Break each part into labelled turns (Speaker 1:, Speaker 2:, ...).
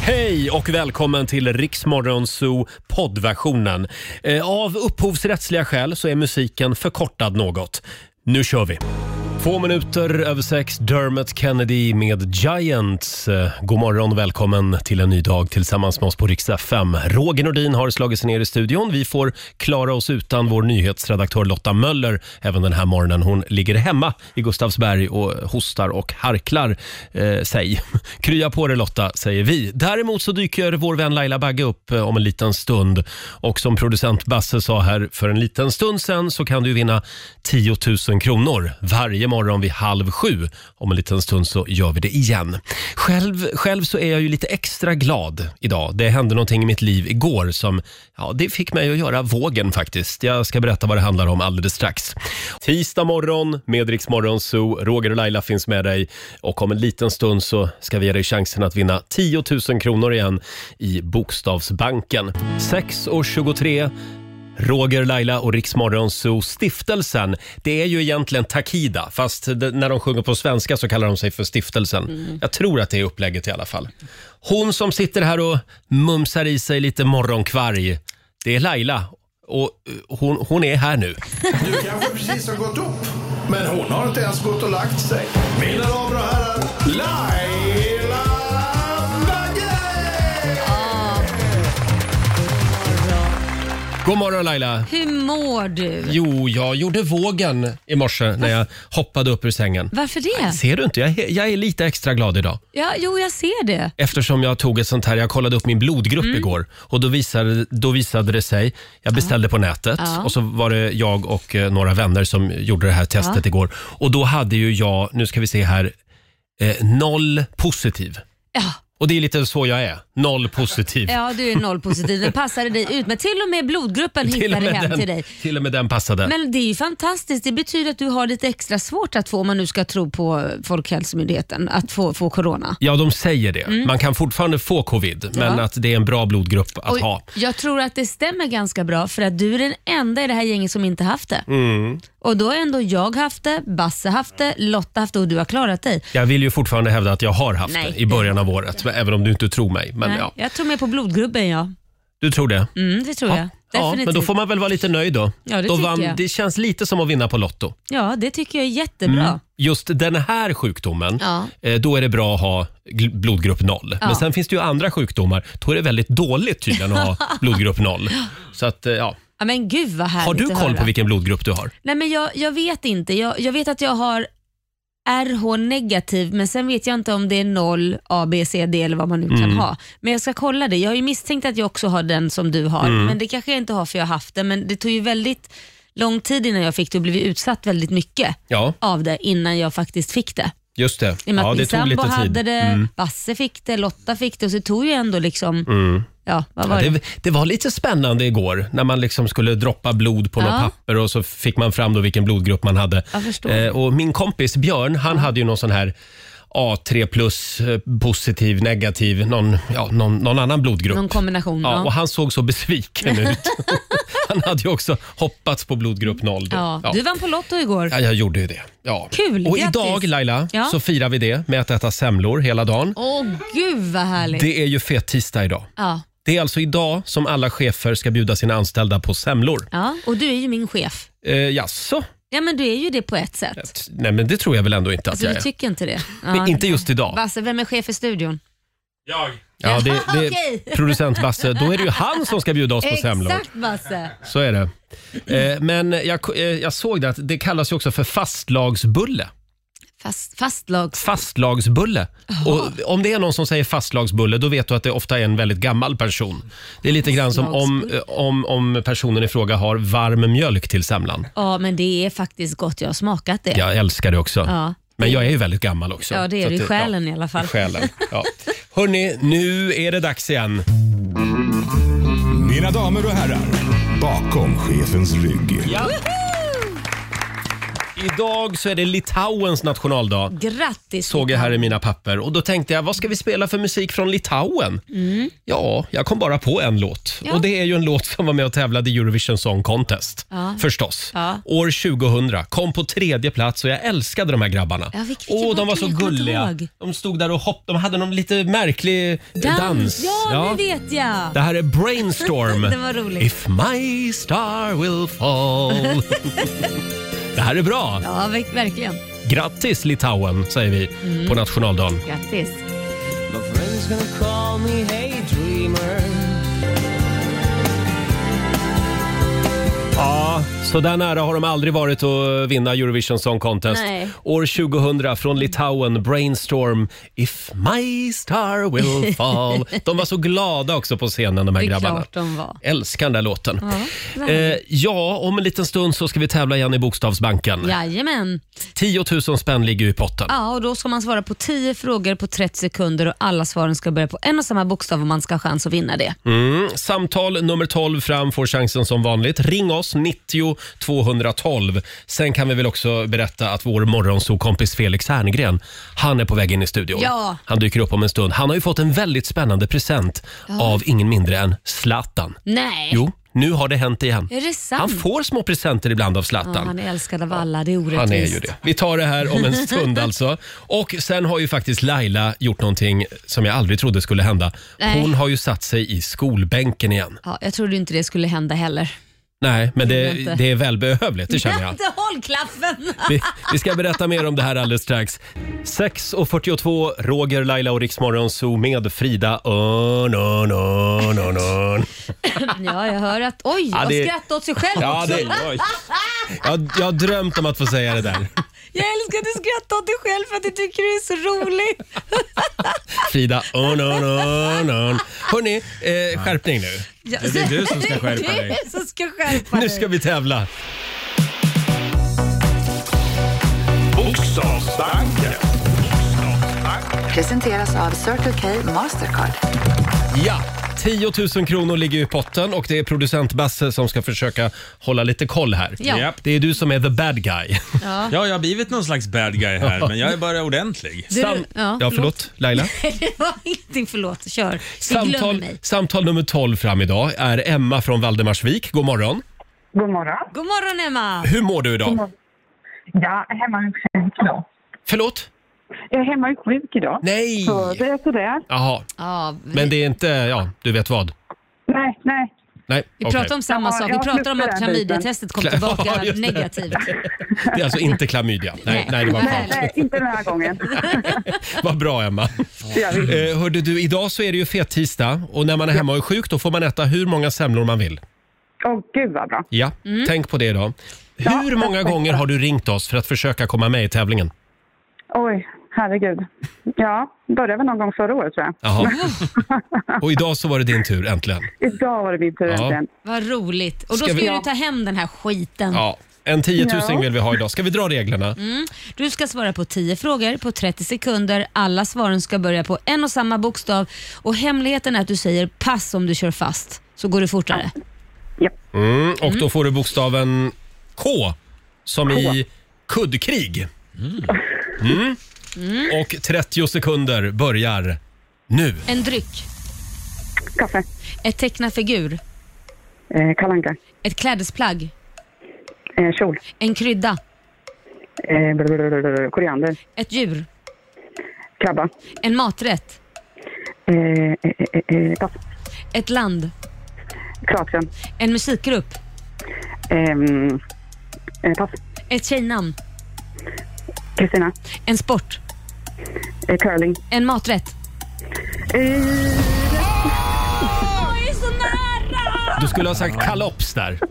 Speaker 1: Hej och välkommen till Riksmorgon Zoo poddversionen. Eh, Av upphovsrättsliga skäl så är musiken förkortad något. Nu kör vi! Två minuter över sex, Dermot Kennedy med Giants. Eh, God morgon och välkommen till en ny dag tillsammans med oss på Rix FM. Roger Nordin har slagit sig ner i studion. Vi får klara oss utan vår nyhetsredaktör Lotta Möller även den här morgonen. Hon ligger hemma i Gustavsberg och hostar och harklar eh, sig. Krya på dig Lotta, säger vi. Däremot så dyker vår vän Laila Bagge upp eh, om en liten stund. Och som producent Basse sa här för en liten stund sen så kan du vinna 10 000 kronor varje morgon vid halv sju. Om en liten stund så gör vi det igen. Själv, själv så är jag ju lite extra glad idag. Det hände någonting i mitt liv igår som ja, det fick mig att göra vågen faktiskt. Jag ska berätta vad det handlar om alldeles strax. Tisdag morgon med Rix Morgon Zoo. Roger och Laila finns med dig och om en liten stund så ska vi ge dig chansen att vinna 10 000 kronor igen i Bokstavsbanken. 6.23 Roger, Laila och Riksmorgon Zoo stiftelsen. Det är ju egentligen Takida, fast det- när de sjunger på svenska så kallar de sig för stiftelsen. Jag tror att det är upplägget i alla fall. Hon som sitter här och mumsar i sig lite morgonkvarg, det är Laila. Och eh, hon, hon är här nu.
Speaker 2: Du kanske precis har gått upp, men hon har inte ens gått och lagt sig. Mina damer och herrar, Laila Bagge!
Speaker 1: God morgon Laila!
Speaker 3: Hur mår du?
Speaker 1: Jo, jag gjorde vågen i morse när jag hoppade upp ur sängen.
Speaker 3: Varför det?
Speaker 1: Ser du inte? Jag, är- jag är lite extra glad idag.
Speaker 3: Ja, jo, jag ser det.
Speaker 1: eftersom jag tog ett sånt här, jag kollade upp min blodgrupp
Speaker 3: Mm.
Speaker 1: igår och då visade, då visade det sig, jag beställde på nätet
Speaker 3: Ja.
Speaker 1: och så var det jag och eh, några vänner som gjorde det här testet igår och då hade ju jag, nu ska vi se här, eh, noll positiv.
Speaker 3: Ja,
Speaker 1: Och det är lite så jag är, noll positiv.
Speaker 3: ja du är nollpositiv. Den passade dig ut. Men till och med blodgruppen
Speaker 1: Till och,
Speaker 3: hittade
Speaker 1: med
Speaker 3: hem till
Speaker 1: den,
Speaker 3: dig.
Speaker 1: till och med den passade.
Speaker 3: Men det är ju fantastiskt. Det betyder att du har lite extra svårt att få, om man nu ska tro på Folkhälsomyndigheten, att få, få corona.
Speaker 1: Ja, de säger det. Man kan fortfarande få covid, men
Speaker 3: Mm. Ja.
Speaker 1: att det är en bra blodgrupp att ha.
Speaker 3: jag tror att det stämmer ganska bra för att du är den enda i det här gänget som inte haft det.
Speaker 1: Mm.
Speaker 3: Och då har ändå jag haft det, Basse haft det, Lotta haft det och du har klarat dig.
Speaker 1: Jag vill ju fortfarande hävda att jag har haft
Speaker 3: Nej.
Speaker 1: det i början av året, även om du inte tror mig. Men
Speaker 3: Nej,
Speaker 1: ja,
Speaker 3: Jag tror mer på blodgruppen ja.
Speaker 1: du tror det?
Speaker 3: Mm, det tror jag.
Speaker 1: Ja,
Speaker 3: Definitivt.
Speaker 1: men då får man väl vara lite nöjd då.
Speaker 3: Ja, det
Speaker 1: då
Speaker 3: tycker jag.
Speaker 1: det känns lite som att vinna på Lotto.
Speaker 3: Ja, det tycker jag är jättebra.
Speaker 1: Mm. Just den här sjukdomen,
Speaker 3: Ja.
Speaker 1: eh, då är det bra att ha gl- blodgrupp 0.
Speaker 3: Ja.
Speaker 1: Men sen finns det ju andra sjukdomar, då är det väldigt dåligt tydligen att ha blodgrupp 0. Så att, eh, ja.
Speaker 3: Ja, men gud vad härligt
Speaker 1: Har du
Speaker 3: att
Speaker 1: koll
Speaker 3: höra.
Speaker 1: på vilken blodgrupp du har?
Speaker 3: Nej, men jag, jag vet inte. Jag, jag vet att jag har RH negativ, men sen vet jag inte om det är 0, A, B, C, D eller vad man nu
Speaker 1: Mm.
Speaker 3: kan ha. Men jag ska kolla det. Jag har ju misstänkt att jag också har den som du har,
Speaker 1: Mm.
Speaker 3: men det kanske jag inte har för jag har haft den. Men det tog ju väldigt lång tid innan jag fick det och blev ju utsatt väldigt mycket
Speaker 1: Ja,
Speaker 3: av det innan jag faktiskt fick det.
Speaker 1: just det.
Speaker 3: I och med
Speaker 1: Ja,
Speaker 3: att
Speaker 1: det
Speaker 3: min
Speaker 1: tog
Speaker 3: sambo
Speaker 1: lite
Speaker 3: hade
Speaker 1: tid. Mm.
Speaker 3: det, Basse fick det, Lotta fick det och så det tog ju ändå liksom, ja vad var
Speaker 1: Mm. Ja,
Speaker 3: det?
Speaker 1: det, det var lite spännande igår när man liksom skulle droppa blod på något
Speaker 3: Ja.
Speaker 1: papper och så fick man fram då vilken blodgrupp man hade. Eh,
Speaker 3: Jag förstår.
Speaker 1: och min kompis Björn, han hade ju någon sån här A3 plus, eh, positiv, negativ, någon, ja, någon, någon annan blodgrupp.
Speaker 3: Någon kombination.
Speaker 1: Ja,
Speaker 3: ja.
Speaker 1: och han såg så besviken ut. han hade ju också hoppats på blodgrupp 0. Då.
Speaker 3: Ja,
Speaker 1: Ja.
Speaker 3: Du vann på Lotto igår.
Speaker 1: Ja, jag gjorde ju det. Ja.
Speaker 3: Kul,
Speaker 1: och
Speaker 3: grattis.
Speaker 1: idag Laila,
Speaker 3: Ja.
Speaker 1: så firar vi det med att äta semlor hela dagen.
Speaker 3: Åh gud vad härligt.
Speaker 1: Det är ju fet tisdag idag.
Speaker 3: Ja.
Speaker 1: Det är alltså idag som alla chefer ska bjuda sina anställda på semlor.
Speaker 3: ja, och du är ju min chef.
Speaker 1: Eh, jaså?
Speaker 3: Ja men du är ju det på ett sätt.
Speaker 1: T- Nej, men det tror jag väl ändå inte att
Speaker 3: Alltså,
Speaker 1: jag
Speaker 3: du
Speaker 1: är.
Speaker 3: tycker inte det?
Speaker 1: Men
Speaker 3: Ja.
Speaker 1: inte just idag.
Speaker 3: Basse, vem är chef i studion?
Speaker 1: Ja, det, det
Speaker 3: Okej.
Speaker 1: är producent Basse. Då är det ju han som ska bjuda oss på semlor.
Speaker 3: Exakt Basse.
Speaker 1: Så är det. Eh, men jag, eh, jag såg det att det kallas ju också för fastlagsbulle.
Speaker 3: Fast, fastlags...
Speaker 1: Fastlagsbulle. Och om det är någon som säger fastlagsbulle, då vet du att det ofta är en väldigt gammal person. Det är lite grann som om, eh, om, om personen i fråga har varm mjölk till semlan.
Speaker 3: Ja men det är faktiskt gott, jag har smakat det.
Speaker 1: Jag älskar det också.
Speaker 3: Ja.
Speaker 1: Men jag är ju väldigt gammal också.
Speaker 3: Ja, det är
Speaker 1: Så
Speaker 3: det i
Speaker 1: att
Speaker 3: själen i alla fall.
Speaker 1: I själen, ja. Hörni, nu är det dags igen.
Speaker 2: Mina damer och herrar, bakom chefens rygg.
Speaker 1: Ja. Idag så är det Litauens nationaldag.
Speaker 3: Grattis!
Speaker 1: Såg jag här i mina papper. Och då tänkte jag, vad ska vi spela för musik från Litauen? Ja, jag kom bara på en låt.
Speaker 3: Mm. Ja.
Speaker 1: Och det är ju en låt som var med och tävlade i Eurovision Song Contest.
Speaker 3: Ja.
Speaker 1: Förstås.
Speaker 3: Ja.
Speaker 1: År 2000. Kom på tredje plats och jag älskade de här grabbarna.
Speaker 3: Ja, vilk- vilken
Speaker 1: Åh, de var
Speaker 3: låt
Speaker 1: så
Speaker 3: jag kommer inte
Speaker 1: gulliga.
Speaker 3: ihåg.
Speaker 1: De stod där och hoppade. De hade någon lite märklig dans.
Speaker 3: Ja, nu vet jag!
Speaker 1: Det här är Brainstorm.
Speaker 3: Det var roligt.
Speaker 1: If my star will fall. det här är bra.
Speaker 3: Ja, verk- verkligen.
Speaker 1: Grattis Litauen säger vi
Speaker 3: Mm.
Speaker 1: på nationaldagen.
Speaker 3: Grattis.
Speaker 1: Ja, så där nära har de aldrig varit att vinna Eurovision Song Contest.
Speaker 3: Nej.
Speaker 1: År 2000 från Litauen, Brainstorm, If my star will fall. De var så glada också på scenen de här
Speaker 3: Det är
Speaker 1: grabbarna.
Speaker 3: klart de var.
Speaker 1: Älskar den där låten.
Speaker 3: Ja,
Speaker 1: eh, ja, om en liten stund så ska vi tävla igen i Bokstavsbanken.
Speaker 3: Jajamän.
Speaker 1: 10 000 spänn ligger ju i potten.
Speaker 3: Ja, och då ska man svara på 10 frågor på 30 sekunder och alla svaren ska börja på en och samma bokstav och man ska ha chans att vinna det.
Speaker 1: Mm. Samtal nummer 12 fram får chansen som vanligt. Ring oss, 90 212. Sen kan vi väl också berätta att vår morgonsokompis Felix Herngren, han är på väg in i studion.
Speaker 3: Ja.
Speaker 1: Han dyker upp om en stund. Han har ju fått en väldigt spännande present av ingen mindre än Zlatan.
Speaker 3: Nej,
Speaker 1: Jo, nu har det hänt igen.
Speaker 3: är det sant?
Speaker 1: Han får små presenter ibland av Zlatan.
Speaker 3: ja, han är älskad av alla, det är orättvist.
Speaker 1: Han är ju det. Vi tar det här om en stund alltså. Och sen har ju faktiskt Laila gjort någonting som jag aldrig trodde skulle hända.
Speaker 3: Nej.
Speaker 1: Hon har ju satt sig i skolbänken igen.
Speaker 3: Ja, jag trodde inte det skulle hända heller.
Speaker 1: Nej, men det,
Speaker 3: Tror inte.
Speaker 1: det är välbehövligt, det känner jag.
Speaker 3: Inte håll klaffen!
Speaker 1: Vi, vi ska berätta mer om det här alldeles strax. 6.42, Roger, Laila och Riksmorgon Zoo med Frida Örn, örn, örn, örn, örn.
Speaker 3: Ja, jag hör att... Oj,
Speaker 1: Ja,
Speaker 3: jag
Speaker 1: det-
Speaker 3: skrattar åt sig själv
Speaker 1: Ja,
Speaker 3: också.
Speaker 1: det, oj. jag, jag har drömt om att få säga det där.
Speaker 3: Jag älskar att du skrattar åt dig själv för att du tycker det är så roligt.
Speaker 1: Frida örn, örn, örn, örn. Hörni, eh, skärpning nu.
Speaker 3: Ja,
Speaker 4: Det är du som ska skärpa
Speaker 3: Det är
Speaker 4: dig.
Speaker 3: du som ska skärpa
Speaker 1: Nu
Speaker 3: dig.
Speaker 1: ska vi tävla.
Speaker 2: Bokstavsbanken.
Speaker 5: Presenteras av Circle K Mastercard.
Speaker 1: Ja, 10 000 kronor ligger i potten och det är producent Basse som ska försöka hålla lite koll här.
Speaker 3: Ja.
Speaker 4: Japp.
Speaker 1: Det är du som är the bad guy.
Speaker 4: Ja, jag har blivit någon slags bad guy här, men jag är bara ordentlig.
Speaker 3: Du-
Speaker 1: Sam- ja,
Speaker 3: ja,
Speaker 1: förlåt. Laila?
Speaker 3: Det var ingenting, förlåt. Kör. Vi glömmer
Speaker 1: Samtal,
Speaker 3: mig.
Speaker 1: samtal nummer 12 fram idag är Emma från Valdemarsvik. God morgon.
Speaker 6: God morgon.
Speaker 3: God morgon Emma!
Speaker 1: Hur mår du idag?
Speaker 6: Ja, jag är hemma sjuk idag.
Speaker 1: Förlåt?
Speaker 6: Jag är hemma sjuk idag.
Speaker 1: Nej!
Speaker 6: Så det är sådär.
Speaker 1: Jaha,
Speaker 3: Ja, vi
Speaker 1: men det är inte, ja, du vet vad.
Speaker 6: Nej, nej.
Speaker 1: Nej,
Speaker 3: vi
Speaker 1: okej.
Speaker 3: pratar om samma
Speaker 6: Ja,
Speaker 3: sak. Vi
Speaker 6: jag
Speaker 3: pratar om
Speaker 6: släpper
Speaker 3: att
Speaker 6: den biten.
Speaker 3: klamydiatestet kom
Speaker 1: Kla- Ja,
Speaker 3: tillbaka
Speaker 1: just det.
Speaker 3: negativt.
Speaker 1: Det är alltså inte klamydia. Nej, nej det var
Speaker 6: Nej,
Speaker 1: skönt.
Speaker 6: nej, inte den här gången.
Speaker 1: Vad bra, Emma.
Speaker 6: Det gör vi.
Speaker 1: Eh, hörde du, idag så är det ju fettisdag och när man är hemma och är sjuk då får man äta hur många semlor man vill.
Speaker 6: Åh, gud vad bra.
Speaker 1: Ja,
Speaker 3: Mm.
Speaker 1: tänk på det idag. Hur många gånger har du ringt oss för att försöka komma med i tävlingen?
Speaker 6: Oj, herregud. Ja, började väl någon gång förra året tror jag.
Speaker 1: Jaha. Och idag så var det din tur äntligen.
Speaker 6: Idag var det min tur
Speaker 1: Ja.
Speaker 6: äntligen.
Speaker 3: Vad roligt. Och då
Speaker 1: Ska
Speaker 3: ska
Speaker 1: vi-
Speaker 3: du ta hem den här skiten.
Speaker 1: Ja, en tiotusing
Speaker 6: Ja.
Speaker 1: vill vi ha idag. Ska vi dra reglerna?
Speaker 3: Mm. Du ska svara på 10 frågor på 30 sekunder. Alla svaren ska börja på en och samma bokstav. Och Hemligheten är att du säger pass om du kör fast, så går det fortare.
Speaker 1: Mm, och då får du bokstaven K som i kuddkrig. Mm. Och 30 sekunder börjar nu.
Speaker 3: En dryck,
Speaker 6: Kaffe.
Speaker 3: ett tecknat figur,
Speaker 6: Eh, Kalle Anka.
Speaker 3: ett klädesplagg,
Speaker 6: Eh, kjol.
Speaker 3: en krydda,
Speaker 6: Eh, blablabla, koriander.
Speaker 3: ett djur,
Speaker 6: Krabba.
Speaker 3: en maträtt,
Speaker 6: Eh, eh, eh, eh, pass.
Speaker 3: ett land,
Speaker 6: Kroatien.
Speaker 3: en musikgrupp,
Speaker 6: Eh, mm, eh, pass.
Speaker 3: ett tjejnamn,
Speaker 6: Kristina.
Speaker 3: en sport,
Speaker 6: Eh, curling.
Speaker 3: en maträtt.
Speaker 6: Eh,
Speaker 3: Jag är så nära!
Speaker 1: Du skulle ha sagt kalops där.
Speaker 6: Kalas.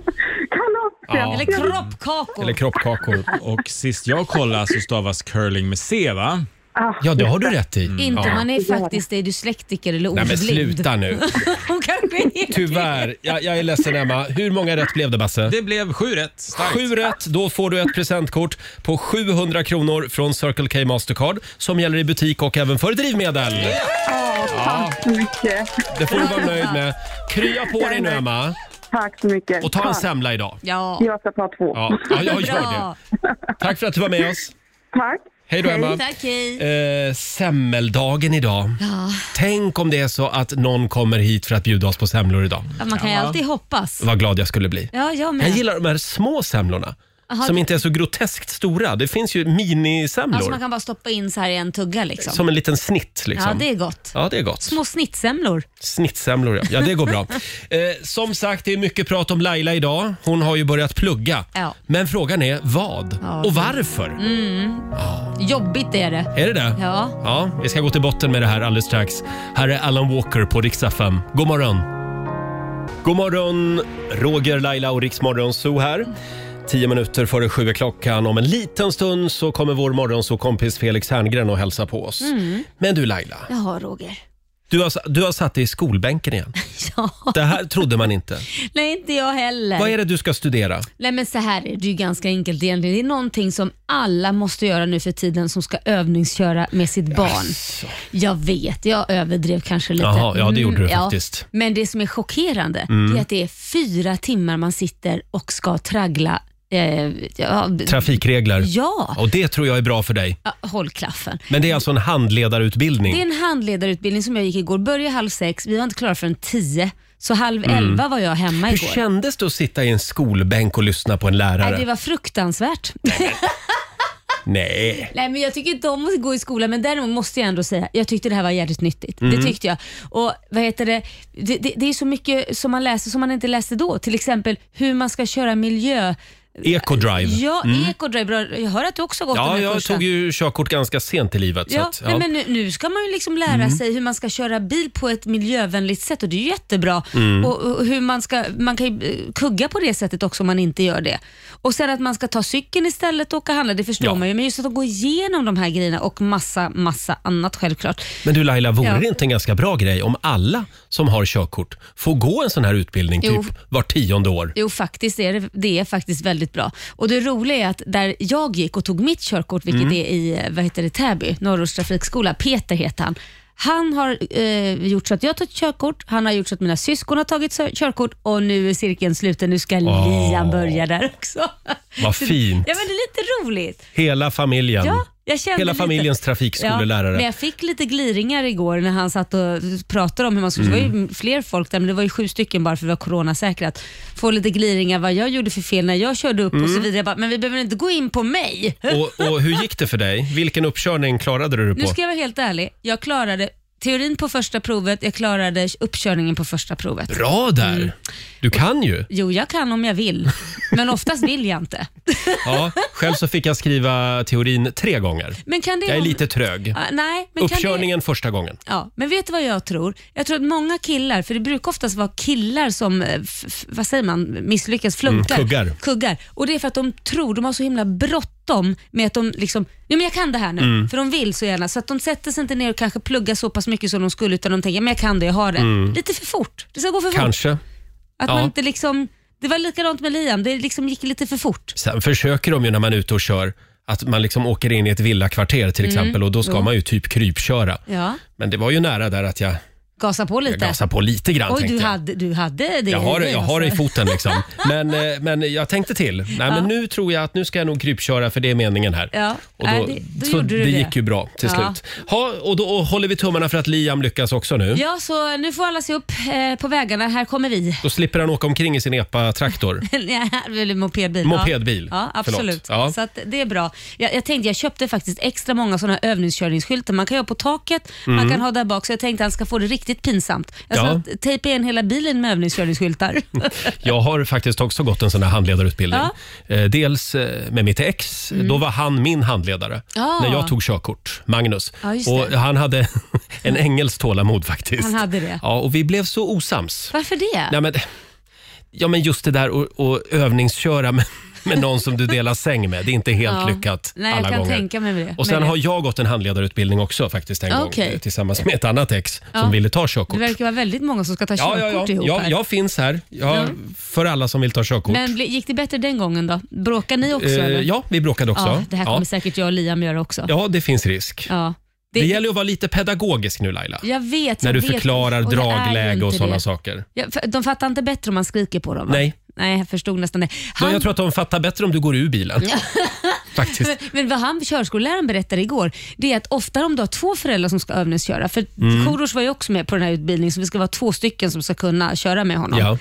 Speaker 1: Ja.
Speaker 3: Eller kroppkakor.
Speaker 1: Eller kroppkakor.
Speaker 4: Och sist jag kollade så stavas curling med C, va?
Speaker 6: Ah,
Speaker 1: Ja, det har du rätt i.
Speaker 3: Inte om
Speaker 1: Ja.
Speaker 3: man är faktiskt är dyslektiker eller
Speaker 1: Nej men
Speaker 3: ordblind.
Speaker 1: sluta nu.
Speaker 3: Hon kanske är
Speaker 1: Tyvärr. Jag, jag är ledsen Emma. Hur många rätt blev det Basse?
Speaker 4: Det blev sju rätt. Starkt.
Speaker 1: Sju rätt, då får du ett presentkort på 700 kronor från Circle K Mastercard som gäller i butik och även för drivmedel.
Speaker 6: tack så mycket.
Speaker 1: Det får du vara nöjd med. Krya på dig nu Emma.
Speaker 6: Tack så mycket.
Speaker 1: Och ta en
Speaker 6: Tack.
Speaker 1: semla idag.
Speaker 3: Ja.
Speaker 6: Jag ska ta två.
Speaker 1: Ja, ja jag gör det.
Speaker 3: Bra.
Speaker 1: Tack för att du var med oss.
Speaker 6: Tack.
Speaker 1: Hej då Emma.
Speaker 3: Tack, hej.
Speaker 1: Eh, semmeldagen idag.
Speaker 3: Ja,
Speaker 1: Tänk om det är så att någon kommer hit för att bjuda oss på semlor idag.
Speaker 3: man kan ju alltid hoppas.
Speaker 1: Vad glad jag skulle bli.
Speaker 3: Ja, jag med.
Speaker 1: Jag gillar de här små semlorna.
Speaker 3: Aha,
Speaker 1: som
Speaker 3: det-
Speaker 1: inte är så groteskt stora. Det finns ju
Speaker 3: Alltså
Speaker 1: minisemlor.
Speaker 3: man kan bara stoppa in så här i en tugga liksom.
Speaker 1: Som en liten snitt liksom.
Speaker 3: Ja, det är gott.
Speaker 1: Ja, det är gott.
Speaker 3: Små snittsemlor.
Speaker 1: Snittsemlor, ja. ja. det går bra. Eh, som sagt, det är mycket prat om Laila idag. Hon har ju börjat plugga.
Speaker 3: Ja.
Speaker 1: Men frågan är vad
Speaker 3: Ja.
Speaker 1: och varför?
Speaker 3: Jobbigt är det.
Speaker 1: Är det det?
Speaker 3: Ja.
Speaker 1: Ja, vi ska gå till botten med det här alldeles strax. Här är Alan Walker på Rix FM. God morgon! God morgon, Roger, Laila och Rix Morgonzoo här. Tio minuter före sju är klockan. Om en liten stund så kommer vår morgonzoo-kompis Felix Herngren och hälsa på oss.
Speaker 3: Mm.
Speaker 1: Men du Laila,
Speaker 3: Jaha, Roger.
Speaker 1: du har, du har satt dig i skolbänken igen.
Speaker 3: Ja.
Speaker 1: Det här trodde man inte.
Speaker 3: Nej, inte jag heller.
Speaker 1: Vad är det du ska studera?
Speaker 3: Nej men så här är det ju ganska enkelt egentligen. Det är någonting som alla måste göra nu för tiden som ska övningsköra med sitt barn. Jag vet, jag överdrev kanske lite.
Speaker 1: Jaha, ja, det gjorde du
Speaker 3: Mm,
Speaker 1: faktiskt. Mm.
Speaker 3: Men det som är chockerande det är att det är fyra timmar man sitter och ska traggla. Eh, ja, b-
Speaker 1: Trafikregler?
Speaker 3: ja,
Speaker 1: Och det tror jag är bra för dig.
Speaker 3: ja, håll klaffen.
Speaker 1: Men det är alltså en handledarutbildning.
Speaker 3: Det är en handledarutbildning som jag gick igår. Började halv sex, vi var inte klara förrän tio. Så halv elva var jag hemma
Speaker 1: Mm. Hur
Speaker 3: igår.
Speaker 1: kändes det att sitta i en skolbänk och lyssna på en
Speaker 3: Nej,
Speaker 1: lärare?
Speaker 3: det var fruktansvärt.
Speaker 1: Nej.
Speaker 3: Nej men jag tycker inte om att gå i skolan men däremot måste jag ändå säga, jag tyckte det här var jävligt nyttigt.
Speaker 1: Mm.
Speaker 3: Det tyckte jag. Och vad heter det? Det, det, det är så mycket som man läser som man inte läste då. Till exempel hur man ska köra miljö.
Speaker 1: Ecodrive.
Speaker 3: Ja, ecodrive. Bra. Jag hör att du också har gått den
Speaker 1: Mm. Ja,
Speaker 3: här
Speaker 1: jag
Speaker 3: kursen.
Speaker 1: tog ju körkort ganska sent i livet. Så
Speaker 3: Ja,
Speaker 1: att, Mm.
Speaker 3: nej, men nu, nu ska man ju liksom lära sig hur man ska köra bil på ett miljövänligt sätt och det är ju jättebra.
Speaker 1: Mm.
Speaker 3: Och, och hur man, ska, man kan ju eh, kugga på det sättet också om man inte gör det. Och sen att man ska ta cykeln istället och åka och handla, det förstår
Speaker 1: Ja.
Speaker 3: man ju. Men just att gå igenom de här grejerna och massa, massa annat självklart.
Speaker 1: men du Laila, vore
Speaker 3: Ja.
Speaker 1: det inte en ganska bra grej om alla som har körkort får gå en sån här utbildning
Speaker 3: Jo.
Speaker 1: typ var tionde år?
Speaker 3: Jo, faktiskt är det, det är faktiskt väldigt bra. Och Det roliga är att där jag gick och tog mitt körkort, vilket
Speaker 1: Mm.
Speaker 3: är i eh, vad heter det, Täby, Norrorts trafikskola, Peter heter han. Han har eh, gjort så att jag tagit körkort, han har gjort så att mina syskon har tagit sö- körkort och nu är cirkeln sluten. Nu ska Liam börja där också.
Speaker 1: Vad
Speaker 3: Så-
Speaker 1: fint.
Speaker 3: Ja, men det är lite roligt.
Speaker 1: Hela familjen.
Speaker 3: Ja, jag kände
Speaker 1: Hela
Speaker 3: lite-
Speaker 1: familjens trafikskolelärare.
Speaker 3: Ja, men jag fick lite gliringar igår när han satt och pratade om hur man skulle, det
Speaker 1: Mm.
Speaker 3: var ju fler folk där, men det var ju sju stycken bara för det var coronasäkrat. Få lite gliringar vad jag gjorde för fel när jag körde upp och
Speaker 1: Mm.
Speaker 3: så vidare. Jag bara, men vi behöver inte gå in på mig.
Speaker 1: Och, och hur gick det för dig? Vilken uppkörning klarade du det
Speaker 3: Nu
Speaker 1: på?
Speaker 3: ska jag vara helt ärlig, jag klarade teorin på första provet, jag klarade uppkörningen på första provet.
Speaker 1: Bra där!
Speaker 3: Mm.
Speaker 1: Du kan ju.
Speaker 3: Jo, jag kan om jag vill, men oftast vill jag inte.
Speaker 1: Ja, själv så fick jag skriva teorin tre gånger.
Speaker 3: Men kan det
Speaker 1: Jag är lite trög.
Speaker 3: Ah, nej, men kan det...
Speaker 1: Uppkörningen första gången.
Speaker 3: Ja, men vet du vad jag tror? Jag tror att många killar, för det brukar oftast vara killar som, eh, f- f- vad säger man, misslyckas, flunkar.
Speaker 1: Mm, kuggar.
Speaker 3: Och det är för att de tror, de har så himla bråttom med att de liksom, ja men jag kan det här nu,
Speaker 1: Mm.
Speaker 3: för de vill så gärna. Så att de sätter sig inte ner och kanske pluggar så pass mycket som de skulle, utan de tänker, ja men jag kan det, jag har det. Lite för fort, det ska gå för fort.
Speaker 1: Mm. Kanske.
Speaker 3: Att
Speaker 1: ja.
Speaker 3: man inte liksom, det var likadant med Liam, det liksom gick lite för fort.
Speaker 1: Sen försöker de ju när man är ute och kör att man liksom åker in i ett villakvarter till exempel och då ska
Speaker 3: Mm. Jo.
Speaker 1: man ju typ krypköra.
Speaker 3: Ja,
Speaker 1: Men det var ju nära där att jag,
Speaker 3: gasa på lite.
Speaker 1: jag gasade på lite grann
Speaker 3: Oj,
Speaker 1: tänkte
Speaker 3: du
Speaker 1: jag.
Speaker 3: hade, du hade det
Speaker 1: Jag har,
Speaker 3: i
Speaker 1: det,
Speaker 3: dig,
Speaker 1: jag har det i
Speaker 3: alltså.
Speaker 1: foten liksom. Men, eh, men jag tänkte till. Nej, men nu tror jag att nu ska jag nog krypköra för det är meningen här.
Speaker 3: Ja,
Speaker 1: Och
Speaker 3: nej,
Speaker 1: då,
Speaker 3: det- då
Speaker 1: så
Speaker 3: gjorde du
Speaker 1: det
Speaker 3: det.
Speaker 1: gick ju bra till
Speaker 3: Ja.
Speaker 1: slut. Ha, och då och håller vi tummarna för att Liam lyckas också nu.
Speaker 3: Ja, så nu får alla se upp eh, på vägarna. Här kommer vi.
Speaker 1: Då slipper han åka omkring i sin epa-traktor.
Speaker 3: Nej, eller mopedbil.
Speaker 1: Mopedbil,
Speaker 3: Ja, ja absolut.
Speaker 1: förlåt. Ja.
Speaker 3: Så att det är bra. Jag, jag tänkte, jag köpte faktiskt extra många sådana övningskörningsskyltar. Man kan ha på taket, man kan ha där bak. Så jag tänkte att han ska få det riktigt pinsamt. Jag ska
Speaker 1: Mm. Ja.
Speaker 3: tejpa igen hela bilen med övningskörningsskyltar.
Speaker 1: Jag har faktiskt också gått en sån här handledarutbildning. Eh, Dels eh, med mitt ex,
Speaker 3: Mm.
Speaker 1: då var han min handledare
Speaker 3: Ja.
Speaker 1: när jag tog körkort, Magnus.
Speaker 3: Ah. Ja, just
Speaker 1: och
Speaker 3: det.
Speaker 1: han hade en ängels tålamod faktiskt.
Speaker 3: Han hade det.
Speaker 1: Ja, och vi blev så osams.
Speaker 3: Varför det?
Speaker 1: Nej, men, ja, men just det där och, och övningsköra med, med någon som du delar säng med, det är inte helt
Speaker 3: Ja.
Speaker 1: lyckat
Speaker 3: Nej, jag
Speaker 1: alla
Speaker 3: kan
Speaker 1: gånger.
Speaker 3: tänka mig det.
Speaker 1: Och sen
Speaker 3: Men-
Speaker 1: har jag gått en handledarutbildning också faktiskt en gång
Speaker 3: Okej.
Speaker 1: eh, tillsammans med ett annat ex
Speaker 3: Ja.
Speaker 1: som ville ta körkort.
Speaker 3: Det verkar vara väldigt många som ska ta
Speaker 1: Ja,
Speaker 3: körkort
Speaker 1: ja, ja.
Speaker 3: ihop
Speaker 1: Jag,
Speaker 3: här.
Speaker 1: jag finns här jag,
Speaker 3: Ja.
Speaker 1: för alla som vill ta körkort.
Speaker 3: Men bli- gick det bättre den gången då? Bråkar ni också?
Speaker 1: Eh,
Speaker 3: eller?
Speaker 1: ja, vi bråkade också.
Speaker 3: Ja, det här kommer
Speaker 1: ja.
Speaker 3: säkert jag och Liam göra också.
Speaker 1: ja, det finns risk.
Speaker 3: Ja.
Speaker 1: Det,
Speaker 3: Det-
Speaker 1: gäller att vara lite pedagogisk nu Laila.
Speaker 3: Jag vet,
Speaker 1: när
Speaker 3: jag
Speaker 1: du
Speaker 3: vet,
Speaker 1: förklarar
Speaker 3: jag är
Speaker 1: dragläge
Speaker 3: ju
Speaker 1: och
Speaker 3: inte
Speaker 1: sådana
Speaker 3: det.
Speaker 1: saker.
Speaker 3: Ja, för de fattar inte bättre om man skriker på dem va?
Speaker 1: Nej.
Speaker 3: Nej, jag förstod nästan det.
Speaker 1: Men
Speaker 3: Han-
Speaker 1: jag tror att de fattar bättre om du går ur bilen. Faktiskt.
Speaker 3: Men, men vad han, körskolläraren berättade igår, det är att ofta om du har två föräldrar som ska övningsköra, för
Speaker 1: Mm.
Speaker 3: Korosh var ju också med på den här utbildningen, så vi ska vara två stycken som ska kunna köra med honom.
Speaker 1: Ja.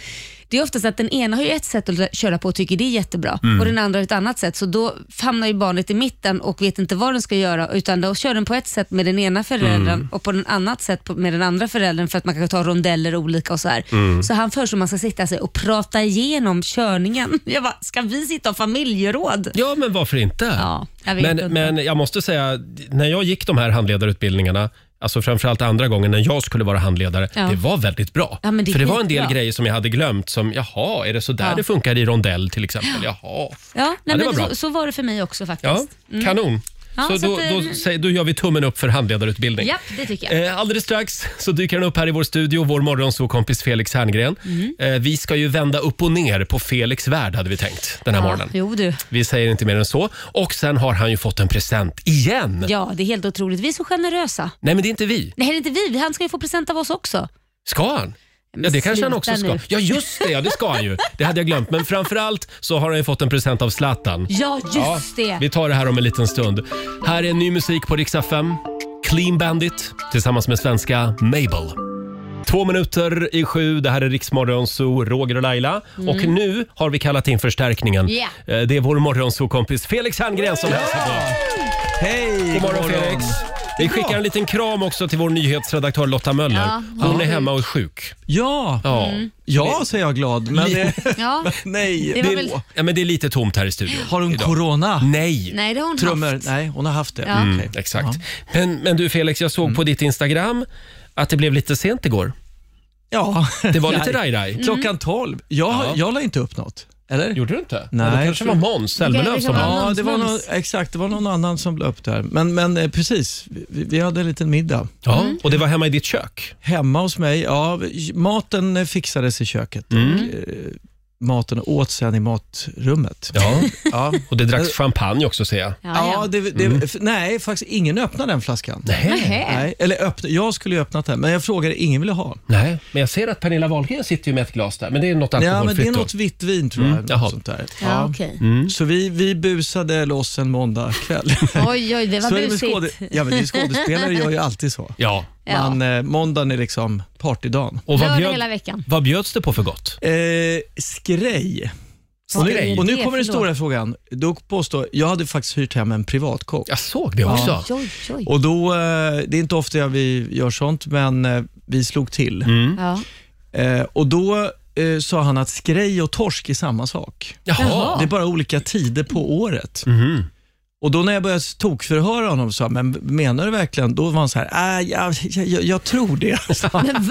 Speaker 3: Det är oftast att den ena har ju ett sätt att köra på och tycker det är jättebra
Speaker 1: Mm.
Speaker 3: och den andra har ett annat sätt. Så då hamnar ju barnet i mitten och vet inte vad den ska göra utan då kör den på ett sätt med den ena föräldern
Speaker 1: Mm.
Speaker 3: och på ett annat sätt på- med den andra föräldern för att man kan ta rondeller olika och så här.
Speaker 1: Mm.
Speaker 3: Så han föreslår att man ska sitta sig och prata igenom körningen. Jag bara, ska vi sitta och familjeråd?
Speaker 1: Ja, men varför inte?
Speaker 3: Ja, jag vet
Speaker 1: men,
Speaker 3: inte.
Speaker 1: men jag måste säga, när jag gick de här handledarutbildningarna, alltså framförallt andra gången när jag skulle vara handledare,
Speaker 3: Ja.
Speaker 1: det var väldigt bra.
Speaker 3: Ja, men det är
Speaker 1: För det var en del
Speaker 3: skitbra.
Speaker 1: grejer som jag hade glömt, som jaha, är det så där
Speaker 3: Ja.
Speaker 1: det funkar i rondell till exempel? Jaha.
Speaker 3: Ja,
Speaker 1: Ja, det
Speaker 3: nej, men
Speaker 1: var bra.
Speaker 3: så, så var det för mig också
Speaker 1: Ja,
Speaker 3: faktiskt.
Speaker 1: kanon.
Speaker 3: Ja,
Speaker 1: så
Speaker 3: så
Speaker 1: då,
Speaker 3: att, eh,
Speaker 1: då, säg- då gör vi tummen upp för handledarutbildning.
Speaker 3: Japp, det tycker jag.
Speaker 1: Eh, alldeles strax så dyker han upp här i vår studio, vår morgonsåkompis Felix Herngren.
Speaker 3: Mm.
Speaker 1: Eh, vi ska ju vända upp och ner på Felix värld hade vi tänkt den här
Speaker 3: Ja,
Speaker 1: morgonen.
Speaker 3: jo du.
Speaker 1: Vi säger inte mer än så. Och sen har han ju fått en present igen.
Speaker 3: Ja, det är helt otroligt. Vi är så generösa.
Speaker 1: Nej, men det är inte vi.
Speaker 3: Nej, det är inte vi. Han ska ju få present av oss också.
Speaker 1: Ska han?
Speaker 3: Men
Speaker 1: Ja, det kanske han
Speaker 3: sluta
Speaker 1: också ska.
Speaker 3: nu.
Speaker 1: Ja, just det. Ja, det ska han ju. Det hade jag glömt. Men framförallt så har han ju fått en present av Zlatan.
Speaker 3: Ja, just det.
Speaker 1: Vi tar det här om en liten stund. Här är ny musik på Rix FM. Clean Bandit tillsammans med svenska Mabel. Två minuter i sju, det här är Riksmorgonzoo, Roger och Laila. Och nu har vi kallat in förstärkningen.
Speaker 3: Mm. Ja.
Speaker 1: Eh, Det är vår morgonzoo-kompis Felix Herngren som hälsar på.
Speaker 4: Hej!
Speaker 1: God morgon Felix! Vi skickar en liten kram också till vår nyhetsredaktör Lotta Möller.
Speaker 3: Ja, Mm.
Speaker 1: Hon
Speaker 3: hon
Speaker 1: är
Speaker 3: är
Speaker 1: hemma och är sjuk.
Speaker 4: Ja!
Speaker 1: Ja.
Speaker 7: Ja, säger jag glad. Men det,
Speaker 3: Ja.
Speaker 7: nej,
Speaker 3: Det var väl-
Speaker 1: ja, men det är lite tomt här i studion.
Speaker 7: har hon corona?
Speaker 1: Nej!
Speaker 3: Nej, det har hon
Speaker 7: Trummor?
Speaker 3: haft.
Speaker 7: Nej, hon har haft det.
Speaker 3: Ja.
Speaker 7: Okej.
Speaker 1: Mm, Exakt. Men, men du Felix, jag såg på ditt Instagram att det blev lite sent igår.
Speaker 7: Ja.
Speaker 1: Det var lite
Speaker 7: Nej.
Speaker 1: raj-raj.
Speaker 3: Mm.
Speaker 7: Klockan tolv. Jag,
Speaker 1: Ja.
Speaker 7: jag la inte upp något. Eller?
Speaker 1: Gjorde du inte?
Speaker 7: Nej.
Speaker 1: Ja, Det kanske var Måns Zelmerlöw
Speaker 3: Det
Speaker 1: som
Speaker 3: kan vara
Speaker 1: var.
Speaker 3: någon
Speaker 7: Ja, det var någon,
Speaker 3: mums.
Speaker 7: exakt. Det var någon annan som la upp det här. Men, men eh, precis, vi, vi hade en liten middag.
Speaker 1: Ja,
Speaker 3: Mm.
Speaker 1: och det var hemma i ditt kök.
Speaker 7: Hemma hos mig, ja, maten eh, fixades i köket.
Speaker 1: Mm.
Speaker 7: Och, eh, maten åt sen i matrummet.
Speaker 1: Ja.
Speaker 7: Ja,
Speaker 1: Och det dracks champagne också ser jag.
Speaker 3: Ja,
Speaker 7: ja
Speaker 3: ja.
Speaker 7: det, det,
Speaker 1: Mm.
Speaker 7: f- nej, faktiskt ingen öppnade den flaskan.
Speaker 1: Nej.
Speaker 3: Nähä.
Speaker 7: Nej, eller öppna, jag skulle ju öppnat den, men jag frågade, ingen ville ha.
Speaker 1: Nej, men jag ser att Pernilla Wahlgren sitter ju med ett glas där. Men det är något
Speaker 7: Ja, men
Speaker 1: alkoholfritt
Speaker 7: det är något vitt vin tror jag.
Speaker 1: Mm, jaha.
Speaker 7: något sånt där.
Speaker 3: Ja, okej.
Speaker 7: Så vi, vi busade loss en måndag kväll.
Speaker 3: Oj, oj, det var
Speaker 7: så är det med
Speaker 3: busigt.
Speaker 7: skåde- ja, men det är skådespelare gör ju alltid så.
Speaker 1: då. Ja.
Speaker 3: Ja.
Speaker 7: Man, eh, måndagen är liksom partydagen.
Speaker 1: Och vad,
Speaker 3: Lördag
Speaker 1: bjöd,
Speaker 3: hela veckan.
Speaker 1: vad bjöds det på för gott?
Speaker 7: Eh, skrej.
Speaker 3: Vad är
Speaker 1: Skrej.
Speaker 7: Och nu
Speaker 3: det
Speaker 7: kommer den
Speaker 3: för
Speaker 7: stora frågan. Då påstår, jag hade faktiskt hyrt hem en privatkock.
Speaker 1: Jag såg det också.
Speaker 3: Oj, oj, oj.
Speaker 7: Och då, eh, det är inte ofta jag- vi gör sånt, men eh, vi slog till.
Speaker 3: Ja.
Speaker 7: Eh, och då eh, sa han att skrej och torsk är samma sak.
Speaker 1: Jaha.
Speaker 3: Jaha.
Speaker 7: Det är bara olika tider på året. Och då när jag började tokförhöra honom så men menar du verkligen? Då var han så här, äh, jag, jag, jag, jag tror det. sa han.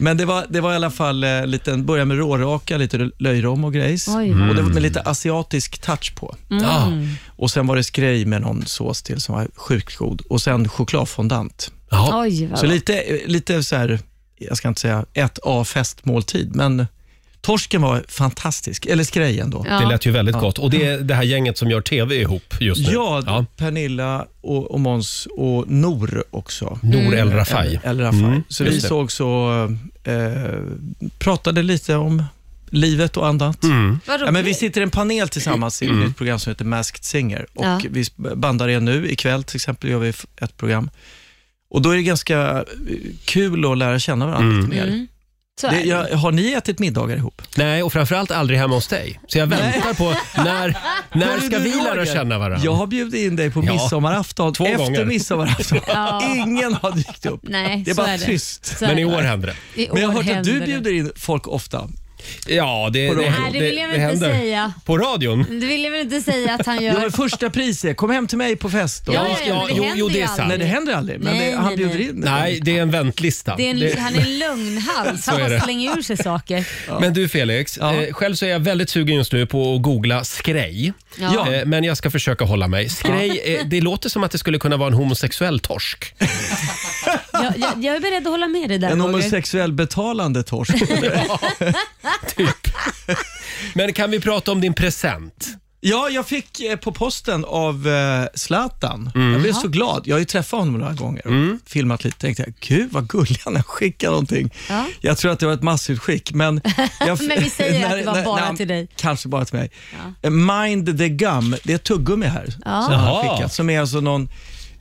Speaker 7: men det var, det var i alla fall eh, lite, börja med råraka, lite löjrom och grejs.
Speaker 3: Oj, Mm. vad-
Speaker 7: Och det var med lite asiatisk touch på.
Speaker 3: Mm.
Speaker 1: Ja.
Speaker 7: Och sen var det skrej med någon sås till som var sjukt god. Och sen chokladfondant.
Speaker 1: Ja.
Speaker 3: Oj, vad
Speaker 7: Så lite, eh, lite så här, jag ska inte säga ett A-festmåltid, men torsken var fantastisk. Eller skrejen då.
Speaker 1: Det
Speaker 3: Ja.
Speaker 1: lät ju väldigt gott. Och det är det här gänget som gör TV ihop just nu.
Speaker 7: Ja, Pernilla och, och Måns och Nor också.
Speaker 1: Nour El Rafai.
Speaker 7: Eller Rafai.
Speaker 1: Mm,
Speaker 7: så
Speaker 1: just
Speaker 7: vi
Speaker 1: det.
Speaker 7: såg så eh, pratade lite om livet och annat.
Speaker 1: Mm.
Speaker 3: Vad
Speaker 7: Ja, men vi
Speaker 3: roligt.
Speaker 7: sitter i en panel tillsammans i ett nytt program som heter Masked Singer. Och
Speaker 3: Ja.
Speaker 7: Vi bandar det nu. Ikväll till exempel gör vi f- ett program. Och Då är det ganska eh, kul att lära känna varandra
Speaker 1: Mm.
Speaker 7: lite mer.
Speaker 3: Så är
Speaker 7: Det,
Speaker 3: det.
Speaker 7: jag, har ni ätit middagar ihop?
Speaker 1: Nej, och framförallt aldrig hemma hos dig. Så jag väntar på när, när ska vi lära känna varandra?
Speaker 7: Jag har bjudit in dig på
Speaker 1: Ja.
Speaker 7: midsommarafton.
Speaker 1: Två
Speaker 7: Efter
Speaker 1: gånger.
Speaker 7: midsommarafton.
Speaker 3: Ja.
Speaker 7: Ingen har dykt upp.
Speaker 3: Nej,
Speaker 7: det är
Speaker 3: så
Speaker 7: bara
Speaker 3: är det.
Speaker 7: tyst.
Speaker 3: Så är
Speaker 1: Men i
Speaker 3: det.
Speaker 1: år händer det.
Speaker 3: I år
Speaker 7: Men jag har hört att
Speaker 3: händer
Speaker 7: du
Speaker 3: det.
Speaker 7: bjuder in folk ofta.
Speaker 1: Ja, det, det,
Speaker 7: Nej,
Speaker 3: Nej, det vill jag väl inte
Speaker 1: händer.
Speaker 3: säga. Mm.
Speaker 1: På radion?
Speaker 3: Det vill jag väl inte säga att han
Speaker 7: Ja,
Speaker 3: gör.
Speaker 7: men första pris är, kom hem till mig på fest. Då.
Speaker 3: Ja,
Speaker 1: Ja,
Speaker 3: ja, ja, men det
Speaker 1: jo,
Speaker 3: händer
Speaker 1: jo, det
Speaker 3: ju
Speaker 1: är sant.
Speaker 7: Nej,
Speaker 3: aldrig.
Speaker 7: det händer aldrig. Men
Speaker 3: Nej,
Speaker 7: det, han
Speaker 3: nej,
Speaker 7: bjuder
Speaker 3: nej.
Speaker 7: in
Speaker 1: Nej, det är en väntlista.
Speaker 3: Det är en,
Speaker 1: Det-
Speaker 3: Han är en lögnhals. Han
Speaker 1: är det.
Speaker 3: bara slänger ur sig saker.
Speaker 1: Men du Felix,
Speaker 7: Ja.
Speaker 1: eh, själv så är jag väldigt sugen just nu på att googla skrej.
Speaker 7: Ja.
Speaker 1: Eh, men jag ska försöka hålla mig. Skrej, eh, det låter som att det skulle kunna vara en homosexuell torsk.
Speaker 3: Jag, jag, jag är beredd att hålla med dig där
Speaker 7: En
Speaker 3: Roger.
Speaker 7: homosexuell betalande torsk.
Speaker 1: Typ. Men kan vi prata om din present?
Speaker 7: Ja, jag fick eh, på posten av eh, Zlatan. Jag
Speaker 3: Mm.
Speaker 7: blev så glad. Jag har ju träffat honom några gånger och filmat lite. Tänkte jag, gud vad gullig han är, skicka någonting.
Speaker 3: Ja.
Speaker 7: Jag tror att det var ett massutskick, men... Jag,
Speaker 3: Men vi säger att det var bara till dig.
Speaker 7: Kanske bara till mig. Eh, Mind the gum, det är ett tuggummi här
Speaker 3: Ja.
Speaker 7: som han
Speaker 1: Jaha.
Speaker 7: skickat, som är alltså någon...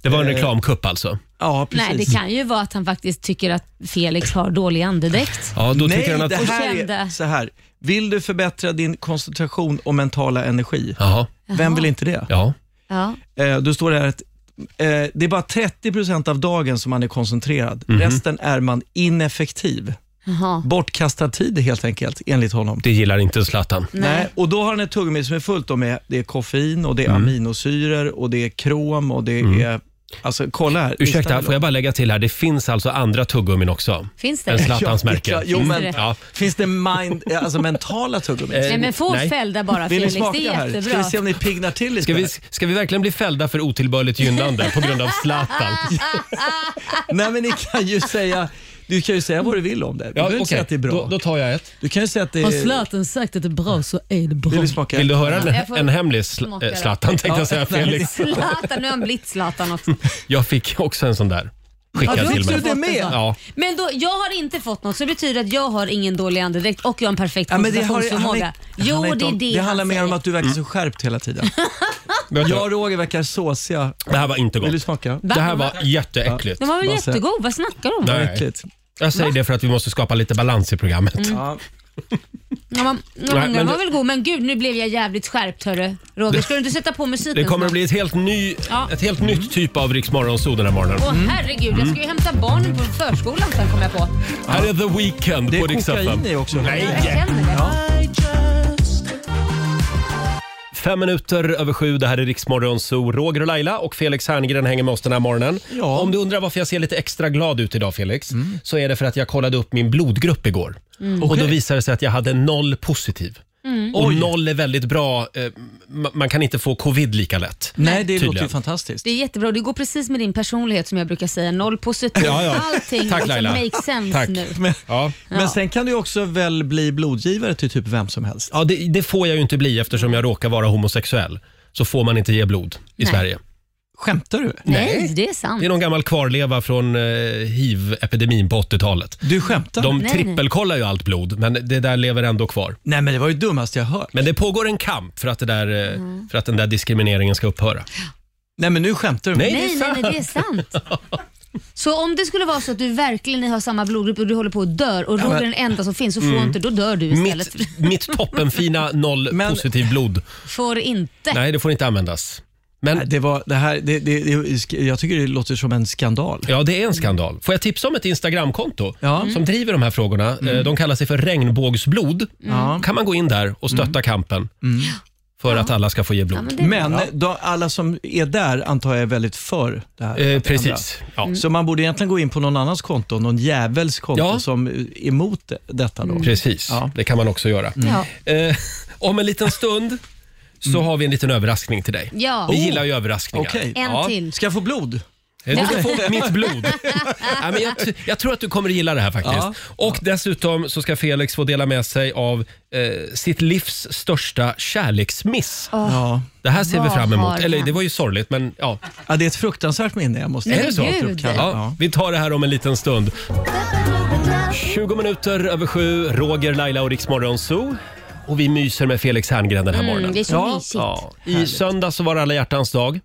Speaker 1: Det var en
Speaker 7: Eh,
Speaker 1: reklamkupp alltså?
Speaker 7: Ja, precis.
Speaker 3: Nej, det kan ju vara att han faktiskt tycker att Felix har dålig andedräkt.
Speaker 1: Ja, då
Speaker 7: Nej,
Speaker 1: tycker han att...
Speaker 7: det här är
Speaker 3: Kände.
Speaker 7: så här. Vill du förbättra din koncentration och mentala energi?
Speaker 1: Jaha,
Speaker 7: Vem vill inte det?
Speaker 1: ja.
Speaker 3: Ja.
Speaker 7: Eh, då står det här att eh, det är bara 30 av dagen som man är koncentrerad.
Speaker 1: Mhm.
Speaker 7: Resten är man ineffektiv.
Speaker 3: Jaha.
Speaker 7: Bortkastad tid helt enkelt, enligt honom.
Speaker 1: Det gillar inte Zlatan.
Speaker 7: Nej. Och då har han ett tuggummi som är fullt då med det är koffein, och det
Speaker 1: Mm.
Speaker 7: är aminosyror, och det är krom och det är... Alltså kolla här.
Speaker 1: Ursäkta, får jag bara lägga till här. Det finns alltså andra tuggummin också?
Speaker 3: Finns
Speaker 1: Än
Speaker 3: det?
Speaker 1: Zlatans märke? Mm.
Speaker 7: Ja, jo, men,
Speaker 3: Finns det?
Speaker 1: Ja.
Speaker 7: Finns det mind, eh, alltså mentala tuggummin?
Speaker 1: Eh,
Speaker 3: Nej, men få
Speaker 1: Nej.
Speaker 3: fällda bara
Speaker 7: Vill ni
Speaker 3: Felix,
Speaker 7: smaka
Speaker 3: det är
Speaker 7: här? Ska
Speaker 3: jättebra.
Speaker 7: vi se om ni pignar till lite?
Speaker 1: Ska vi, ska vi verkligen bli fällda för otillbörligt gynnande på grund av Zlatan?
Speaker 7: Nej, men ni kan ju säga... Du kan ju säga vad du vill om det. Du behöver inte säga att det är bra.
Speaker 1: Då, då tar jag ett.
Speaker 7: du kan ju säga att det är...
Speaker 3: sagt att det är bra så är det bra.
Speaker 7: Vill du smaka?
Speaker 1: Vill du höra en,
Speaker 3: Jag får
Speaker 1: en hemlig sl-
Speaker 3: smaka
Speaker 1: eh,
Speaker 3: då.
Speaker 1: Zlatan tänkte
Speaker 7: Ja.
Speaker 1: jag säga Felix.
Speaker 3: Zlatan, nu har han blivit Zlatan också.
Speaker 1: Jag fick också en sån där
Speaker 7: Ja,
Speaker 1: skickad
Speaker 7: du
Speaker 1: till
Speaker 7: också
Speaker 1: mig.
Speaker 7: det med?
Speaker 1: Ja.
Speaker 3: Men då, jag har inte fått något, så det betyder att jag har ingen dålig andedräkt och jag har en perfekt
Speaker 7: Ja, men det, har,
Speaker 3: koncentrationsförmåga.
Speaker 7: handlar-
Speaker 3: jo,
Speaker 7: handlar
Speaker 3: det
Speaker 7: inte
Speaker 3: är
Speaker 7: om-
Speaker 3: det
Speaker 7: det handlar
Speaker 3: han
Speaker 7: mer om
Speaker 3: säger.
Speaker 7: att du
Speaker 1: Mm.
Speaker 7: verkar så skärpt hela tiden.
Speaker 1: Vänta,
Speaker 7: Jag och Roger verkar såsiga.
Speaker 1: Det här var inte
Speaker 7: Vill du
Speaker 1: gott.
Speaker 7: smaka?
Speaker 1: Det här var jätteäckligt.
Speaker 3: De var väl
Speaker 7: Bara säga-
Speaker 3: jättegoda? Vad snackar de om?
Speaker 1: Nej.
Speaker 7: Äckligt.
Speaker 1: Jag säger det för att vi måste skapa lite balans i programmet.
Speaker 7: Ja.
Speaker 3: Ja, man, ja,
Speaker 1: Nej,
Speaker 3: den
Speaker 1: men-
Speaker 3: var väl god, men gud nu blev jag jävligt skärpt hörru. Roger, ska du inte sätta på musiken?
Speaker 1: Det kommer
Speaker 3: snart?
Speaker 1: att bli ett helt, ny,
Speaker 3: Ja.
Speaker 1: ett helt nytt typ av Rix Morgonzoo den här morgonen.
Speaker 3: Åh
Speaker 7: Mm.
Speaker 3: herregud, jag ska ju hämta barnen på förskolan sen kommer jag på.
Speaker 1: Här är The Weeknd
Speaker 7: Det
Speaker 1: på
Speaker 7: är
Speaker 1: Rix FM.
Speaker 7: kokain i också.
Speaker 3: Jag känner det.
Speaker 1: Fem minuter över sju, det här är Riksmorgon Zoo. Roger och Laila och Felix Herngren hänger med oss den här morgonen.
Speaker 7: Ja. Mm.
Speaker 1: Om du undrar varför jag ser lite extra glad ut idag Felix, så är det för att jag kollade upp min blodgrupp igår.
Speaker 3: Mm.
Speaker 1: Och då
Speaker 7: Okej.
Speaker 1: visade det sig att jag hade noll positiv. Och noll är väldigt bra, eh, ma- man kan inte få covid lika lätt.
Speaker 7: Nej, det låter
Speaker 1: Tydligen.
Speaker 7: ju fantastiskt.
Speaker 3: Det är jättebra, det går precis med din personlighet som jag brukar säga. Noll positiv.
Speaker 1: Ja, ja.
Speaker 3: Allting
Speaker 1: Tack,
Speaker 3: liksom
Speaker 1: Laila.
Speaker 3: makes sense
Speaker 1: Tack.
Speaker 3: nu.
Speaker 7: Men,
Speaker 1: Ja.
Speaker 7: men sen kan du ju också väl bli blodgivare till typ vem som helst.
Speaker 1: Ja, det, det får jag ju inte bli eftersom jag råkar vara homosexuell. Så får man inte ge blod i
Speaker 3: Nej.
Speaker 1: Sverige.
Speaker 7: Skämtar du?
Speaker 3: Nej, det är sant.
Speaker 1: Det är någon gammal kvarleva från eh, hiv-epidemin på 80-talet.
Speaker 7: Du skämtar?
Speaker 1: De
Speaker 3: Nej, nej.
Speaker 1: trippelkollar ju allt blod, men det där lever ändå kvar.
Speaker 7: Nej, men det var ju dummast jag hört.
Speaker 1: Men det pågår en kamp för att, det där, eh,
Speaker 3: Mm.
Speaker 1: för att den där diskrimineringen ska upphöra.
Speaker 7: Nej, men nu skämtar du.
Speaker 1: Nej.
Speaker 3: Nej, nej, nej, det är sant. Så om det skulle vara så att du verkligen har samma blodgrupp och du håller på att dör och Roger är den enda som finns, så får inte, då dör du istället.
Speaker 1: Mitt, mitt toppenfina noll
Speaker 7: Men-
Speaker 1: positiv blod.
Speaker 3: Får inte.
Speaker 1: Nej, det får inte användas. Men
Speaker 7: Nej, Det var, det här, det, det, det, jag tycker det låter som en skandal.
Speaker 1: ja, det är en skandal. Får jag tipsa om ett Instagramkonto
Speaker 7: Ja.
Speaker 1: som driver de här frågorna?
Speaker 3: Mm.
Speaker 1: Eh, De kallar sig för regnbågsblod.
Speaker 7: Ja.
Speaker 1: kan man gå in där och stötta kampen för att alla ska få ge
Speaker 3: Mm. Ja,
Speaker 1: blod.
Speaker 3: men det,
Speaker 7: Men då, alla som är där antar jag är väldigt för det här.
Speaker 1: Eh,
Speaker 7: Att
Speaker 1: precis. Ja.
Speaker 3: Mm.
Speaker 7: ändra. Så man borde egentligen gå in på någon annans konto, någon jävels konto
Speaker 1: Ja.
Speaker 7: som är emot det- detta
Speaker 3: Mm.
Speaker 7: då.
Speaker 1: Precis,
Speaker 7: Ja.
Speaker 1: det kan man också göra.
Speaker 3: ja.
Speaker 1: Eh, om en liten stund så har vi en liten överraskning till dig.
Speaker 3: Ja.
Speaker 1: Vi
Speaker 3: Oh.
Speaker 1: gillar ju överraskningar.
Speaker 7: Mm. Okej.
Speaker 3: En till.
Speaker 7: Ska jag få blod?
Speaker 1: Eh, Du ska få mitt blod. ja, men jag, t- jag tror att du kommer att gilla det här faktiskt.
Speaker 7: Ja.
Speaker 1: Och dessutom så ska Felix få dela med sig av eh, sitt livs största kärleksmiss.
Speaker 7: Ja.
Speaker 1: Det här ser vi
Speaker 3: Vad
Speaker 1: fram emot.
Speaker 3: har
Speaker 1: Eller det
Speaker 3: hänt?
Speaker 1: var ju sorgligt men ja.
Speaker 7: ja, det är ett fruktansvärt minne jag måste
Speaker 3: Nej,
Speaker 7: jag
Speaker 3: men
Speaker 7: måste
Speaker 3: gud.
Speaker 7: uppkalla.
Speaker 1: Ja,
Speaker 7: Ja.
Speaker 1: vi tar det här om en liten stund. 20 minuter över sju, Roger, Laila och Riksmorgon Zoo. Och vi myser med Felix Herngren den här
Speaker 3: Mm, det
Speaker 1: morgonen.
Speaker 3: är så Mm.
Speaker 7: Ja.
Speaker 3: mysigt.
Speaker 1: Ja, I söndag så var det alla hjärtans dag.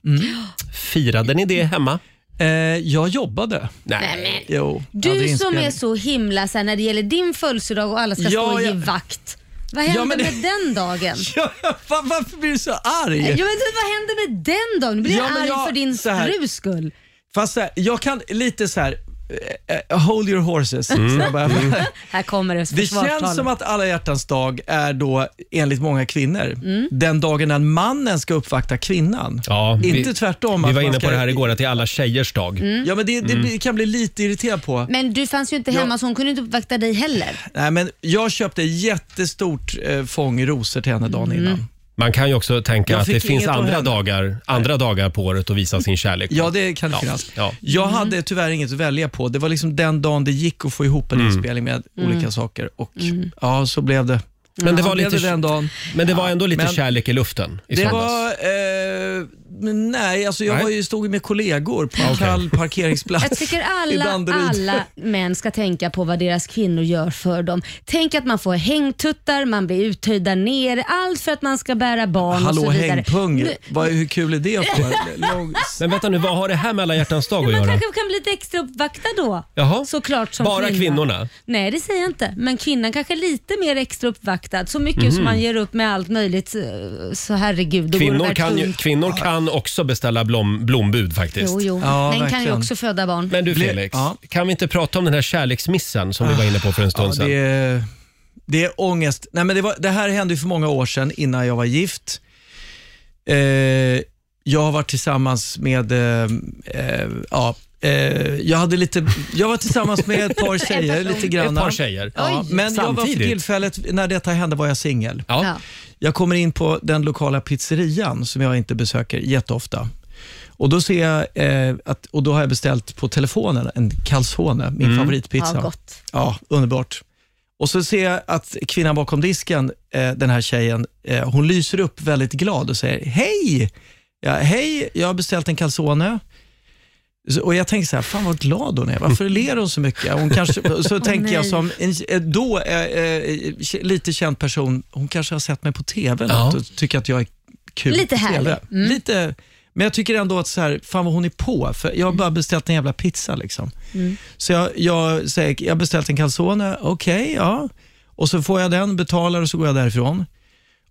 Speaker 1: Firade ni det hemma?
Speaker 7: Eh, jag jobbade.
Speaker 1: Nej.
Speaker 7: Jo, jag hade
Speaker 3: Du som
Speaker 7: inspelning.
Speaker 3: är så himla så här, när det gäller din födelsedag och alla ska
Speaker 7: Ja,
Speaker 3: stå och ge
Speaker 7: jag-
Speaker 3: vakt. Vad hände
Speaker 7: Ja, men det-
Speaker 3: med den dagen?
Speaker 7: Ja, va- varför blir du så arg?
Speaker 3: Ja, men du, vad hände med den dagen? Nu blir
Speaker 7: Ja,
Speaker 3: jag
Speaker 7: men
Speaker 3: arg
Speaker 7: jag-
Speaker 3: för din
Speaker 7: så här-
Speaker 3: strus skull.
Speaker 7: Fast så här, jag kan lite så här, eh, eh, hold your horses.
Speaker 3: Mm.
Speaker 7: Så jag bara,
Speaker 3: Här kommer det
Speaker 7: Det känns som att alla hjärtans dag är då, enligt många kvinnor, den dagen när mannen ska uppvakta kvinnan.
Speaker 1: Mm. Ja, vi-
Speaker 7: Inte tvärtom.
Speaker 1: Vi
Speaker 7: att
Speaker 1: var
Speaker 7: man
Speaker 1: inne på
Speaker 7: ska-
Speaker 1: det här igår, Mm. att det är alla tjejers dag.
Speaker 3: Mm.
Speaker 7: Ja, men det, det blir- kan bli lite irriterad på.
Speaker 3: Men du fanns ju inte hemma så hon kunde inte uppvakta dig heller.
Speaker 7: Nej, men jag köpte jättestort eh, fång rosor till henne dagen
Speaker 1: Mm.
Speaker 7: innan.
Speaker 1: Man kan ju också tänka
Speaker 7: Jag
Speaker 1: att det
Speaker 7: fick
Speaker 1: finns
Speaker 7: inget att
Speaker 1: andra
Speaker 7: hända.
Speaker 1: dagar, andra dagar på året att visa sin kärlek på.
Speaker 7: Ja, det kan det
Speaker 1: Ja,
Speaker 7: finnas.
Speaker 1: ja. Mm.
Speaker 7: Jag hade tyvärr inget att välja på.
Speaker 1: Mm.
Speaker 7: Det var liksom den dagen det gick att få ihop en inspelning med olika saker. Och ja, så blev det.
Speaker 1: Men det
Speaker 7: Ja,
Speaker 1: var,
Speaker 7: blev
Speaker 1: lite,
Speaker 7: det den dagen.
Speaker 1: men det var ändå lite
Speaker 7: men-
Speaker 1: kärlek i luften i
Speaker 7: Det
Speaker 1: söndags.
Speaker 7: var... Eh, men nej, alltså jag
Speaker 1: Nej. Ah,
Speaker 7: Var ju, stod ju med kollegor på en kall parkeringsplats
Speaker 3: Jag tycker
Speaker 7: i
Speaker 3: alla,
Speaker 7: Danderyd.
Speaker 3: alla män ska tänka på vad deras kvinnor gör för dem. Tänk att man får hängtuttar, man blir uttöjda ner, allt för att man ska bära barn
Speaker 7: Hallå
Speaker 3: och så vidare.
Speaker 7: hängpung,
Speaker 3: Nu-
Speaker 7: vad, hur kul är det? För? Lång...
Speaker 1: Men vänta nu, vad har det här med alla hjärtans dag att
Speaker 3: Man
Speaker 1: göra?
Speaker 3: kanske kan bli lite extra uppvaktad då.
Speaker 1: Jaha.
Speaker 3: Såklart som
Speaker 1: Bara
Speaker 3: kvinna.
Speaker 1: kvinnorna?
Speaker 3: Nej, det säger jag inte. Men kvinnan kanske är lite mer extra uppvaktad. Så mycket
Speaker 1: Mm.
Speaker 3: som man ger upp med allt möjligt. eh, Så herregud, då går det
Speaker 1: Kvinnor
Speaker 3: väl
Speaker 1: kan, ju,
Speaker 3: tungt.
Speaker 1: kvinnor kan också beställa blom, blombud faktiskt.
Speaker 3: Jo, jo.
Speaker 7: Ja,
Speaker 3: Den kan ju
Speaker 7: verkligen.
Speaker 3: också föda barn.
Speaker 1: Men du
Speaker 7: Bli-
Speaker 1: Felix,
Speaker 7: ja. Ah,
Speaker 1: kan vi inte prata om den här kärleksmissen som vi var inne på för en stund
Speaker 7: Ja,
Speaker 1: sedan?
Speaker 7: det, är, det är ångest. Nej, men det, var, det här hände ju för många år sedan innan jag var gift. Eh, jag har varit tillsammans med, eh, eh, ja, eh, jag, hade lite, jag var tillsammans med ett par tjejer, lite
Speaker 1: Ett
Speaker 7: grann.
Speaker 1: par tjejer.
Speaker 7: Ja, men jag var för
Speaker 1: Samtidigt.
Speaker 7: tillfället, när detta hände var jag singel.
Speaker 1: Ja.
Speaker 3: Ja.
Speaker 7: Jag kommer in på den lokala pizzerian som jag inte besöker jätteofta. Och då ser jag, eh, att, och då har jag beställt på telefonen en calzone, min favoritpizza.
Speaker 3: Mm. Ja, gott.
Speaker 7: Ja, underbart. Och så ser jag att kvinnan bakom disken, eh, den här tjejen, eh, hon lyser upp väldigt glad och säger Hej! Ja, Hej, jag har beställt en calzone. Så- Och jag tänker så här, fan vad glad hon är. Varför ler hon så mycket? Hon kanske, så tänker jag
Speaker 3: nej.
Speaker 7: som en eh, då eh, eh, lite känd person, hon kanske har sett mig på TV eller
Speaker 1: Ja.
Speaker 7: något och tycker att jag är kul
Speaker 3: Lite
Speaker 7: på
Speaker 3: härlig. Mm.
Speaker 7: TV. Lite, men jag tycker ändå att så här, fan vad hon är på. För jag har bara beställt en jävla pizza. Liksom. Så jag, jag säger, jag har beställt en calzone, okej, ja. Och så får jag den, betalar och så går jag därifrån.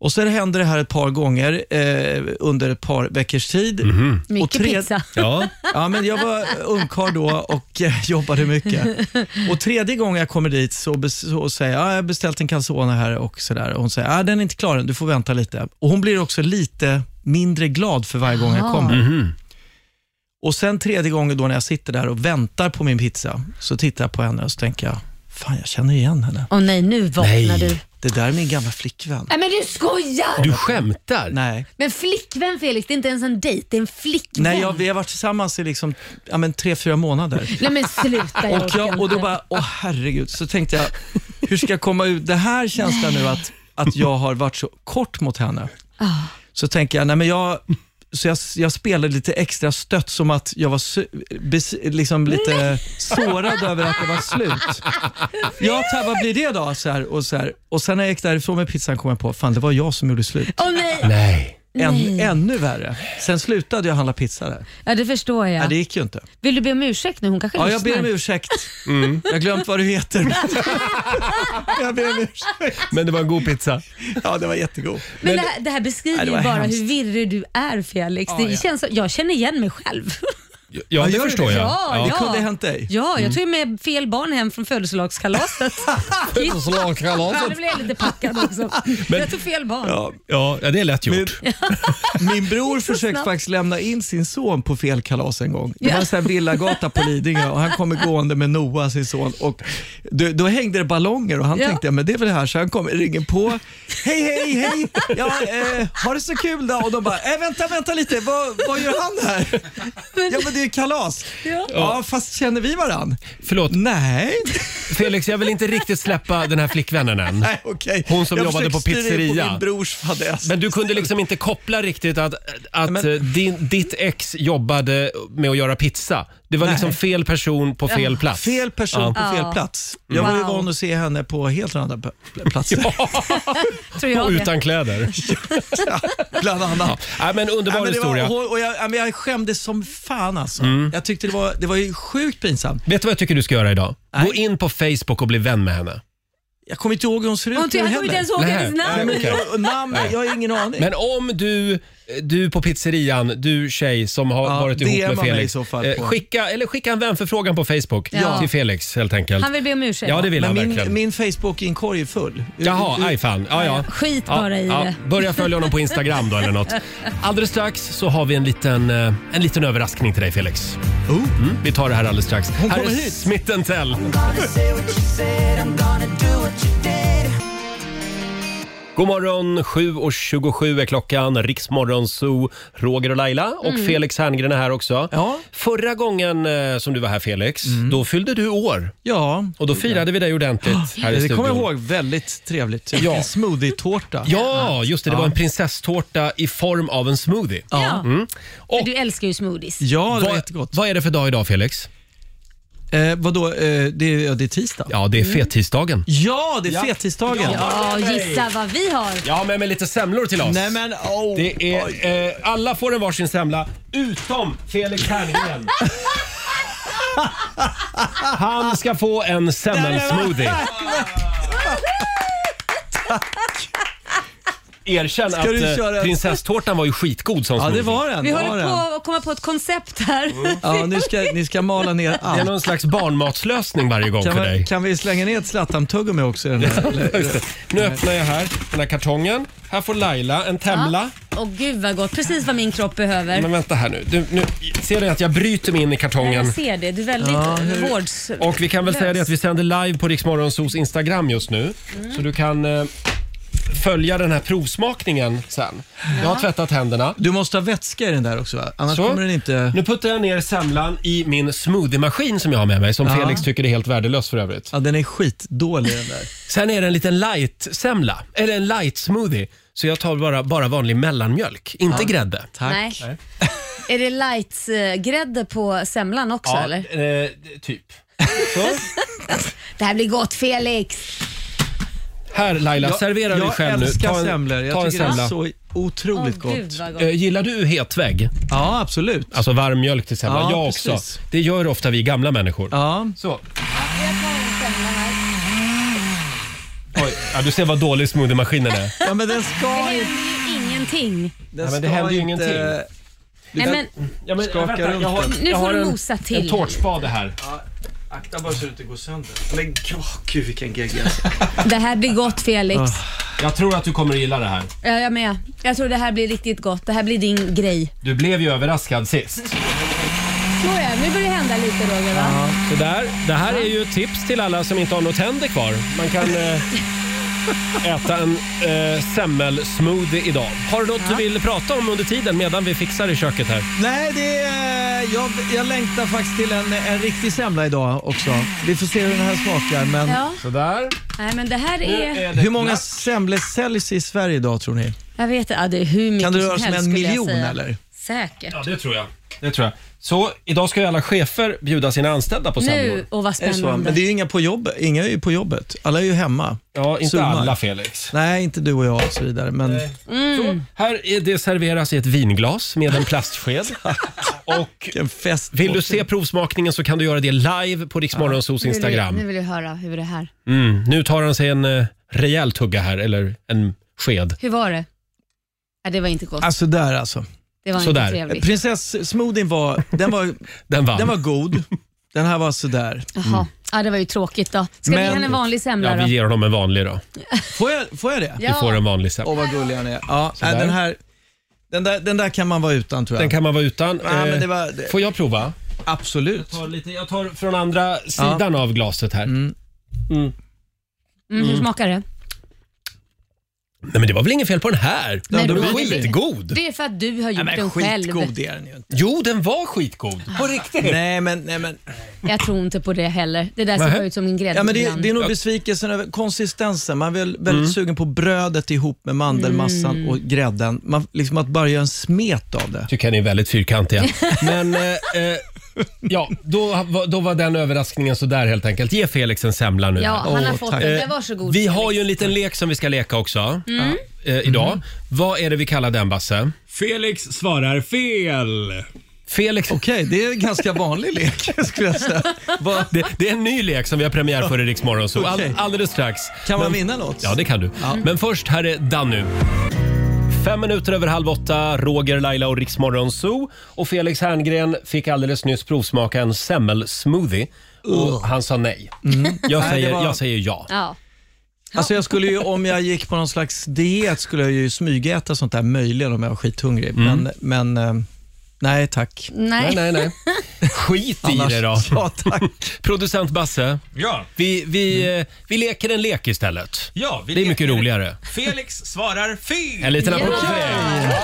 Speaker 7: Och så händer det här ett par gånger eh, under ett par veckors tid. Och
Speaker 3: Mycket
Speaker 7: tre-
Speaker 3: pizza.
Speaker 1: Ja.
Speaker 7: Ja, men jag var ungkarl då och eh, jobbade mycket. Och tredje gången jag kommer dit så, bes- så säger jag, ah, jag har beställt en calzone här och sådär. Och hon säger, ah, den är inte klar än, du får vänta lite. Och hon blir också lite mindre glad för varje gång jag
Speaker 3: Jaha.
Speaker 7: kommer. Och sen tredje gången då när jag sitter där och väntar på min pizza, så tittar jag på henne och så tänker jag, fan jag känner igen henne.
Speaker 3: Åh nej, nu vaknar
Speaker 1: Nej.
Speaker 3: du.
Speaker 7: Det där är min gamla flickvän.
Speaker 3: Nej men du skojar!
Speaker 1: Du skämtar?
Speaker 7: Nej,
Speaker 3: Men flickvän Felix, det är inte ens en dejt, det är en flickvän.
Speaker 7: Nej jag, vi har varit tillsammans i liksom, ja, men tre, fyra månader.
Speaker 3: Nej men sluta, jag
Speaker 7: Och, jag,
Speaker 3: orkar
Speaker 7: och då
Speaker 3: inte.
Speaker 7: bara, åh herregud, så tänkte jag, hur ska jag komma ut det här känslan nu att, att jag har varit så kort mot henne?
Speaker 3: Ah.
Speaker 7: Så tänker jag, nej men jag, så jag, jag spelade lite extra stött som att jag var su- bes, liksom lite sårad över att det var slut. Ja, ta, vad blir det då? Så här, och, så här. och sen när jag gick därifrån med pizzan kom jag på, fan det var jag som gjorde slut.
Speaker 3: Åh nej!
Speaker 1: Nej.
Speaker 7: Än, ännu värre. Sen slutade jag handla pizza där.
Speaker 3: Ja det förstår jag.
Speaker 7: Nej, det gick ju inte.
Speaker 3: Vill du be om ursäkt nu? Hon kanske
Speaker 7: Ja, jag
Speaker 3: lyssnar.
Speaker 7: ber om ursäkt. Jag har glömt vad du heter. jag ber om ursäkt.
Speaker 1: Men det var en god pizza.
Speaker 7: Ja, det var jättegod.
Speaker 3: Men det här, det här beskriver
Speaker 7: Nej, det
Speaker 3: ju
Speaker 7: var
Speaker 3: bara
Speaker 7: hemskt.
Speaker 3: hur virrig du är Felix.
Speaker 7: Ja,
Speaker 3: det
Speaker 7: ja.
Speaker 3: känns som, jag känner igen mig själv.
Speaker 1: Ja, det
Speaker 7: gör
Speaker 1: förstår
Speaker 7: det?
Speaker 1: jag.
Speaker 3: Ja,
Speaker 7: Det kunde ha hänt dig.
Speaker 3: Ja, jag tog ju med fel barn hem från födelsedagskalaset. Kiss. Ja, nu
Speaker 1: Slagkalaset.
Speaker 3: blev jag lite packad också. jag tog fel barn.
Speaker 7: Ja,
Speaker 1: Ja, ja, det är lätt
Speaker 7: min,
Speaker 1: gjort.
Speaker 7: min bror försökte faktiskt lämna in sin son på fel kalas en gång. Det var en sån här villagata på Lidingö och han kommer gående med Noah, sin son. Och då, då hängde det ballonger och han
Speaker 3: Ja.
Speaker 7: tänkte, ja, men det är väl det här. Så han kom, ringer på. Hej, hej, hej! Ja, eh, har det så kul då? Och de bara, eh, vänta, vänta lite, vad, vad gör han här? Ja, men det är ju kalas. Ja, fast känner vi varann?
Speaker 1: Förlåt,
Speaker 7: Mm. Nej.
Speaker 1: Felix, jag vill inte riktigt släppa den här flickvännen än.
Speaker 7: Nej, okej.
Speaker 1: Hon som
Speaker 7: jag
Speaker 1: jobbade på
Speaker 7: försökte styra in
Speaker 1: pizzeria.
Speaker 7: på min brors fadäs.
Speaker 1: Men du kunde liksom inte koppla riktigt att, att
Speaker 7: Men-
Speaker 1: eh, din, ditt ex jobbade med att göra pizza. Det var liksom fel person på fel plats.
Speaker 7: Fel person
Speaker 3: Ja.
Speaker 7: på fel plats.
Speaker 1: Mm.
Speaker 7: Jag var ju
Speaker 3: Wow.
Speaker 7: van att se henne på helt andra p- p- platser.
Speaker 3: Tror jag
Speaker 1: Och
Speaker 3: det.
Speaker 1: utan kläder.
Speaker 7: Bland annat.
Speaker 1: Nej, men underbar
Speaker 7: Ja, men det var-
Speaker 1: historia. Mm.
Speaker 7: och- och jag, ja, men jag skämdes som fan alltså. Jag tyckte det var, det var ju sjukt pinsamt.
Speaker 1: Vet du vad jag tycker du ska göra idag?
Speaker 7: Nej.
Speaker 1: Gå in på Facebook och bli vän med henne.
Speaker 7: Jag kommer inte ihåg hur hon ser ut
Speaker 3: Hon tyckte-
Speaker 7: nu
Speaker 3: jag kommer inte ens
Speaker 7: heller.
Speaker 3: ihåg
Speaker 1: Nej,
Speaker 3: hennes
Speaker 1: nej,
Speaker 3: namn.
Speaker 1: men- Okej.
Speaker 7: Och Namn, jag har ingen aning.
Speaker 1: Men om du, du på pizzerian, du tjej som har
Speaker 7: Ja,
Speaker 1: varit ihop
Speaker 7: DMa
Speaker 1: med
Speaker 7: mig
Speaker 1: Felix.
Speaker 7: i så fall
Speaker 1: eh,
Speaker 7: på-
Speaker 1: skicka, eller skicka en vänförfrågan på Facebook
Speaker 3: Ja.
Speaker 1: till Felix helt enkelt.
Speaker 3: Han vill be om ursäkt.
Speaker 1: Ja, det vill han
Speaker 7: Men
Speaker 1: verkligen.
Speaker 7: min, min Facebook-inkorg är full. Eh,
Speaker 1: Jaha, aj fan. Ja, ja.
Speaker 3: Skit
Speaker 1: Ja,
Speaker 3: bara i
Speaker 1: ja.
Speaker 3: det.
Speaker 1: Börja följa honom på Instagram då eller något. Alldeles strax så har vi en liten, eh, en liten överraskning till dig Felix. Mm, vi tar det här alldeles strax. här
Speaker 7: Oh. kommer
Speaker 1: är
Speaker 7: hit.
Speaker 1: Smith Tell. God morgon, 7.27 är klockan. Riksmorgon Zoo, Roger och Laila och Felix Herngren är här också.
Speaker 7: Mm. Ja. Mm.
Speaker 1: Förra gången eh, som du var här Felix, då fyllde du år.
Speaker 7: Ja,
Speaker 1: Och då firade vi dig ordentligt här i
Speaker 7: det
Speaker 1: studion.
Speaker 7: kommer jag ihåg. Väldigt trevligt.
Speaker 1: Ja.
Speaker 7: En smoothie-tårta.
Speaker 1: Ja, just det. Det var en prinsesstårta i form av en smoothie.
Speaker 3: Ja.
Speaker 1: Och-
Speaker 3: För du älskar ju smoothies.
Speaker 7: Ja, det var
Speaker 1: Vad,
Speaker 7: jättegott.
Speaker 1: vad är det för dag idag Felix?
Speaker 7: Eh, vadå, eh, det, är- ja, det är tisdag?
Speaker 1: Ja, det är fettisdagen.
Speaker 7: Ja, det är fettisdagen.
Speaker 3: Ja, gissa vad vi har.
Speaker 1: Ja, men med lite semlor till oss.
Speaker 7: Nej men, oh.
Speaker 1: Det är, eh, alla får en varsin semla, utom Felix Herngren. Han ska få en semmelsmoothie. Erkänn att
Speaker 7: Ska du
Speaker 1: eh,
Speaker 7: köra-
Speaker 1: prinsesstårtan var ju skitgod som
Speaker 7: Ja,
Speaker 1: smoothie.
Speaker 7: det var den.
Speaker 3: Vi
Speaker 7: det var
Speaker 3: håller
Speaker 7: den.
Speaker 3: på att komma på ett koncept här.
Speaker 7: Ja, nu ska, ni ska mala ner
Speaker 1: Det är
Speaker 7: allt.
Speaker 1: någon slags barnmatslösning varje gång
Speaker 7: Kan,
Speaker 1: för
Speaker 7: man,
Speaker 1: dig.
Speaker 7: kan vi slänga ner ett Zlatan-tuggummi också? i Den här?
Speaker 1: Just det. Nu öppnar jag här den här kartongen. Här får Laila en temla.
Speaker 3: Åh gud vad gott, precis vad min kropp behöver.
Speaker 1: Men vänta här nu. Du, nu ser du att jag bryter mig in i kartongen?
Speaker 3: Jag ser det, du är väldigt ja, vårds...
Speaker 1: Och vi kan väl säga det att vi sänder live på Riksmorgonsos Instagram just nu.
Speaker 7: Mm.
Speaker 1: Så du kan eh, följa den här provsmakningen sen. Jag har tvättat händerna.
Speaker 7: Du måste ha vätska i den där också va? Annars
Speaker 1: Så.
Speaker 7: kommer den inte...
Speaker 1: Nu puttar jag ner semlan i min smoothie-maskin som jag har med mig, som Felix tycker är helt värdelös för övrigt.
Speaker 7: Ja, den är skitdålig den där.
Speaker 1: Sen är det en liten light-semla, eller en light-smoothie. Så jag tar bara, bara vanlig mellanmjölk, inte grädde.
Speaker 7: Tack.
Speaker 3: Nej. Är det light-grädde på semlan också eller?
Speaker 1: eh, typ. Så.
Speaker 3: Det här blir gott Felix!
Speaker 1: Här Laila,
Speaker 7: Jag,
Speaker 1: serverar dig
Speaker 7: jag
Speaker 1: själv nu.
Speaker 7: älskar
Speaker 1: Ta en-
Speaker 7: semlor. Jag
Speaker 1: ta en
Speaker 7: tycker det
Speaker 1: semla.
Speaker 7: är så
Speaker 3: Åh
Speaker 7: otroligt
Speaker 3: gud
Speaker 7: gott.
Speaker 3: vad gott.
Speaker 1: Eh, gillar du hetvägg?
Speaker 7: Ja, absolut.
Speaker 1: Alltså varm mjölk till semla.
Speaker 7: Ja,
Speaker 1: jag
Speaker 7: precis.
Speaker 1: också. Det gör ofta vi gamla människor.
Speaker 7: Ja.
Speaker 1: Så. Oj, ja, du ser vad dålig smoothie-maskinen är.
Speaker 7: ja, men den
Speaker 3: Det
Speaker 7: ska
Speaker 3: händer
Speaker 7: inte...
Speaker 3: ju ingenting.
Speaker 7: Den
Speaker 1: men det
Speaker 7: ska
Speaker 1: händer ju
Speaker 7: inte-
Speaker 1: ingenting.
Speaker 7: Du kan-
Speaker 3: Nej, men,
Speaker 1: Ja, men,
Speaker 7: Skaka runt
Speaker 1: jag har,
Speaker 7: den.
Speaker 3: Nu
Speaker 1: jag
Speaker 3: får
Speaker 1: har
Speaker 3: du
Speaker 1: en,
Speaker 3: mosa till.
Speaker 1: En tårtspade här.
Speaker 7: Akta bara så du inte går sönder. Men oh, gud vilken gegg alltså.
Speaker 3: det här blir gott Felix.
Speaker 1: Jag tror att du kommer att gilla det här.
Speaker 3: Ja, jag med. Jag tror det här blir riktigt gott. Det här blir din grej.
Speaker 1: Du blev ju överraskad sist.
Speaker 3: Nåja, nu börjar det hända lite Roger va?
Speaker 1: Så där, det här är ju ett tips till alla som inte har något tänder kvar. Man kan eh, äta en eh, semmelsmoothie idag. Har du något du vill prata om under tiden medan vi fixar i köket här?
Speaker 7: Nej, det är, eh, jag, jag längtar faktiskt till en, en riktig semla idag också. Vi får se hur den här smakar. Men
Speaker 3: Ja,
Speaker 1: Sådär.
Speaker 3: nej men det här
Speaker 1: Nu
Speaker 3: är...
Speaker 1: är det
Speaker 7: hur många
Speaker 1: klart.
Speaker 7: semlor säljs i Sverige idag tror ni?
Speaker 3: Jag vet inte, ja, det är hur mycket
Speaker 7: Kan det
Speaker 3: som
Speaker 7: röra sig om
Speaker 3: helst,
Speaker 7: en
Speaker 3: skulle jag
Speaker 7: miljon,
Speaker 3: säga.
Speaker 7: eller?
Speaker 3: Säkert.
Speaker 1: Ja, det tror jag. Det tror jag. Så idag ska ju alla chefer bjuda sina anställda på semlor.
Speaker 3: Nu, och vad
Speaker 7: Är det så?
Speaker 3: spännande.
Speaker 7: Men det är ju inga på jobbet. Inga är ju på jobbet. Alla är ju hemma.
Speaker 1: Ja, inte
Speaker 7: Zoomar.
Speaker 1: alla Felix.
Speaker 7: Nej, inte du och jag och så vidare. Men
Speaker 3: Mm.
Speaker 1: Så, här är det serveras i ett vinglas med en plastsked. och
Speaker 7: vilken fest.
Speaker 1: vill du se provsmakningen så kan du göra det live på Riksmorgonsos
Speaker 3: Nu vill jag-
Speaker 1: Instagram.
Speaker 3: Nu vill jag höra hur det här.
Speaker 1: Mm, nu tar han sig en eh, rejäl tugga här, eller en sked.
Speaker 3: Hur var det? Ja, det var inte gott.
Speaker 7: Alltså där alltså.
Speaker 3: Det var
Speaker 1: sådär.
Speaker 3: inte trevligt.
Speaker 7: Prinsessmoothien var, den var,
Speaker 1: Den vann.
Speaker 7: den var god. Den här var sådär.
Speaker 3: Jaha. Ja, det var ju tråkigt då. Ska vi
Speaker 7: Mm. Men-
Speaker 3: ge henne en vanlig semla
Speaker 1: Ja, vi
Speaker 3: Mm, då?
Speaker 1: ger honom en vanlig då.
Speaker 7: Får jag, får jag det?
Speaker 1: Vi får en vanlig sen.
Speaker 7: Åh vad gullig han är. Ja,
Speaker 1: Sådär.
Speaker 7: nej, den, här, den, där, den där kan man vara utan tror jag.
Speaker 1: Den kan man vara utan.
Speaker 7: Ja, men
Speaker 1: Eh,
Speaker 7: det var- det-
Speaker 1: Får jag prova?
Speaker 7: Absolut.
Speaker 1: Ta lite- Jag tar från andra sidan av glaset här.
Speaker 3: Mm, hur smakar det?
Speaker 1: Nej, men det var väl inget fel på den här?
Speaker 3: Men
Speaker 1: den var
Speaker 3: Roger-
Speaker 1: skitgod.
Speaker 3: Det är för att du har gjort
Speaker 7: Nej, men
Speaker 3: den själv.
Speaker 7: skitgod är den ju inte.
Speaker 1: Jo, den var skitgod. På riktigt.
Speaker 7: Nej men, nej, men,
Speaker 3: Jag tror inte på det heller. Det där ser
Speaker 1: Nähä.
Speaker 3: bara ut som en grädde
Speaker 7: ja, men det,
Speaker 3: ibland.
Speaker 7: det är nog besvikelsen över konsistensen. Man är väl
Speaker 1: Mm.
Speaker 7: väldigt sugen på brödet ihop med mandelmassan och grädden. Man, liksom att bara göra en smet av det.
Speaker 1: Tycker ni är väldigt fyrkantiga. Men eh, eh, ja, då, var- då var den överraskningen sådär helt enkelt. Ge Felix en semla nu.
Speaker 3: Ja,
Speaker 1: här.
Speaker 3: han har
Speaker 7: Åh,
Speaker 3: fått
Speaker 7: tack. Eh,
Speaker 3: den. Men Varsågod.
Speaker 1: Vi
Speaker 3: Felix. Mm.
Speaker 1: har ju en liten lek som vi ska leka också eh, idag. Vad är det vi kallar den Basse?
Speaker 4: Felix svarar fel.
Speaker 1: Felix,
Speaker 7: Okej, det är en ganska vanlig lek skulle jag säga. Vad-
Speaker 1: det, det är en ny lek som vi har premiär för i Rix Morgon, så all,
Speaker 7: Okej.
Speaker 1: alldeles strax.
Speaker 7: Kan man
Speaker 1: Men-
Speaker 7: vinna något?
Speaker 1: Ja, det kan du. Men först, här är Danny. Fem minuter över halv åtta, Roger, Laila och Riksmorgon Zoo. Och Felix Herngren fick alldeles nyss provsmaka en semmelsmoothie. Och han sa nej. Jag,
Speaker 7: Mm. Nej, det
Speaker 1: säger,
Speaker 7: var-
Speaker 1: jag säger ja.
Speaker 3: Ja.
Speaker 7: Alltså jag skulle ju, om jag gick på någon
Speaker 1: Mm.
Speaker 7: slags diet skulle jag ju smygäta sånt där möjligen om jag var skithungrig. Men, men eh, Nej, tack.
Speaker 1: Nej, nej,
Speaker 3: Nej.
Speaker 1: nej. Skit i det då.
Speaker 7: Ja, tack. Mm.
Speaker 1: Producent Basse,
Speaker 4: Ja.
Speaker 1: vi, vi, eh, vi leker en lek istället.
Speaker 4: ja vi
Speaker 1: Det är mycket
Speaker 4: leker.
Speaker 1: roligare.
Speaker 4: Felix svarar
Speaker 1: En
Speaker 4: fel.
Speaker 1: liten applåd för dig.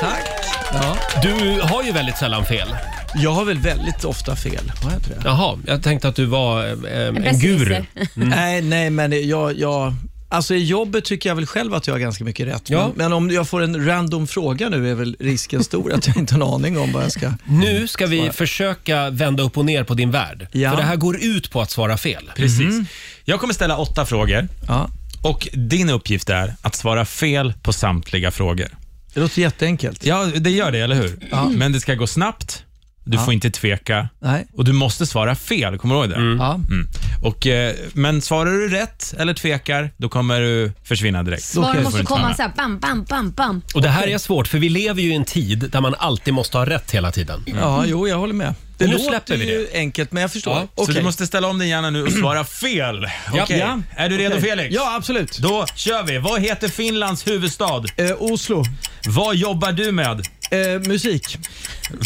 Speaker 7: tack. Ja.
Speaker 1: Du har ju väldigt sällan fel.
Speaker 7: Jag har väl väldigt ofta fel. Har jag inte det?
Speaker 1: Jaha, jag tänkte att du var eh, en, en
Speaker 3: besserwisser.
Speaker 1: guru.
Speaker 4: Mm.
Speaker 7: Nej, nej, men jag, jag... Alltså i jobbet tycker jag väl själv att jag har ganska mycket rätt.
Speaker 1: Ja.
Speaker 7: Men, men om jag får en random fråga nu är väl risken stor att jag inte har en aning om vad jag ska...
Speaker 1: Nu ska vi försöka vända upp och ner på din värld.
Speaker 7: Ja.
Speaker 1: För det här går ut på att svara fel.
Speaker 4: Precis. Jag kommer ställa åtta frågor
Speaker 7: Ja.
Speaker 4: och din uppgift är att svara fel på samtliga frågor.
Speaker 7: Det låter jätteenkelt.
Speaker 4: Ja, det gör det, eller hur? Men det ska gå snabbt, du får inte tveka
Speaker 7: Nej.
Speaker 4: och du måste svara fel. Kommer du ihåg det?
Speaker 7: Ja.
Speaker 4: Mm. Och, eh, men svarar du rätt eller tvekar, då kommer du försvinna direkt.
Speaker 7: Okej,
Speaker 3: Svar
Speaker 7: får
Speaker 3: måste
Speaker 4: inte
Speaker 3: komma
Speaker 4: stanna.
Speaker 3: så här, bam, bam, bam, bam.
Speaker 1: Och det här är svårt för vi lever ju i en tid där man alltid måste ha rätt hela tiden.
Speaker 7: Ja, jo, jag håller med. Det
Speaker 1: Och nu släpper
Speaker 7: låter
Speaker 1: vi
Speaker 7: ju enkelt, men jag förstår.
Speaker 1: Ja,
Speaker 4: Så
Speaker 7: Okej.
Speaker 4: du måste ställa om din hjärna nu och svara fel.
Speaker 1: Ja.
Speaker 4: Okej.
Speaker 1: Ja.
Speaker 4: Är du redo Felix?
Speaker 7: Ja, absolut.
Speaker 4: Då kör vi. Vad heter Finlands huvudstad?
Speaker 7: Eh, Oslo.
Speaker 4: Vad jobbar du med?
Speaker 7: Eh, musik.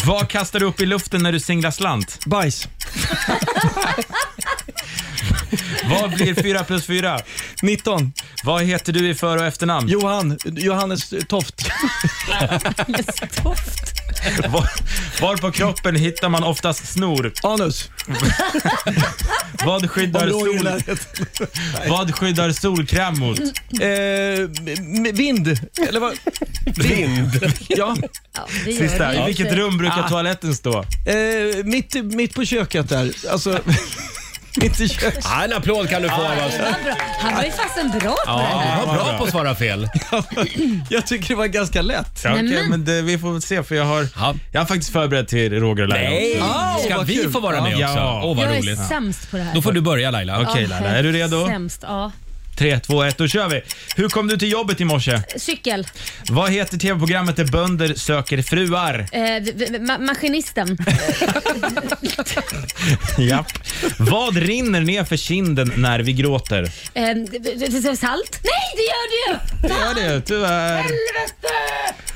Speaker 4: Vad kastar du upp i luften när du singlar slant?
Speaker 7: Bajs.
Speaker 4: Vad blir 4 plus 4?
Speaker 7: 19.
Speaker 4: Vad heter du i för och efternamn?
Speaker 7: Johan. Johannes Toft.
Speaker 4: Var, var på kroppen hittar man oftast snor?
Speaker 7: Anus.
Speaker 4: Vad skyddar,
Speaker 7: Om rådjur i
Speaker 4: sol,
Speaker 7: närheten.
Speaker 4: vad skyddar solkräm mot?
Speaker 7: Eh, m- m- vind. Eller vad?
Speaker 1: Vind.
Speaker 7: Ja.
Speaker 3: Ja, det gör
Speaker 4: Sista,
Speaker 3: det
Speaker 4: i
Speaker 3: inte.
Speaker 4: vilket rum brukar toaletten stå?
Speaker 7: Eh, mitt, mitt på köket där. Alltså, mitt i köket.
Speaker 1: Ja, en applåd kan du få av oss.
Speaker 3: Vad bra. Han var ju fasen bra på det
Speaker 1: Ja,
Speaker 3: här.
Speaker 1: du var bra på att svara fel.
Speaker 7: Jag tycker det var ganska lätt.
Speaker 4: Ja, okej,
Speaker 3: Nämen.
Speaker 4: men det, vi får väl se för jag har,
Speaker 1: Ja.
Speaker 4: jag har faktiskt förberett till Roger och Laila.
Speaker 7: Åh,
Speaker 1: Ska
Speaker 7: vad
Speaker 1: vi
Speaker 7: kul.
Speaker 1: få vara med
Speaker 4: Ja.
Speaker 1: också? Åh, vad
Speaker 3: Jag är
Speaker 1: roligt.
Speaker 3: sämst på det här.
Speaker 1: Då får du börja Laila.
Speaker 4: Okej
Speaker 3: Ja,
Speaker 4: Laila, är du redo?
Speaker 3: Sämst, ja.
Speaker 4: Tre, två, ett, då kör vi. Hur kom du till jobbet i morse?
Speaker 3: Cykel.
Speaker 4: Vad heter tv-programmet där bönder söker fruar?
Speaker 3: Eh, v- v- ma- maskinisten.
Speaker 4: Japp. Vad rinner ner för kinden när vi gråter?
Speaker 3: Eh, v- v- v- salt. Nej, det gör du ju!
Speaker 4: Det gör det, tyvärr.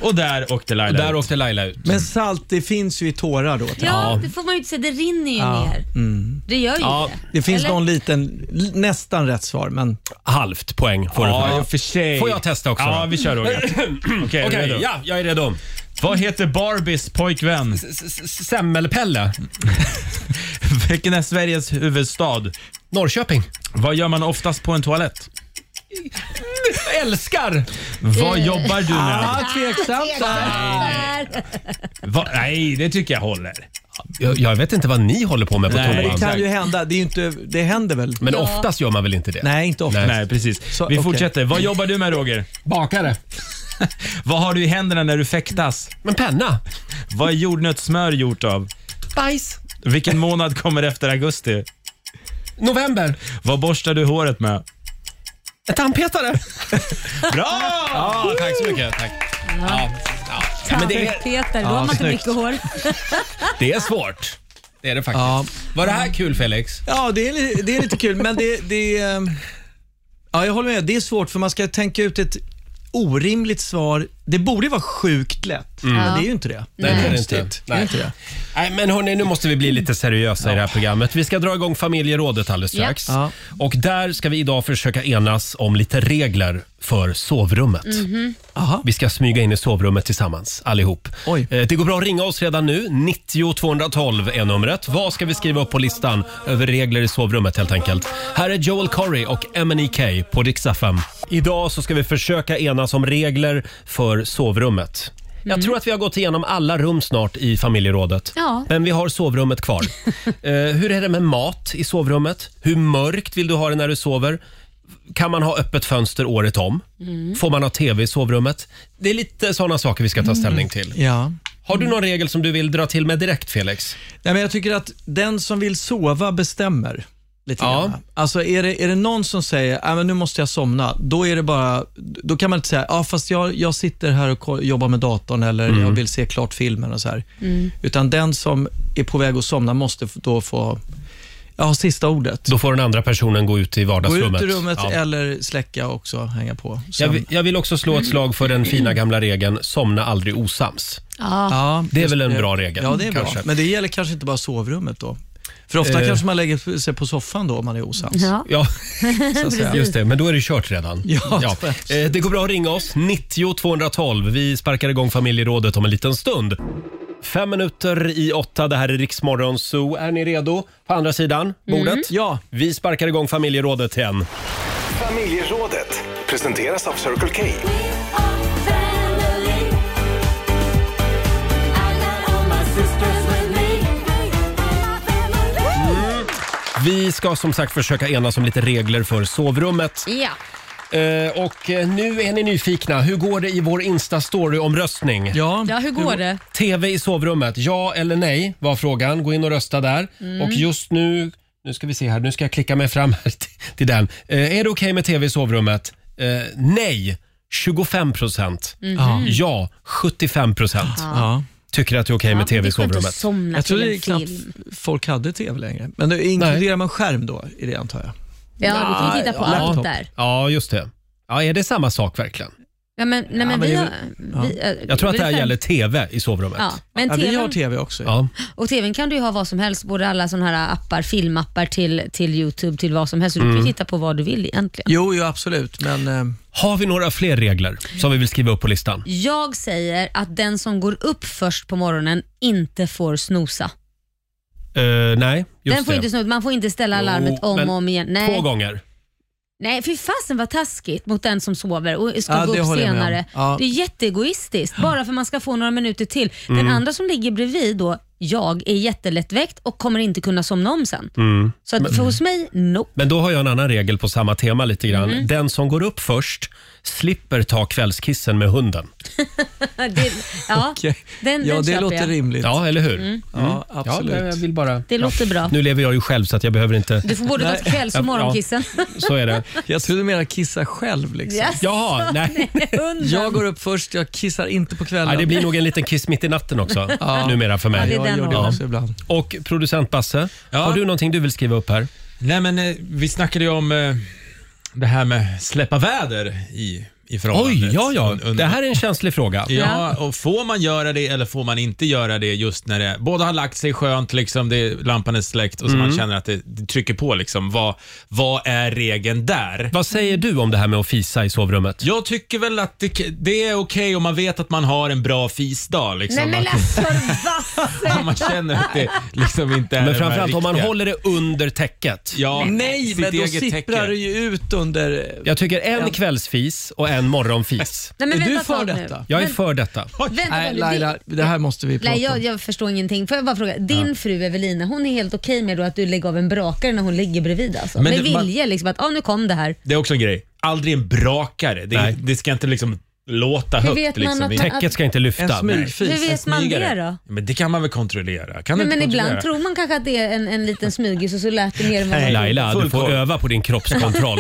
Speaker 4: Och där åkte Laila
Speaker 1: Där
Speaker 4: ut.
Speaker 1: åkte Laila ut.
Speaker 7: Men salt, det finns ju i tårar då.
Speaker 3: Ja, det får man ju inte säga. Det rinner ju ner. Det gör ju
Speaker 1: Ja,
Speaker 3: det.
Speaker 7: Det finns
Speaker 3: Eller?
Speaker 7: någon liten, l- nästan rätt svar, men
Speaker 1: Halvt poäng får du.
Speaker 4: Ja, i
Speaker 1: för
Speaker 4: och
Speaker 1: det.
Speaker 4: för sig.
Speaker 1: Får jag testa också
Speaker 4: Ja,
Speaker 1: då?
Speaker 4: vi kör Roger. Okej,
Speaker 1: Okej,
Speaker 4: redo.
Speaker 1: ja, jag är redo.
Speaker 4: Vad heter Barbies pojkvän?
Speaker 1: S- s- Semmelpelle.
Speaker 4: Vilken är Sveriges huvudstad?
Speaker 1: Norrköping.
Speaker 4: Vad gör man oftast på en toalett?
Speaker 1: Älskar!
Speaker 4: Vad jobbar du med?
Speaker 7: ah, tveksamt. där.
Speaker 3: Där.
Speaker 4: Va? Nej, det tycker jag håller.
Speaker 1: Jag, jag vet inte vad ni håller på med på
Speaker 4: Nej,
Speaker 1: toan.
Speaker 7: Det kan ju hända. Det, är ju inte, det händer väl?
Speaker 1: Men
Speaker 3: Ja.
Speaker 1: oftast gör man väl inte det?
Speaker 7: Nej, inte ofta.
Speaker 1: Nej.
Speaker 4: Nej, precis.
Speaker 7: Så,
Speaker 4: Vi
Speaker 7: okej.
Speaker 4: fortsätter. Vad jobbar du med Roger?
Speaker 1: Bakare.
Speaker 4: Vad har du i händerna när du fäktas?
Speaker 1: Men penna?
Speaker 4: Vad är jordnötssmör gjort av?
Speaker 1: Bajs.
Speaker 4: Vilken månad kommer efter augusti?
Speaker 1: November.
Speaker 4: Vad borstar du håret med?
Speaker 1: En tandpetare.
Speaker 4: Bra!
Speaker 1: Ja, tack så mycket. Tack. Ja. Ja. Men det är,
Speaker 3: Peter, då har man inte
Speaker 7: snyggt.
Speaker 3: mycket hår.
Speaker 1: det är svårt. Det är det faktiskt.
Speaker 7: Ja.
Speaker 1: Var det här kul Felix?
Speaker 7: Ja, det är, li- det är lite kul, men det, det ehm, Ja, jag håller med. Det är svårt för man ska tänka ut ett orimligt svar. Det borde vara sjukt lätt, men det är ju inte det.
Speaker 1: Mm. Nej, det är det inte.
Speaker 7: Konstigt. Det är
Speaker 1: Nej.
Speaker 7: inte det.
Speaker 1: Nej, men hörni, nu måste vi bli lite seriösa i det här programmet. Vi ska dra igång familjerådet alldeles strax.
Speaker 7: Ja.
Speaker 1: Och där ska vi idag försöka enas om lite regler för sovrummet.
Speaker 7: Aha.
Speaker 1: Vi ska smyga in i sovrummet tillsammans, allihop.
Speaker 7: Oj.
Speaker 1: Eh, Det går bra att ringa oss redan nu. 90 212 är numret. Vad ska vi skriva upp på listan över regler i sovrummet helt enkelt? Här är Joel Corey och MNEK på Rix FM. Idag så ska vi försöka enas om regler för sovrummet. Jag tror att vi har gått igenom alla rum snart i familjerådet.
Speaker 3: Ja.
Speaker 1: Men vi har sovrummet kvar. Eh, hur är det med mat i sovrummet? Hur mörkt vill du ha det när du sover? Kan man ha öppet fönster året om? Får man ha tv i sovrummet? Det är lite sådana saker vi ska ta ställning till.
Speaker 7: Ja.
Speaker 1: Har
Speaker 7: Mm.
Speaker 1: du någon regel som du vill dra till med direkt, Felix?
Speaker 7: Nej, men jag tycker att den som vill sova bestämmer. Lite
Speaker 1: Ja.
Speaker 7: grann. Alltså är det, är det någon som säger "Ah, men nu måste jag somna, då, är det bara, då kan man inte säga ah, fast jag, jag sitter här och ko- jobbar med datorn eller
Speaker 1: Mm.
Speaker 7: jag vill se klart filmen. och så här. Utan den som är på väg att somna måste f- då få Ja, sista ordet.
Speaker 1: Då får den andra personen gå ut i
Speaker 7: Gå
Speaker 1: vardagsrummet.
Speaker 7: ut ur rummet
Speaker 1: Ja.
Speaker 7: eller släcka också, hänga på.
Speaker 1: Jag,
Speaker 7: Sen,
Speaker 1: vill- jag vill också slå ett slag för den
Speaker 7: Mm.
Speaker 1: fina gamla regeln somna aldrig osams.
Speaker 3: Ja.
Speaker 7: ja,
Speaker 1: Det är väl en
Speaker 7: det.
Speaker 1: bra regel?
Speaker 7: Ja, det är
Speaker 1: kanske.
Speaker 7: bra. Men det gäller kanske inte bara sovrummet då. För ofta
Speaker 1: Eh.
Speaker 7: kanske man lägger sig på soffan då om man är osams.
Speaker 3: Ja.
Speaker 1: Ja,
Speaker 7: så att säga.
Speaker 1: just det. Men då är det kört redan.
Speaker 7: Ja.
Speaker 1: Eh, Det går bra att ringa oss. 90 212. Vi sparkar igång familjerådet om en liten stund. Fem minuter i åtta. Det här är Riksmorgon Zoo. Är ni redo? På andra sidan bordet.
Speaker 7: Mm. Ja,
Speaker 1: Vi sparkar igång familjerådet igen.
Speaker 2: Familjerådet presenteras av Circle K.
Speaker 1: Vi ska som sagt försöka enas om lite regler för sovrummet.
Speaker 3: ja.
Speaker 1: Eh, och eh, nu är ni nyfikna. Hur går det i vår Insta-story-omröstning?
Speaker 7: ja.
Speaker 3: Ja, hur går det?
Speaker 1: TV i sovrummet, ja eller nej var frågan. Gå in och rösta där. Och just nu, nu ska vi se här, nu ska jag klicka mig fram här till, till den. Eh, är det okej med TV i sovrummet? Eh, nej, 25 procent. Ja, 75 procent
Speaker 7: ja.
Speaker 1: tycker att det är okej med TV i sovrummet.
Speaker 3: somna
Speaker 7: Jag trodde
Speaker 3: till
Speaker 7: det
Speaker 3: en
Speaker 7: knappt
Speaker 3: film.
Speaker 7: folk hade tv längre. Men då inkluderar man skärm då i det antar jag?
Speaker 3: Ja, du kan ju titta på
Speaker 7: Ja,
Speaker 3: allt
Speaker 7: laptop.
Speaker 3: där.
Speaker 1: Ja, just det. Ja, är det samma sak verkligen?
Speaker 3: Ja, men, nej, men
Speaker 7: men
Speaker 3: vi
Speaker 7: det är
Speaker 3: har,
Speaker 7: ja.
Speaker 3: vi, eh,
Speaker 1: Jag tror att
Speaker 3: vi
Speaker 1: det här
Speaker 3: fem-
Speaker 1: gäller TV i sovrummet.
Speaker 3: Ja, men
Speaker 7: Ja, vi har
Speaker 3: TVn,
Speaker 7: tv också.
Speaker 1: Ja.
Speaker 3: och TVn kan du ju ha vad som helst, både alla såna här appar, filmappar till, till YouTube, till vad som helst. Så du
Speaker 7: Mm.
Speaker 3: kan ju titta på vad du vill egentligen.
Speaker 7: Jo, jo, absolut. Men eh,
Speaker 1: Har vi några fler regler som vi vill skriva upp på listan?
Speaker 3: Jag säger att den som går upp först på morgonen inte får snosa.
Speaker 1: Eh, nej, just
Speaker 3: Den får
Speaker 1: det.
Speaker 3: inte snosa, man får inte ställa
Speaker 1: Jo,
Speaker 3: larmet om
Speaker 1: men
Speaker 3: och om igen.
Speaker 1: Två
Speaker 3: Nej,
Speaker 1: gånger.
Speaker 3: nej fy fasen vad taskigt mot den som sover och ska
Speaker 7: Ja,
Speaker 3: gå
Speaker 7: det
Speaker 3: upp
Speaker 7: håller jag med om.
Speaker 3: senare.
Speaker 7: Ja.
Speaker 3: Det är jätteegoistiskt, bara för man ska få några minuter till. Den
Speaker 7: Mm.
Speaker 3: andra som ligger bredvid då, jag, är jättelättväckt och kommer inte kunna somna om sen.
Speaker 7: Mm.
Speaker 3: Så att för hos mig, no.
Speaker 1: Men då har jag en annan regel på samma tema lite grann.
Speaker 3: Mm.
Speaker 1: Den som går upp först slipper ta kvällskissen med hunden.
Speaker 3: Det, ja, den,
Speaker 7: ja,
Speaker 3: den
Speaker 7: det
Speaker 3: köper
Speaker 7: låter
Speaker 3: jag.
Speaker 7: rimligt.
Speaker 1: Ja, eller hur?
Speaker 7: Ja, absolut.
Speaker 1: Ja, jag vill bara...
Speaker 3: Mm. Det låter bra.
Speaker 1: Nu lever jag ju själv så att jag behöver inte...
Speaker 3: Du får både ta kvälls
Speaker 1: Ja,
Speaker 3: och morgonkissen.
Speaker 1: Så är det.
Speaker 7: Jag trodde du menade kissa själv. Liksom.
Speaker 3: Yes.
Speaker 1: Jaha, nej.
Speaker 3: Hunden.
Speaker 7: Jag går upp först, jag kissar inte på kvällen.
Speaker 1: nej. Det blir nog en liten kiss mitt i natten också numera för
Speaker 3: Ja, det
Speaker 1: mig.
Speaker 3: är den
Speaker 7: jag gör det
Speaker 3: rollen.
Speaker 7: också ibland.
Speaker 1: Och producent Basse,
Speaker 4: Ja.
Speaker 1: har du någonting du vill skriva upp här?
Speaker 4: Nej, men eh, vi snackade ju om eh, det här med släppa väder i, i förhållandet.
Speaker 1: Oj, ja, ja.
Speaker 4: Un- un-
Speaker 1: Det här är en känslig fråga.
Speaker 4: Ja, och får man göra det eller får man inte göra det just när det båda har lagt sig skönt, liksom, det, lampan är släckt och så man känner att det, det trycker på. Liksom. Vad, vad är regeln där?
Speaker 1: Vad säger du om det här med att fisa i sovrummet?
Speaker 4: Jag tycker väl att det, det är okej om man vet att man har en bra fisdag. Liksom,
Speaker 3: Nej men
Speaker 4: att,
Speaker 3: alltså Basse!
Speaker 4: om man känner att det liksom inte är
Speaker 1: Men
Speaker 4: de här
Speaker 1: framförallt om man
Speaker 4: riktiga.
Speaker 1: håller det under täcket.
Speaker 4: Ja,
Speaker 7: Nej,
Speaker 4: sitt
Speaker 7: men då
Speaker 4: eget täcke.
Speaker 7: sipprar det ju ut under...
Speaker 1: Jag tycker en kvällsfis och en morgonfis.
Speaker 3: Nej, men
Speaker 7: Är
Speaker 3: vänta
Speaker 7: du
Speaker 3: ett
Speaker 7: för
Speaker 3: tag nu.
Speaker 7: detta?
Speaker 1: Jag är
Speaker 3: Men-
Speaker 1: för detta.
Speaker 3: Vänta,
Speaker 7: Nej,
Speaker 3: nu.
Speaker 7: Laila, det här måste vi prata
Speaker 3: Nej,
Speaker 7: om.
Speaker 3: jag, jag förstår ingenting. Får jag bara fråga, din fru Evelina, hon är helt okej med då att du lägger av en brakare när hon ligger bredvid alltså?
Speaker 4: Men
Speaker 3: med
Speaker 4: det- man-
Speaker 3: vilja liksom att, ja ah, nu kom det här.
Speaker 4: Det är också en grej. Aldrig en brakare. Det,
Speaker 1: Nej.
Speaker 4: det ska inte liksom låta
Speaker 3: Hur
Speaker 4: högt.
Speaker 3: vet man
Speaker 4: liksom.
Speaker 3: att man-
Speaker 4: Tänk-
Speaker 1: Täcket ska inte
Speaker 7: En
Speaker 1: lyfta.
Speaker 7: smygfis.
Speaker 3: Hur vet man det
Speaker 4: smygare.
Speaker 3: då?
Speaker 4: Men det kan man väl kontrollera? Kan
Speaker 3: Men,
Speaker 4: du
Speaker 3: men
Speaker 4: inte
Speaker 3: ibland
Speaker 4: kontrollera?
Speaker 3: tror man kanske att det är en, en liten smygis och så lät det mer än vad
Speaker 1: Nej,
Speaker 3: man
Speaker 1: Laila, du
Speaker 4: Full
Speaker 1: får
Speaker 4: koll.
Speaker 1: öva på din kroppskontroll.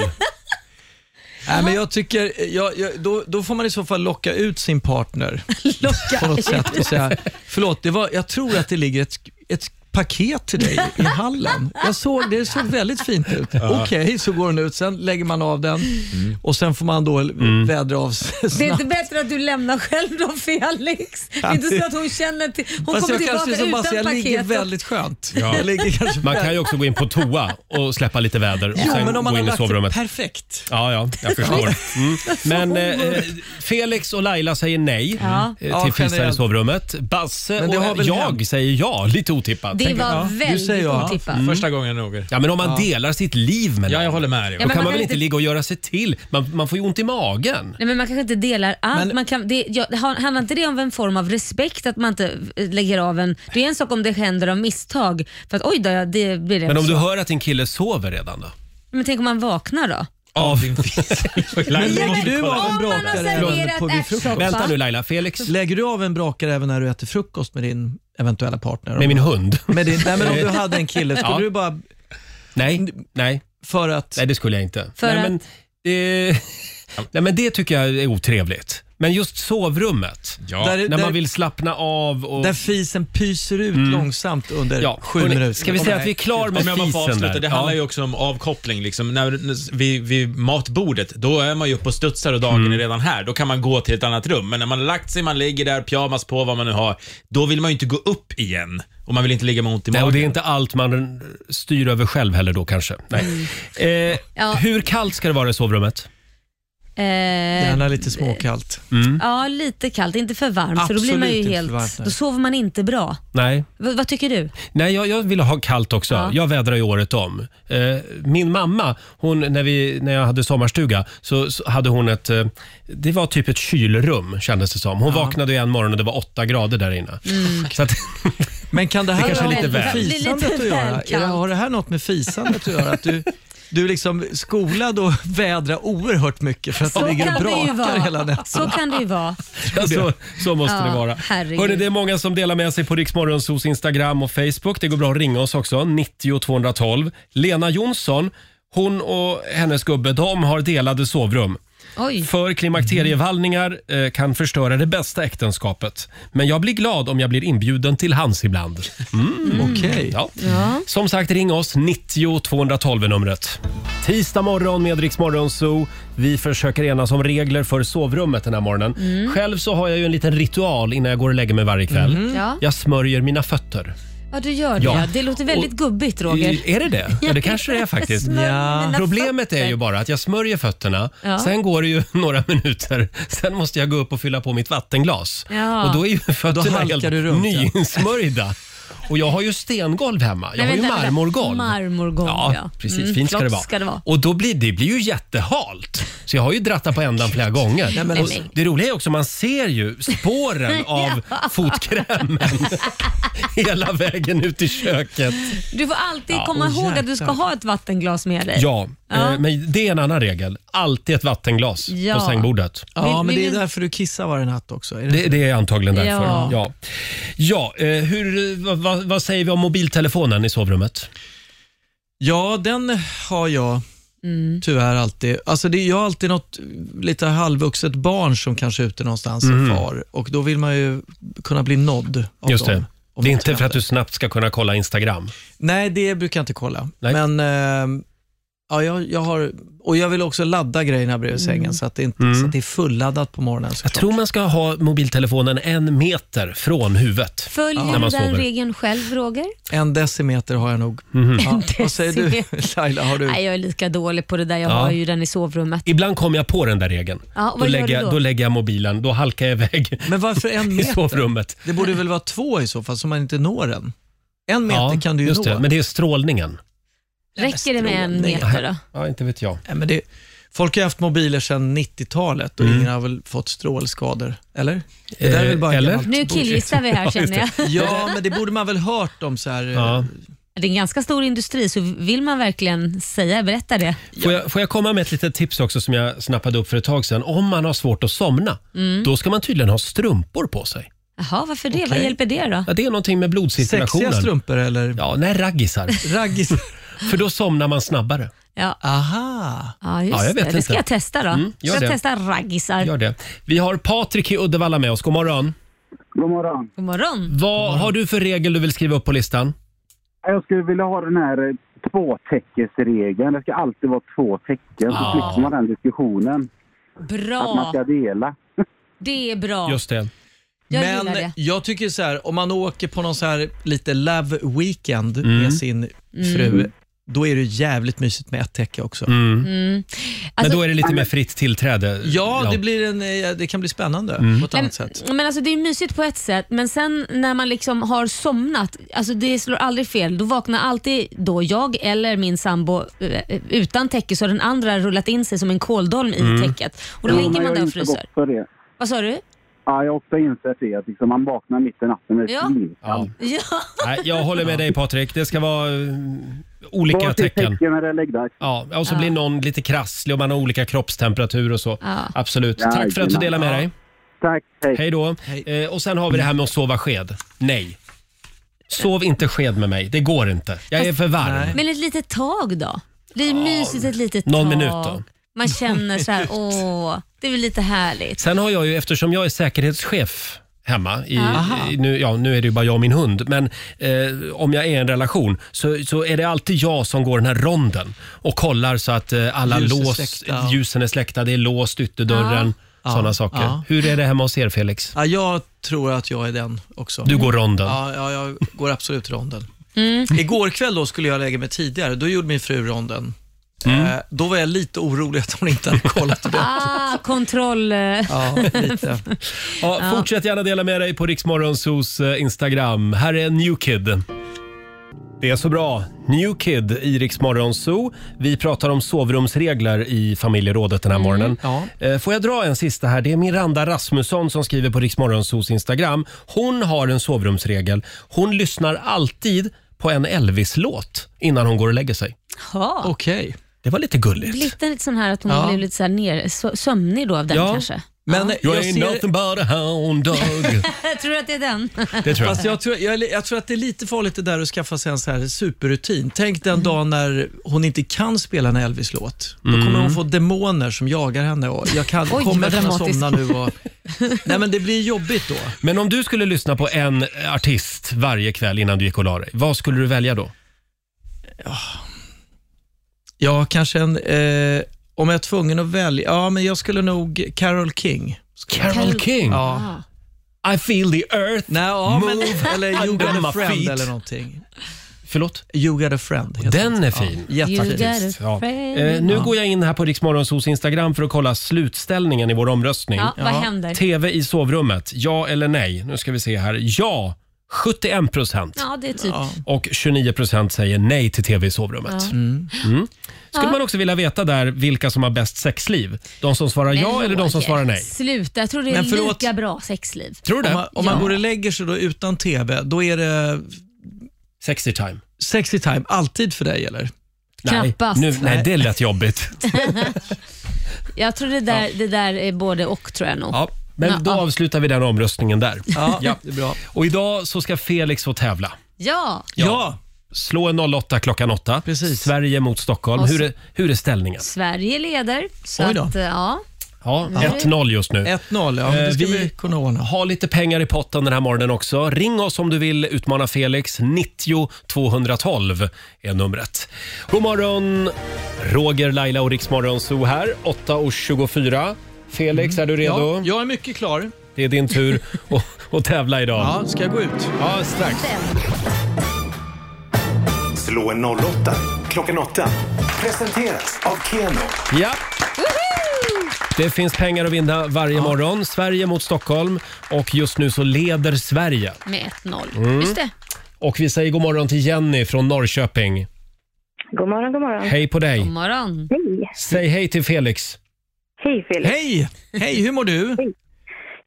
Speaker 7: Nej, men jag tycker, jag, jag, då, då får man i så fall locka ut sin partner på
Speaker 3: lockar.
Speaker 7: något sätt och säga, förlåt, det var, jag tror att det ligger ett, ett paket till dig i hallen. Jag såg, det såg väldigt fint ut. Okej, så går den ut, sen lägger man av den
Speaker 1: Mm.
Speaker 7: och sen får man då vädra av sig
Speaker 3: Det är
Speaker 7: snabbt.
Speaker 3: inte bättre att du lämnar själv då Felix. Det är inte så att hon känner till... Hon
Speaker 7: Fast
Speaker 3: kommer
Speaker 7: jag
Speaker 3: tillbaka
Speaker 7: kanske som
Speaker 3: utan
Speaker 7: bara säger, jag ligger
Speaker 3: paket.
Speaker 7: väldigt skönt. Jag ligger kanske
Speaker 1: Man kan ju också gå in på toa och släppa lite väder och
Speaker 7: Jo,
Speaker 1: sen
Speaker 7: men om man
Speaker 1: gå
Speaker 7: har
Speaker 1: in i
Speaker 7: lagt
Speaker 1: sovrummet.
Speaker 7: det perfekt.
Speaker 1: Ja, ja, jag förstår. Mm. Men eh, Felix och Laila säger nej
Speaker 3: Ja.
Speaker 1: eh,
Speaker 7: Ja,
Speaker 1: till fisar i
Speaker 7: generellt.
Speaker 1: sovrummet. Basse
Speaker 7: Men det har
Speaker 1: och
Speaker 7: väl
Speaker 1: jag
Speaker 7: hänt.
Speaker 1: säger ja, lite otippat.
Speaker 3: Det var
Speaker 7: Ja, du
Speaker 3: väldigt
Speaker 7: säger ja.
Speaker 3: otippat.
Speaker 4: Första gången Roger.
Speaker 1: Ja, men om man delar sitt liv med
Speaker 4: Ja, jag
Speaker 1: någon,
Speaker 4: håller med dig.
Speaker 3: Ja,
Speaker 1: då
Speaker 3: men-
Speaker 1: kan
Speaker 3: man
Speaker 1: man
Speaker 3: kan
Speaker 1: väl inte
Speaker 3: inte-
Speaker 1: ligga och göra sig till? Man, man får ju ont i magen.
Speaker 3: Nej, men man kanske inte delar allt.
Speaker 7: Men-
Speaker 3: man kan, det, ja, han- handlar inte det om en form av respekt att man inte eh, lägger av en... Det är en sak om det händer av misstag. För att oj då, ja, det blir det.
Speaker 1: Men om
Speaker 3: så.
Speaker 1: du
Speaker 4: Alltså.
Speaker 1: hör att din kille sover redan då?
Speaker 3: men tänk om man vaknar då? Eh,
Speaker 4: Av din fisk.
Speaker 7: Lägger du av en
Speaker 3: Om man har
Speaker 7: brakare även
Speaker 3: serverat
Speaker 7: på din frukost?
Speaker 1: Vänta
Speaker 3: ärtsoppa.
Speaker 1: nu Laila, Felix
Speaker 7: Lägger du av en brakare även när du äter frukost med din eventuella partner?
Speaker 1: med min hund.
Speaker 7: Med din, nej, men om du hade en kille, skulle
Speaker 1: Ja.
Speaker 7: du bara
Speaker 1: Nej, nej.
Speaker 7: för att...
Speaker 1: Nej, det skulle jag inte.
Speaker 3: För
Speaker 1: nej, men, eh, nej, men det tycker jag är otrevligt. Men just sovrummet,
Speaker 4: Ja.
Speaker 7: Där är-
Speaker 1: när
Speaker 7: där-
Speaker 1: man vill slappna av och...
Speaker 7: Där fisen pyser ut långsamt under
Speaker 1: Mm. ja,
Speaker 7: sju
Speaker 1: hörni,
Speaker 7: minuter.
Speaker 1: Ska vi säga att vi är klar med
Speaker 4: Om jag bara
Speaker 1: fisen
Speaker 4: får avsluta,
Speaker 1: där?
Speaker 4: det handlar
Speaker 1: Ja.
Speaker 4: ju också om avkoppling. Liksom, när, när- vid, vid matbordet, då är man ju uppe och studsar och dagen
Speaker 1: Mm.
Speaker 4: är redan här. Då kan man gå till ett annat rum. Men när man har lagt sig, man ligger där, pyjamas på, vad man nu har, då vill man ju inte gå upp igen. Och man vill inte ligga med ont i
Speaker 1: Nej,
Speaker 4: magen.
Speaker 1: och det är inte allt man styr över själv heller då kanske. Nej.
Speaker 4: Mm.
Speaker 1: Eh,
Speaker 3: Ja.
Speaker 1: Hur kallt ska det vara i sovrummet?
Speaker 3: Eh,
Speaker 7: Gärna lite småkallt.
Speaker 1: Mm.
Speaker 3: ja, lite kallt. Inte för varmt, för då
Speaker 7: Absolut
Speaker 3: blir man ju
Speaker 7: inte för varmt,
Speaker 3: helt...
Speaker 7: nej.
Speaker 3: Då sover man inte bra.
Speaker 1: Nej,
Speaker 3: V- vad tycker du?
Speaker 1: Nej jag, jag vill ha kallt också.
Speaker 3: Ja.
Speaker 1: Jag vädrar ju året om. Eh, min mamma, hon, när, vi, när jag hade sommarstuga, så, så hade hon ett... Eh, det var typ ett kylrum kändes det som. Hon vaknade ju en morgon och det var åtta grader där inne.
Speaker 3: Mm.
Speaker 1: Så att,
Speaker 7: Men kan det här
Speaker 1: kanske är
Speaker 7: ha
Speaker 1: lite
Speaker 7: något med
Speaker 1: väl.
Speaker 7: fisandet
Speaker 3: Lite
Speaker 7: att
Speaker 3: väl
Speaker 7: göra? Är det,
Speaker 3: kallt.
Speaker 7: har det här något med fisandet att göra? Att du, du är liksom skolad att vädra oerhört mycket för att
Speaker 3: Så
Speaker 7: du ligger och
Speaker 3: kan det ju
Speaker 7: brakar
Speaker 3: vara.
Speaker 7: hela natten.
Speaker 3: Så kan det ju vara.
Speaker 1: Ja, så, så måste
Speaker 3: Ja,
Speaker 1: det vara.
Speaker 3: herregud.
Speaker 1: Hörrni, det är många som delar med sig på Riksmorgonsos Instagram och Facebook. Det går bra att ringa oss också, 90 212. Lena Jonsson, hon och hennes gubbe, de har delade sovrum.
Speaker 3: Oj.
Speaker 1: För klimakterievallningar eh, kan förstöra det bästa äktenskapet. Men jag blir glad om jag blir inbjuden till hans ibland.
Speaker 7: Okej.
Speaker 1: Mm. Ja. Som sagt, ring oss 90 212 är numret. Tisdag morgon med Rix Morgon Zoo. Vi försöker enas om regler för sovrummet den här morgonen. Själv så har jag ju en liten ritual innan jag går och lägger mig varje kväll.
Speaker 3: Ja.
Speaker 1: Jag smörjer mina fötter.
Speaker 3: ja, du gör det.
Speaker 1: Ja.
Speaker 3: Ja. Det låter väldigt
Speaker 1: Och-
Speaker 3: gubbigt, Roger.
Speaker 1: I- Är det det? Ja, det kanske det är faktiskt.
Speaker 3: Smörj
Speaker 7: Ja.
Speaker 3: mina
Speaker 1: Problemet är
Speaker 3: fötter.
Speaker 1: ju bara att jag smörjer fötterna,
Speaker 3: Ja.
Speaker 1: sen går det ju några minuter, sen måste jag gå upp och fylla på mitt vattenglas.
Speaker 3: Ja.
Speaker 1: Och då är ju fötterna
Speaker 7: halkar
Speaker 1: helt
Speaker 7: du runt, ja.
Speaker 1: nyinsmörjda. Och jag har ju stengolv hemma. Jag har ju
Speaker 3: vänta, vänta.
Speaker 1: marmorgolv.
Speaker 3: Marmorgolv,
Speaker 1: ja.
Speaker 3: ja.
Speaker 1: Precis,
Speaker 3: Mm,
Speaker 1: fint ska det,
Speaker 3: flott
Speaker 1: vara.
Speaker 3: ska det vara.
Speaker 1: Och då blir, det blir ju jättehalt. Så jag har ju drattat på ändan flera gånger.
Speaker 7: men
Speaker 1: och
Speaker 3: nej.
Speaker 1: det roliga är också, man ser ju spåren av fotkrämen hela vägen ut i köket.
Speaker 3: Du får alltid komma
Speaker 7: åh,
Speaker 3: ihåg att du ska
Speaker 7: jäklar.
Speaker 3: ha ett vattenglas med dig.
Speaker 1: Ja,
Speaker 3: Ja.
Speaker 1: Eh, men det är en annan regel. Alltid ett vattenglas
Speaker 3: Ja.
Speaker 1: på sängbordet.
Speaker 7: Ja,
Speaker 3: Vill-
Speaker 7: men det
Speaker 3: vill
Speaker 7: är
Speaker 3: ni-
Speaker 7: därför du kissar varje natt också. Är det...
Speaker 1: Det, det är antagligen därför. Ja.
Speaker 3: Ja.
Speaker 1: Ja. eh, hur, vad, vad, vad säger vi om mobiltelefonen i sovrummet?
Speaker 7: Ja, den har jag
Speaker 3: Mm.
Speaker 7: tyvärr alltid. Alltså det, jag har alltid något lite halvvuxet barn som kanske är ute någonstans och far. Och då vill man ju kunna bli nådd av
Speaker 1: Mm. Just
Speaker 7: dem.
Speaker 1: det.
Speaker 7: om
Speaker 1: Det är
Speaker 7: något
Speaker 1: inte för att
Speaker 7: händer.
Speaker 1: du snabbt ska kunna kolla Instagram.
Speaker 7: Nej, det brukar jag inte kolla.
Speaker 1: Nej.
Speaker 7: Men eh, ja, jag, jag har... Och jag vill också ladda grejerna bredvid
Speaker 3: Mm.
Speaker 7: sängen så att det, inte, så att det är fulladdat på morgonen.
Speaker 1: Mm. Jag tror man ska ha mobiltelefonen en meter från huvudet.
Speaker 3: Följer
Speaker 1: När
Speaker 3: du
Speaker 1: man
Speaker 3: den
Speaker 1: sover.
Speaker 3: regeln själv, Roger?
Speaker 7: En decimeter har jag nog.
Speaker 1: Mhm.
Speaker 7: Ja, vad säger du
Speaker 3: decimeter.
Speaker 7: Laila? Har du?
Speaker 3: Nej, jag är lika dålig på det där. Jag
Speaker 1: Ja.
Speaker 3: har ju den i sovrummet.
Speaker 1: Ibland kommer jag på den där regeln.
Speaker 3: Ja, vad
Speaker 1: då,
Speaker 3: gör
Speaker 1: lägger,
Speaker 3: du
Speaker 1: jag-
Speaker 3: då?
Speaker 1: då lägger jag mobilen, då halkar jag iväg
Speaker 7: Men varför en
Speaker 1: i
Speaker 7: meter?
Speaker 1: sovrummet.
Speaker 7: Det borde väl vara två i så fall, så man inte når den. En meter
Speaker 1: Ja,
Speaker 7: kan du ju
Speaker 1: just
Speaker 7: nå.
Speaker 1: det. Men det är strålningen.
Speaker 3: Räcker det med en
Speaker 7: strålning.
Speaker 3: meter då?
Speaker 1: Ja, inte vet jag.
Speaker 7: Nej, men det... Folk har haft mobiler sedan 90-talet och ingen har väl fått strålskador, eller? Det där är väl bara
Speaker 1: Mm. Eh,
Speaker 7: en
Speaker 1: eller?
Speaker 7: gammal
Speaker 3: Nu
Speaker 7: bullshit.
Speaker 3: killgissar vi här känner jag.
Speaker 7: Ja, men det borde man väl hört om så här. eh,
Speaker 1: Ja.
Speaker 3: Det är en ganska stor industri, så vill man verkligen säga, berätta det.
Speaker 1: Får jag, får jag komma med ett litet tips också som jag snappade upp för ett tag sedan. Om man har svårt att somna, då ska man tydligen ha strumpor på sig.
Speaker 3: Jaha, varför det? Vad hjälper det då?
Speaker 1: Ja, det är någonting med blodcirkulationen.
Speaker 7: Sexiga strumpor eller
Speaker 1: Ja, nej, raggisar.
Speaker 7: raggis?
Speaker 1: för då somnar man snabbare.
Speaker 3: Ja,
Speaker 7: Aha.
Speaker 3: ja just
Speaker 1: Ja, jag vet
Speaker 3: det. Det
Speaker 1: inte.
Speaker 3: ska jag testa då.
Speaker 1: Mm, gör
Speaker 3: ska
Speaker 1: det.
Speaker 3: jag testa raggisar.
Speaker 1: Gör det. Vi har Patrik i Uddevalla med oss. God morgon.
Speaker 8: God morgon.
Speaker 3: God morgon.
Speaker 1: Vad har du för regel du vill skriva upp på listan?
Speaker 8: Jag skulle vilja ha den här eh, tvåtäckesregeln. Det ska alltid vara två tecken.
Speaker 1: Ja.
Speaker 8: Så slipper man den diskussionen. Att man
Speaker 3: Bra.
Speaker 8: ska dela.
Speaker 3: Det är bra.
Speaker 1: Just det.
Speaker 3: Jag gillar
Speaker 7: men
Speaker 3: det.
Speaker 7: jag tycker så här, om man åker på någon så här lite love weekend
Speaker 1: Mm.
Speaker 7: med sin
Speaker 3: Mm.
Speaker 7: fru, då är det jävligt mysigt med ett täcke också.
Speaker 1: Men
Speaker 3: Alltså-
Speaker 1: då är det lite mer fritt tillträde.
Speaker 7: Ja, det, blir en, eh, det kan bli spännande
Speaker 1: Mm.
Speaker 7: på ett annat sätt.
Speaker 3: Men alltså det är mysigt på ett sätt, men sen när man liksom har somnat, alltså det slår aldrig fel. Då vaknar alltid då jag eller min sambo eh, utan täcke så har den andra rullat in sig som en kåldolm
Speaker 7: Mm.
Speaker 3: i täcket. Och då
Speaker 8: Jo,
Speaker 3: ligger
Speaker 8: men
Speaker 3: man
Speaker 8: jag
Speaker 3: där
Speaker 8: har
Speaker 3: och
Speaker 8: inte
Speaker 3: fryser.
Speaker 8: gått för det.
Speaker 3: Vad sa du?
Speaker 8: Ja, jag har också insett det. Att liksom man vaknar mitt i natten med
Speaker 3: Ja.
Speaker 8: svinkallt.
Speaker 1: Ja.
Speaker 3: Ja.
Speaker 1: Nej, jag håller med dig Patrik. Det ska vara eh, olika
Speaker 8: Var till
Speaker 1: tecken.
Speaker 8: tecken är det läggdags.
Speaker 1: Ja, och så blir någon lite krasslig och man har olika kroppstemperatur och så.
Speaker 3: Ja.
Speaker 1: Absolut. Tack för att du delade med dig.
Speaker 8: Tack, hej.
Speaker 1: Hej då.
Speaker 7: Hej.
Speaker 1: Eh, och sen har vi det här med att sova sked. Nej. Sov inte sked med mig. Det går inte. Jag är för varm.
Speaker 7: Nej.
Speaker 3: Men ett litet tag då? Det är mysigt ett litet
Speaker 1: Någon
Speaker 3: tag.
Speaker 1: minut då?
Speaker 3: Man känner så här, åh, det är väl lite härligt.
Speaker 1: Sen har jag ju, eftersom jag är säkerhetschef hemma, i,
Speaker 3: Aha.
Speaker 1: i, nu, ja, nu är det ju bara jag och min hund, men eh, om jag är i en relation så, så är det alltid jag som går den här ronden och kollar så att eh, alla
Speaker 7: Ljus är
Speaker 1: lås,
Speaker 7: släckta.
Speaker 1: ljusen är släckta, det är låst ytterdörren,
Speaker 7: Ja.
Speaker 1: sådana
Speaker 7: Ja.
Speaker 1: saker.
Speaker 7: Ja.
Speaker 1: Hur är det hemma hos er Felix?
Speaker 7: Ja, jag tror att jag är den också.
Speaker 1: Du går ronden.
Speaker 7: Ja, ja, jag går absolut ronden.
Speaker 3: Mm.
Speaker 7: Igår kväll då skulle jag lägga mig tidigare. Då gjorde min fru ronden. Eh, då var jag lite orolig att hon inte hade kollat ordentligt.
Speaker 3: Ah, kontroll. eh,
Speaker 7: Ja, lite.
Speaker 1: Ja, Fortsätt gärna dela med dig på Riksmorgonsos eh, Instagram. Här är New Kid. Det är så bra. New Kid i Riksmorgonso. Vi pratar om sovrumsregler i familjerådet den här morgonen.
Speaker 7: Mm, Ja.
Speaker 1: Eh, Får jag dra en sista här? Det är Miranda Rasmusson som skriver på Riksmorgonsos Instagram. Hon har en sovrumsregel. Hon lyssnar alltid på en Elvis-låt innan hon går och lägger sig.
Speaker 3: Ja.
Speaker 7: Okej.
Speaker 1: Det var lite gulligt.
Speaker 3: Lite, lite sån här att hon
Speaker 7: Ja.
Speaker 3: blev lite så här ner, sö- sömnig då av den
Speaker 1: Ja.
Speaker 3: kanske.
Speaker 7: Men eh,
Speaker 1: You
Speaker 7: jag
Speaker 1: ain't
Speaker 7: ser...
Speaker 1: nothing but a hound dog.
Speaker 3: Jag tror att det är den.
Speaker 1: Det tror jag.
Speaker 7: Fast jag tror, jag, jag tror att det är lite farligt det där att skaffa sig en så här superrutin. Tänk den dagen när hon inte kan spela en Elvis-låt. Då kommer hon få demoner som jagar henne. Och jag kan,
Speaker 3: Oj,
Speaker 7: kommer
Speaker 3: vad
Speaker 7: kunna
Speaker 3: dramatiskt.
Speaker 7: somna nu. Och, nej, men det blir jobbigt då.
Speaker 1: Men om du skulle lyssna på en artist varje kväll innan du gick och la dig, vad skulle du välja då?
Speaker 7: Ja, kanske en... Eh, om jag är tvungen att välja... Ja, men jag skulle nog Carole King.
Speaker 1: Carole
Speaker 3: Carole-
Speaker 1: King? Ah.
Speaker 7: Ja.
Speaker 1: I feel the earth.
Speaker 7: Nej, ja, men,
Speaker 1: Move
Speaker 7: eller You
Speaker 1: under
Speaker 7: got
Speaker 1: my
Speaker 7: a friend
Speaker 1: feet.
Speaker 7: eller någonting.
Speaker 1: Förlåt?
Speaker 7: You got a friend. heter
Speaker 1: Den
Speaker 7: det.
Speaker 1: är fin.
Speaker 7: Ja,
Speaker 3: You got
Speaker 7: jättefin.
Speaker 3: a
Speaker 1: Ja.
Speaker 3: friend.
Speaker 1: Eh, nu går jag in här på Riksmorgonsos Instagram för att kolla slutställningen i vår omröstning.
Speaker 3: Ja, vad händer?
Speaker 1: TV i sovrummet, ja eller nej? Nu ska vi se här. Ja, 71 procent.
Speaker 3: Ja, det är typ.
Speaker 7: Ja.
Speaker 1: Och 29 procent säger nej till TV i sovrummet. Mm. Skulle man också vilja veta där vilka som har bäst sexliv? De som svarar ja
Speaker 3: Men
Speaker 1: eller de som
Speaker 3: Roger,
Speaker 1: svarar nej?
Speaker 3: Sluta, jag tror det är
Speaker 7: Men förlåt.
Speaker 3: lika bra sexliv.
Speaker 1: Tror du
Speaker 7: Om
Speaker 1: det?
Speaker 7: man, om man går och lägger sig då utan TV, då är det
Speaker 1: Sexy time.
Speaker 7: sexy time alltid för dig eller?
Speaker 3: Knappast.
Speaker 1: Nu, nej,
Speaker 7: Nej.
Speaker 1: det lät jobbigt.
Speaker 3: Jag tror det där, det där är både och tror jag nog.
Speaker 1: Ja, men då
Speaker 3: Ja.
Speaker 1: avslutar vi den omröstningen där.
Speaker 7: Ja, det är bra.
Speaker 1: Och idag så ska Felix få tävla.
Speaker 3: Ja.
Speaker 7: Ja.
Speaker 1: Slå en 08 klockan 8.
Speaker 7: Precis.
Speaker 1: Sverige mot Stockholm.
Speaker 3: Och så-
Speaker 1: Hur är, hur är ställningen?
Speaker 3: Sverige leder. Så
Speaker 7: Oj då.
Speaker 3: att, eh, ja.
Speaker 1: Ja, 1-0 just nu.
Speaker 7: 1-0, ja, men det ska
Speaker 1: Eh, vi-
Speaker 7: vi, kunna ordna.
Speaker 1: Ha lite pengar i potten den här morgonen också. Ring oss om du vill utmana Felix. 90 212 är numret. God morgon! Roger, Laila och Riksmorgon Zoo här. 8.24. Felix, är du redo?
Speaker 7: Ja, jag är mycket klar.
Speaker 1: Det är din tur att, att tävla idag.
Speaker 7: Ja, ska jag gå ut?
Speaker 1: Ja, strax.
Speaker 2: Slå en 08 klockan 8. Presenteras av Keno.
Speaker 1: Ja. Det finns pengar att vinna varje morgon. Sverige mot Stockholm och just nu så leder Sverige.
Speaker 3: Med 1-0.
Speaker 1: Mm.
Speaker 3: Just det.
Speaker 1: Och vi säger god morgon till Jenny från Norrköping.
Speaker 6: God morgon, god morgon.
Speaker 1: Hej på
Speaker 3: God
Speaker 1: dig.
Speaker 3: morgon.
Speaker 6: Hej.
Speaker 1: Säg hej till Felix.
Speaker 6: Hej Felix.
Speaker 7: Hej! Hej, hur mår du?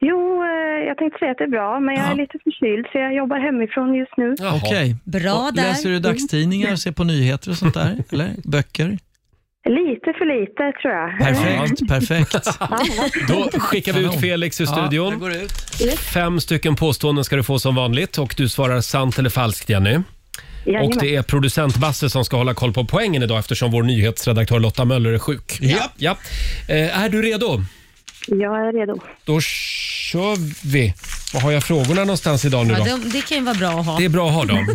Speaker 6: Jo, eh, jag tänkte säga att det är bra, men jag
Speaker 7: Ja.
Speaker 6: är lite förkyld så jag jobbar hemifrån just nu.
Speaker 1: Jaha.
Speaker 7: Okej.
Speaker 3: Bra
Speaker 7: Och
Speaker 3: där.
Speaker 7: Läser du dagstidningar, ser på nyheter och sånt där? Eller böcker?
Speaker 6: Lite för lite tror jag.
Speaker 7: Perfekt, perfekt.
Speaker 1: Då skickar vi ut
Speaker 7: Kanon.
Speaker 1: Felix ur
Speaker 7: Ja, jag
Speaker 1: studion.
Speaker 7: går ut.
Speaker 1: Fem stycken påståenden ska du få som vanligt och du svarar sant eller falskt Jenny.
Speaker 6: Jajamän.
Speaker 1: Och det är producent Basse som ska hålla koll på poängen idag eftersom vår nyhetsredaktör Lotta Möller är sjuk.
Speaker 7: Ja.
Speaker 1: ja. Eh, är du redo?
Speaker 6: Jag är redo.
Speaker 1: Då kör vi. Var har jag frågorna någonstans idag nu
Speaker 3: Ja,
Speaker 1: då?
Speaker 3: det, det kan ju vara bra att ha.
Speaker 1: Det är bra att ha dem.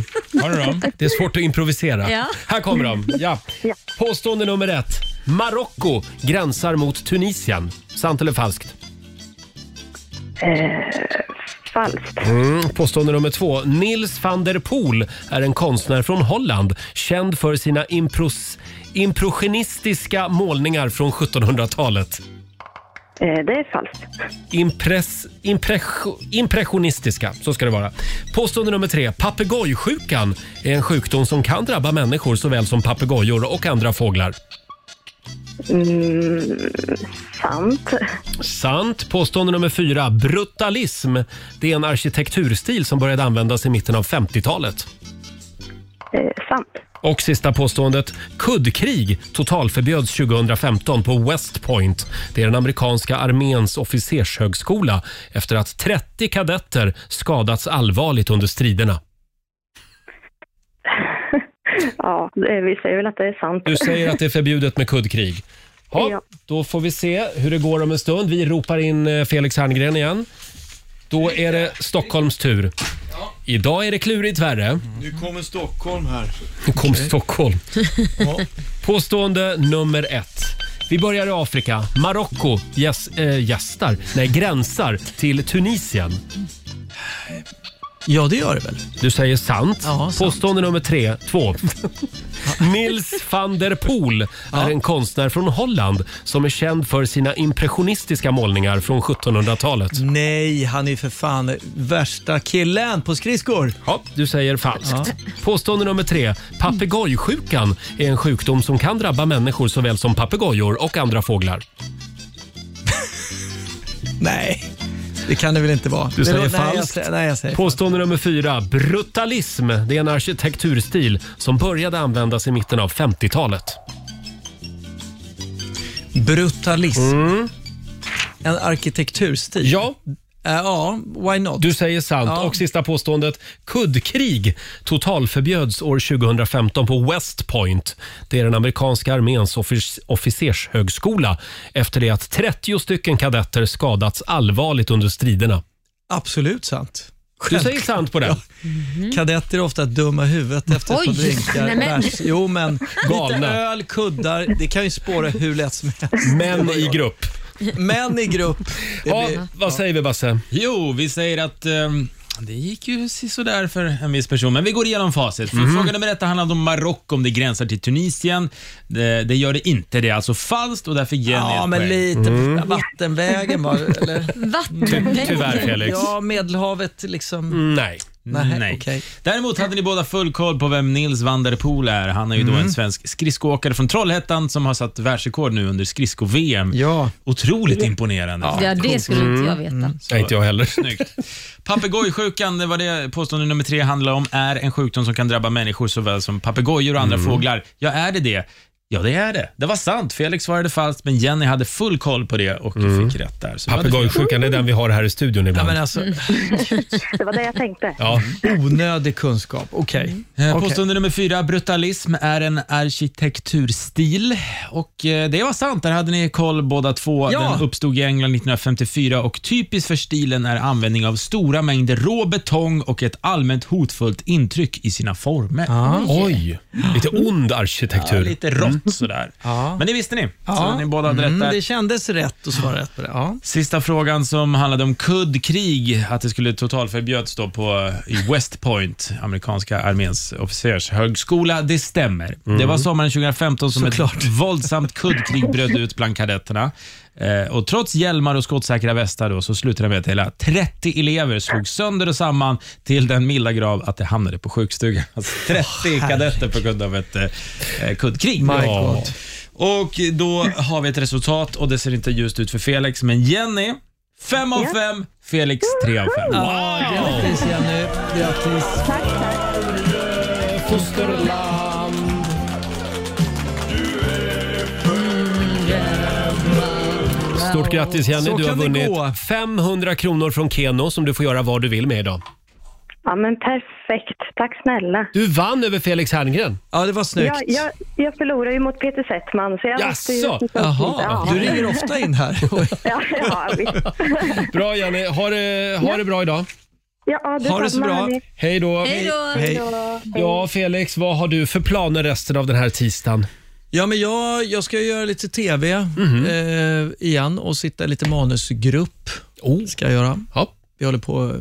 Speaker 1: Har du dem? Det är svårt att improvisera.
Speaker 3: Ja.
Speaker 1: Här kommer de. Ja. Påstående nummer ett. Marocko gränsar mot Tunisien. Sant eller falskt?
Speaker 6: Falskt.
Speaker 1: Mm. Påstående nummer två. Nils van der Poel är en konstnär från Holland känd för sina impros impressionistiska målningar från 1700-talet.
Speaker 6: Eh, Det är falskt.
Speaker 1: Impress, impression, impressionistiska, så ska det vara. Påstående nummer tre. Papegojsjukan är en sjukdom som kan drabba människor såväl som papegojor och andra fåglar.
Speaker 6: Mm, sant.
Speaker 1: Sant. Påstående nummer fyra. Brutalism. Det är en arkitekturstil som började användas i mitten av 50-talet.
Speaker 6: Eh, Sant.
Speaker 1: Och sista påståendet. Kuddkrig totalförbjöds 2015 på West Point. Det är den amerikanska arméns officershögskola efter att 30 kadetter skadats allvarligt under striderna.
Speaker 6: Ja, eh, vi säger väl att det är sant.
Speaker 1: Du säger att det är förbjudet med kuddkrig. Ja,
Speaker 6: Ja.
Speaker 1: då får vi se hur det går om en stund. Vi ropar in eh, Felix Herngren igen. Då är det Stockholms tur. Idag är det klurigt värre.
Speaker 7: Nu kommer Stockholm här.
Speaker 1: Nu kom Stockholm. Påstående nummer ett. Vi börjar i Afrika. Marocko gäs, eh, gästar, nej, gränsar till Tunisien.
Speaker 7: Ja, det gör det väl?
Speaker 1: Du säger sant.
Speaker 7: Ja, sant.
Speaker 1: Påstående nummer tre, två. Nils van der Poel är en konstnär från Holland som är känd för sina impressionistiska målningar från 1700-talet.
Speaker 7: Nej, han är för fan värsta killen på skridskor.
Speaker 1: Ja, du säger falskt. Påstående nummer tre. Papegojsjukan är en sjukdom som kan drabba människor såväl som papegojor och andra fåglar.
Speaker 7: Nej, det kan det väl inte vara.
Speaker 1: Du säger
Speaker 7: nej, Jag,
Speaker 1: falskt.
Speaker 7: säger- nej, jag säger
Speaker 1: Påstående nummer fyra. Brutalism. Det är en arkitekturstil som började användas i mitten av 50-talet.
Speaker 7: brutalism. En arkitekturstil.
Speaker 1: Mm. Ja,
Speaker 7: Eh, ja, why not?
Speaker 1: du säger sant.
Speaker 7: Ja.
Speaker 1: Och sista påståendet. Kuddkrig totalförbjöds år 2015 på West Point. Det är den amerikanska arméns offic- officershögskola efter det att 30 stycken kadetter skadats allvarligt under striderna.
Speaker 7: Absolut sant.
Speaker 1: Du säger sant på den.
Speaker 7: Kadetter är ofta dumma i huvudet efter ett par
Speaker 3: Oj,
Speaker 7: drinkar.
Speaker 3: nej men.
Speaker 7: Bärs. Jo, men
Speaker 1: Galna.
Speaker 7: lite öl, kuddar, det kan ju spåra hur lätt som helst.
Speaker 1: Män i grupp.
Speaker 7: Män i grupp. Det
Speaker 1: Ja,
Speaker 7: blir-
Speaker 1: vad säger vi Basse?
Speaker 4: Jo, vi säger att ehm, det gick ju sådär för en viss person, men vi går igenom facit. För
Speaker 1: Mhm.
Speaker 4: Fråga nummer ett handlade om Marocko, om det gränsar till Tunisien. Det, det gör det inte, det är alltså falskt och därför ger ni
Speaker 7: Ja,
Speaker 4: ett
Speaker 7: men
Speaker 4: poäng.
Speaker 7: lite Mm. vattenvägen var eller?
Speaker 3: Vattenväg.
Speaker 1: Tyvärr Felix.
Speaker 7: Ja, Medelhavet liksom.
Speaker 1: Nej.
Speaker 7: Nej,
Speaker 4: Nej.
Speaker 7: okej.
Speaker 4: Däremot hade ni båda full koll på vem Nils van der Poel är. Han är ju
Speaker 7: Mm.
Speaker 4: då en svensk skridskoåkare från Trollhättan som har satt världsrekord nu under skridsko-VM.
Speaker 7: Ja.
Speaker 4: Otroligt imponerande.
Speaker 3: Ja, det skulle inte jag veta.
Speaker 1: Nej, inte jag heller.
Speaker 4: Snyggt. Papegojsjukan, det var det påstående nummer tre handlar om, är en sjukdom som kan drabba människor såväl som papegojor och andra
Speaker 7: Mm.
Speaker 4: fåglar. Ja, är det det? Ja, det är det. Det var sant. Felix svarade falskt, men Jenny hade full koll på det och fick rätt där. Så det var det fel.
Speaker 1: Papegojsjukan det är den vi har här i studion
Speaker 7: Mm. Ja,
Speaker 1: ibland.
Speaker 7: men alltså,
Speaker 6: Det var det jag tänkte.
Speaker 1: Ja.
Speaker 7: Mm. onödig kunskap. Okej.
Speaker 4: Eh,
Speaker 7: Okej.
Speaker 4: Påstående nummer fyra, brutalism är en arkitekturstil. Och eh, det var sant, där hade ni koll båda två.
Speaker 7: Ja.
Speaker 4: Den uppstod i England 1954 och typiskt för stilen är användning av stora mängder rå betong och ett allmänt hotfullt intryck i sina former.
Speaker 7: Ah.
Speaker 1: Oj, lite ond
Speaker 4: Ja,
Speaker 1: arkitektur.
Speaker 4: lite rått sådär.
Speaker 7: Mm. Ja.
Speaker 4: Men det visste ni, så
Speaker 7: Ja.
Speaker 4: ni båda hade rätt
Speaker 7: Mm,
Speaker 4: där.
Speaker 7: det kändes rätt att svara rätt på det. Ja.
Speaker 4: Sista frågan som handlade om kuddkrig, att det skulle totalförbjöds då på, i West Point, amerikanska arméns officershögskola. Det stämmer. Det
Speaker 7: Mm.
Speaker 4: var sommaren 2015 som ett våldsamt kuddkrig bröt ut bland kadetterna. Eh, och trots hjälmar och skottsäkra västar då, så slutade det med att hela 30 elever slog sönder och samman till den milda grav att det hamnade på sjukstugan. Alltså 30 kadetter på grund av ett eh, kuddkrig.
Speaker 7: My God.
Speaker 4: Och då har vi ett resultat och det ser inte ljust ut för Felix, men Jenny, 5 av 5, Felix 3 av 5.
Speaker 7: Ja, Grattis Jenny. Grattis.
Speaker 6: Tack, tack.
Speaker 1: Stort grattis Jenny,
Speaker 7: Så
Speaker 1: du har
Speaker 7: kan det gå.
Speaker 1: vunnit 500 kronor från Keno som du får göra vad du vill med idag.
Speaker 6: Ja, men perfekt. Tack snälla.
Speaker 1: Du vann över Felix Herngren.
Speaker 7: Ja, det var snyggt.
Speaker 6: Jag, jag, jag förlorar ju mot Peter Settman, så jag måste ju...
Speaker 1: Jaså?
Speaker 7: Jaha,
Speaker 6: Ja,
Speaker 7: du ringer ofta in här.
Speaker 6: ja, ja, visst.
Speaker 1: Bra Jenny, ha det, ha det bra idag.
Speaker 6: ja, det
Speaker 7: Ha det så bra.
Speaker 1: Hej då.
Speaker 3: Hej då!
Speaker 7: Hej.
Speaker 1: Ja Felix, vad har du för planer resten av den här tisdagen?
Speaker 7: Ja, men jag, jag ska göra lite TV eh, igen och sitta i lite manusgrupp.
Speaker 1: Oh.
Speaker 7: Ska jag göra.
Speaker 1: Ja.
Speaker 7: Vi håller på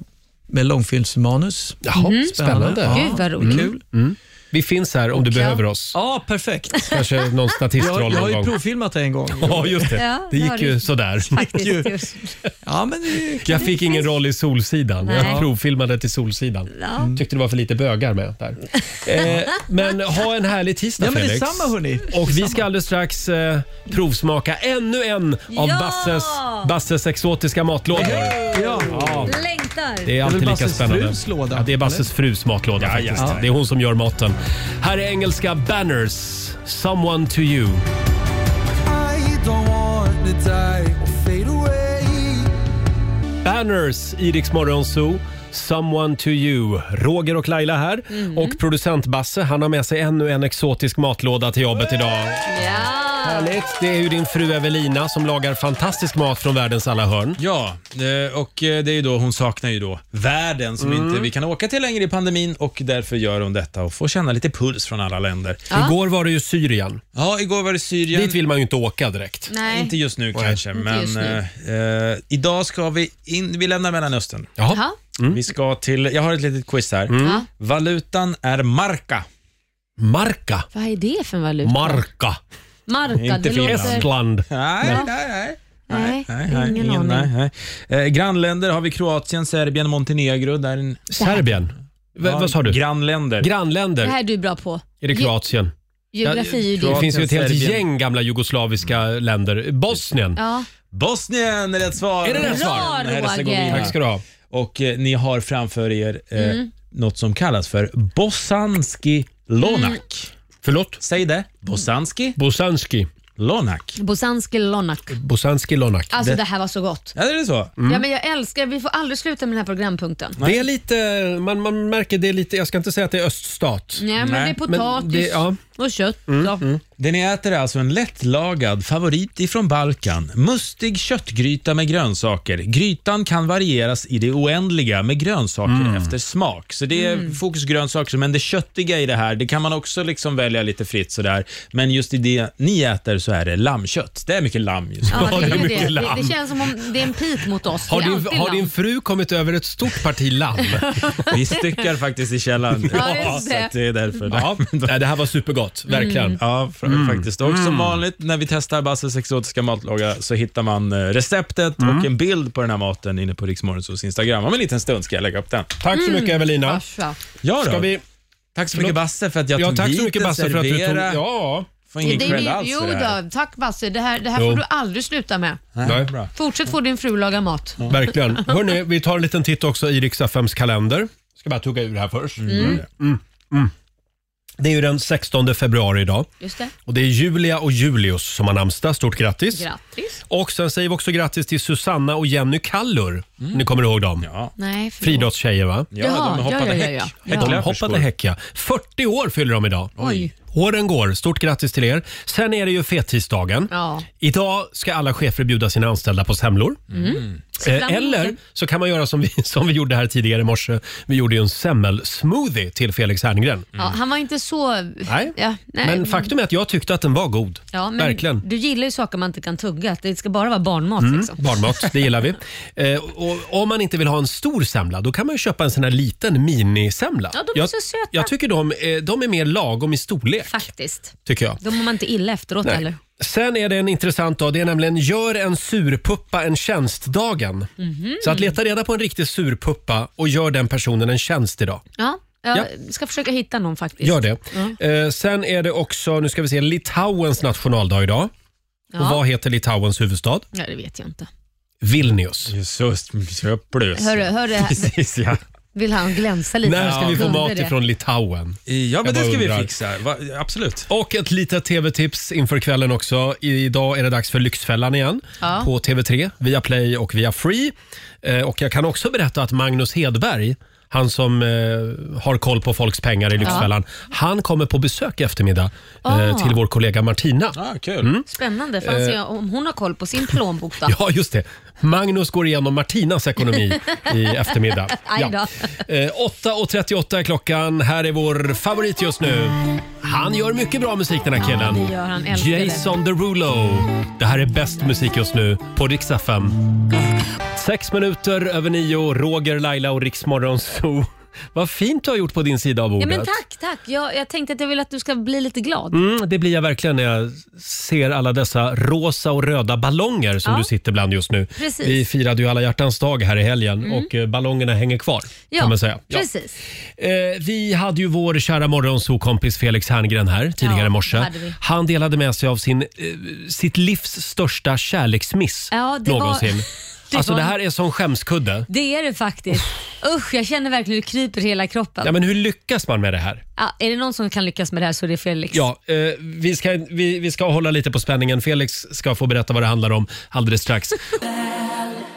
Speaker 7: med långfilmsmanus.
Speaker 1: Jaha, spännande.
Speaker 7: Ja,
Speaker 3: Gud, vad roligt.
Speaker 7: Kul.
Speaker 1: Vi finns här om du behöver oss.
Speaker 7: Ja, perfekt.
Speaker 1: Kanske någon
Speaker 7: Jag,
Speaker 1: statistroll
Speaker 7: jag har
Speaker 1: någon
Speaker 7: ju
Speaker 1: gång.
Speaker 7: provfilmat det en gång.
Speaker 1: Ja, just det.
Speaker 3: Ja,
Speaker 1: Det
Speaker 3: det
Speaker 1: gick
Speaker 3: har
Speaker 1: ju
Speaker 3: du.
Speaker 1: sådär.
Speaker 3: Faktiskt.
Speaker 7: ju.
Speaker 3: just.
Speaker 7: Ja, men det är
Speaker 1: Jag fick ingen roll i Solsidan. Jag
Speaker 3: Nej.
Speaker 1: provfilmade till Solsidan.
Speaker 3: Ja.
Speaker 7: Mm.
Speaker 1: Tyckte det var för lite bögar med där. Eh, men ha en härlig tisdag
Speaker 7: Ja, men
Speaker 1: Felix.
Speaker 7: detsamma hörni.
Speaker 1: Och vi ska alldeles strax eh, provsmaka ännu en av
Speaker 3: Ja!
Speaker 1: Basses, Basses exotiska matlådor.
Speaker 7: Ja.
Speaker 1: Ja,
Speaker 3: Längtar!
Speaker 1: det är alltid
Speaker 7: väl
Speaker 1: lika
Speaker 7: Basses
Speaker 1: spännande.
Speaker 7: frus låda,
Speaker 1: ja, det är Basses frus matlåda faktiskt.
Speaker 7: ja.
Speaker 1: Det är hon som gör maten. Här är engelska Banners, Someone to you. Banners i Rix Morgon Zoo. Someone to you. Roger och Laila här.
Speaker 7: Mhm.
Speaker 1: Och producent Basse, han har med sig ännu en exotisk matlåda till jobbet idag.
Speaker 3: Ja!
Speaker 1: Härligt. Det är ju din fru Evelina som lagar fantastisk mat från världens alla hörn.
Speaker 4: Ja, eh, och eh, det är ju då, hon saknar ju då världen som inte vi kan åka till längre i pandemin och därför gör hon detta och får känna lite puls från alla länder.
Speaker 1: Igår var det ju Syrien.
Speaker 4: Ja, igår var det Syrien.
Speaker 1: Dit vill man ju inte åka direkt.
Speaker 3: Nej.
Speaker 4: Inte just nu kanske,
Speaker 3: inte
Speaker 4: men
Speaker 3: just nu.
Speaker 4: eh, eh, idag ska vi in, vi lämnar Mellanöstern. Mm.
Speaker 1: Jaha.
Speaker 3: Jaha. Mm.
Speaker 4: Vi ska till, jag har ett litet quiz här.
Speaker 1: Mm.
Speaker 3: Ja.
Speaker 4: Valutan är marka.
Speaker 1: Marka.
Speaker 3: Vad är det för valuta?
Speaker 1: Marka.
Speaker 3: Marka.
Speaker 4: Inte
Speaker 3: det
Speaker 4: Finland.
Speaker 3: låter...
Speaker 1: Estland.
Speaker 4: Nej, nej, nej.
Speaker 3: Nej,
Speaker 4: Nej, nej,
Speaker 3: ingen aning.
Speaker 4: nej, nej. Eh, grannländer har vi Kroatien, Serbien, Montenegro. Där är en,
Speaker 1: Serbien. V- vad sa du?
Speaker 4: Grannländer.
Speaker 3: Det
Speaker 1: Grannländer.
Speaker 3: här är du bra på.
Speaker 1: Är det Kroatien?
Speaker 3: Geografi är ju
Speaker 1: Det
Speaker 4: Kroatien,
Speaker 3: din.
Speaker 1: finns ju ett helt
Speaker 4: Serbien. Mm.
Speaker 1: gäng gamla jugoslaviska länder. Bosnien.
Speaker 3: Ja.
Speaker 4: Bosnien är rätt svar.
Speaker 1: Är det rätt svar?
Speaker 3: Bra
Speaker 4: Herzegovina.
Speaker 3: Roger!
Speaker 1: Tack ska du ha.
Speaker 4: Och eh, ni har framför er eh,
Speaker 3: Mm.
Speaker 4: något som kallas för Bosanski Lonak.
Speaker 3: Mm.
Speaker 1: Förlåt?
Speaker 4: Säg det. Bosanski
Speaker 1: Bosanski.
Speaker 4: Lonak.
Speaker 3: Bosanski Lonak.
Speaker 1: Bosanski Lonak.
Speaker 3: Alltså det här var så gott.
Speaker 4: Ja, det är det så?
Speaker 1: Mm.
Speaker 3: Ja, men jag älskar, vi får aldrig sluta med den här programpunkten.
Speaker 1: Det är lite, man, man märker det är lite, jag ska inte säga att det är öststat.
Speaker 3: Nej, men
Speaker 4: Nej,
Speaker 3: det är potatis
Speaker 1: det- ja. Mm.
Speaker 3: och kött. då.
Speaker 4: Det ni äter är alltså en lättlagad favorit ifrån Balkan. Mustig köttgryta med grönsaker. Grytan kan varieras i det oändliga med grönsaker efter smak. Så det är
Speaker 3: Mm.
Speaker 4: fokus grönsaker, men det köttiga i det här, det kan man också liksom välja lite fritt sådär. Men just i det ni äter så är det lammkött. Det är mycket lamm just nu.
Speaker 1: Ja,
Speaker 3: Ja, det,
Speaker 1: det är
Speaker 3: är
Speaker 1: mycket
Speaker 3: det. Det,
Speaker 1: lamm.
Speaker 3: det känns som om det är en pik mot oss.
Speaker 1: Har
Speaker 3: det är
Speaker 1: din,
Speaker 3: alltid
Speaker 1: har
Speaker 3: lamm.
Speaker 1: din fru kommit över ett stort parti lamm?
Speaker 4: Vi styckar faktiskt i källaren.
Speaker 3: Ja, just
Speaker 4: så
Speaker 3: det.
Speaker 4: att det är därför.
Speaker 1: ja, nej, det här var supergott, verkligen.
Speaker 3: Mm.
Speaker 4: Ja, f-
Speaker 1: Mm.
Speaker 4: faktiskt. Och som vanligt när vi testar Basses exotiska matlaga så hittar man eh, receptet
Speaker 1: Mm.
Speaker 4: och en bild på den här maten inne på Riksmorgonsols Instagram. Om en liten stund ska jag lägga upp den.
Speaker 1: Tack så
Speaker 3: Mm.
Speaker 1: mycket Evelina.
Speaker 3: Farsa.
Speaker 4: Ja, då.
Speaker 1: Ska vi,
Speaker 4: Tack så
Speaker 1: Förlåt.
Speaker 4: mycket Basse för att jag
Speaker 1: ja,
Speaker 4: tog
Speaker 1: tack
Speaker 4: hit
Speaker 1: så mycket
Speaker 4: en
Speaker 1: Basse för att du tog...
Speaker 4: servera.
Speaker 1: Ja,
Speaker 4: Får
Speaker 3: Det,
Speaker 4: ingen
Speaker 3: är
Speaker 4: cred
Speaker 3: ju-
Speaker 4: alls
Speaker 3: jo
Speaker 4: för det här.
Speaker 3: då, tack Basse. Det här, det här
Speaker 1: Jo.
Speaker 3: får du aldrig sluta med.
Speaker 1: Nej.
Speaker 4: bra.
Speaker 3: Fortsätt få din fru laga mat.
Speaker 1: verkligen. Hörni, vi tar en liten titt också i Rix FMs kalender. Ska bara tugga ur här först. Mm. Mm. Det är ju den 16 februari idag
Speaker 3: Just det.
Speaker 1: och det är Julia och Julius som har namnsdag. Stort grattis!
Speaker 3: Grattis.
Speaker 1: Och sen säger vi också grattis till Susanna och Jenny Kallur. Ni kommer ihåg dem?
Speaker 4: Ja,
Speaker 3: Nej, förlåt.
Speaker 1: Friidrottstjejer va?
Speaker 4: ja
Speaker 3: Jaha,
Speaker 4: de hoppade
Speaker 3: ja, ja, ja,
Speaker 4: häck.
Speaker 3: ja.
Speaker 1: De
Speaker 4: Häcklöperskor.
Speaker 1: hoppade häck ja. 40 år fyller de idag.
Speaker 3: Oj.
Speaker 1: Åren går. Stort grattis till er. Sen är det ju fettisdagen.
Speaker 3: Ja.
Speaker 1: Idag ska alla chefer bjuda sina anställda på semlor. Eh,
Speaker 3: fram
Speaker 1: eller
Speaker 3: emot
Speaker 1: så kan man göra som vi, som vi gjorde här tidigare i morse. Vi gjorde ju en semmelsmoothie till Felix Herngren.
Speaker 3: Ja, han var inte så...
Speaker 1: Nej.
Speaker 3: Ja, nej.
Speaker 1: Men faktum är att jag tyckte att den var god.
Speaker 3: ja, men
Speaker 1: Verkligen. Mm.
Speaker 3: Du gillar ju saker man inte kan tugga. Det ska bara vara barnmat. Liksom.
Speaker 1: Barnmat, det gillar vi. Eh, och om man inte vill ha en stor semla, då kan man ju köpa en sån här liten minisemla.
Speaker 3: Ja, de är
Speaker 1: jag,
Speaker 3: så söta.
Speaker 1: jag tycker de, eh, de är mer lagom i storlek,
Speaker 3: Faktiskt.
Speaker 1: tycker jag.
Speaker 3: Då mår man inte illa efteråt heller.
Speaker 1: Sen är det en intressant dag. Det är nämligen gör en surpuppa en tjänstdagen.
Speaker 3: Mhm.
Speaker 1: Så att leta reda på en riktig surpuppa och gör den personen en tjänst idag.
Speaker 3: Ja, jag ska försöka hitta någon faktiskt. Mm.
Speaker 1: Gör det. Eh, sen är det också, nu ska vi se, Litauens nationaldag idag.
Speaker 3: Ja.
Speaker 1: Och vad heter Litauens huvudstad?
Speaker 3: Nej, det vet jag inte.
Speaker 1: Vilnius.
Speaker 4: Jesus, köplös.
Speaker 3: Hörru, hörru,
Speaker 4: Precis, ja.
Speaker 3: vill han glänsa lite?
Speaker 1: När ska vi få
Speaker 3: Kunde
Speaker 1: mat
Speaker 3: det?
Speaker 1: ifrån Litauen?
Speaker 4: ja, men
Speaker 1: bara
Speaker 4: det ska
Speaker 1: undrar.
Speaker 4: vi fixa. Va, absolut.
Speaker 1: Och ett litet tv-tips inför kvällen också. Idag är det dags för Lyxfällan igen
Speaker 3: Ja.
Speaker 1: på TV3, via Play och via Free. Eh, och jag kan också berätta att Magnus Hedberg, han som eh, har koll på folks pengar i Lyxfällan, han kommer på besök i eftermiddag eh,
Speaker 3: Ah.
Speaker 1: till vår kollega Martina.
Speaker 4: Ah, kul.
Speaker 1: Mm.
Speaker 3: Spännande, för han ser om hon har koll på sin plånbok då.
Speaker 1: Eh. Ja, just det. Magnus går igenom Martinas ekonomi i eftermiddag.
Speaker 3: Aj då.
Speaker 1: Ja. Eh, 8.38 är klockan. Här är vår favorit just nu. Han gör mycket bra musik den här killen.
Speaker 3: det gör han. Älskar det.
Speaker 1: Jason Derulo. Det här är bäst musik just nu på Rix FM. Sex minuter över nio, Roger, Laila och Rix Morgon Zoo. Vad fint du har gjort på din sida av
Speaker 3: Ja,
Speaker 1: bordet.
Speaker 3: men tack, tack. Jag, jag tänkte att jag vill att du ska bli lite glad.
Speaker 1: Mm, det blir jag verkligen när jag ser alla dessa rosa och röda ballonger som
Speaker 3: Ja.
Speaker 1: du sitter bland just nu.
Speaker 3: Precis. Mm.
Speaker 1: Vi firade ju alla hjärtans dag här i helgen och eh, ballongerna hänger kvar.
Speaker 3: Ja,
Speaker 1: kan man säga. Ja.
Speaker 3: precis.
Speaker 1: Eh, vi hade ju vår kära morgonsokompis Felix Herngren här tidigare
Speaker 3: Ja,
Speaker 1: i morse.
Speaker 3: det hade vi.
Speaker 1: Han delade med sig av sin, eh, sitt livs största kärleksmiss
Speaker 3: Ja, det var-
Speaker 1: någonsin.
Speaker 3: det
Speaker 1: alltså
Speaker 3: var-
Speaker 1: det här är som skämskudde.
Speaker 3: Det är det faktiskt. Usch, jag känner verkligen hur det kryper i hela kroppen.
Speaker 1: Ja, men hur lyckas man med det här?
Speaker 3: Ja, är det någon som kan lyckas med det här så är det Felix.
Speaker 1: Ja, eh, vi, ska, vi, vi ska hålla lite på spänningen. Felix ska få berätta vad det handlar om alldeles strax.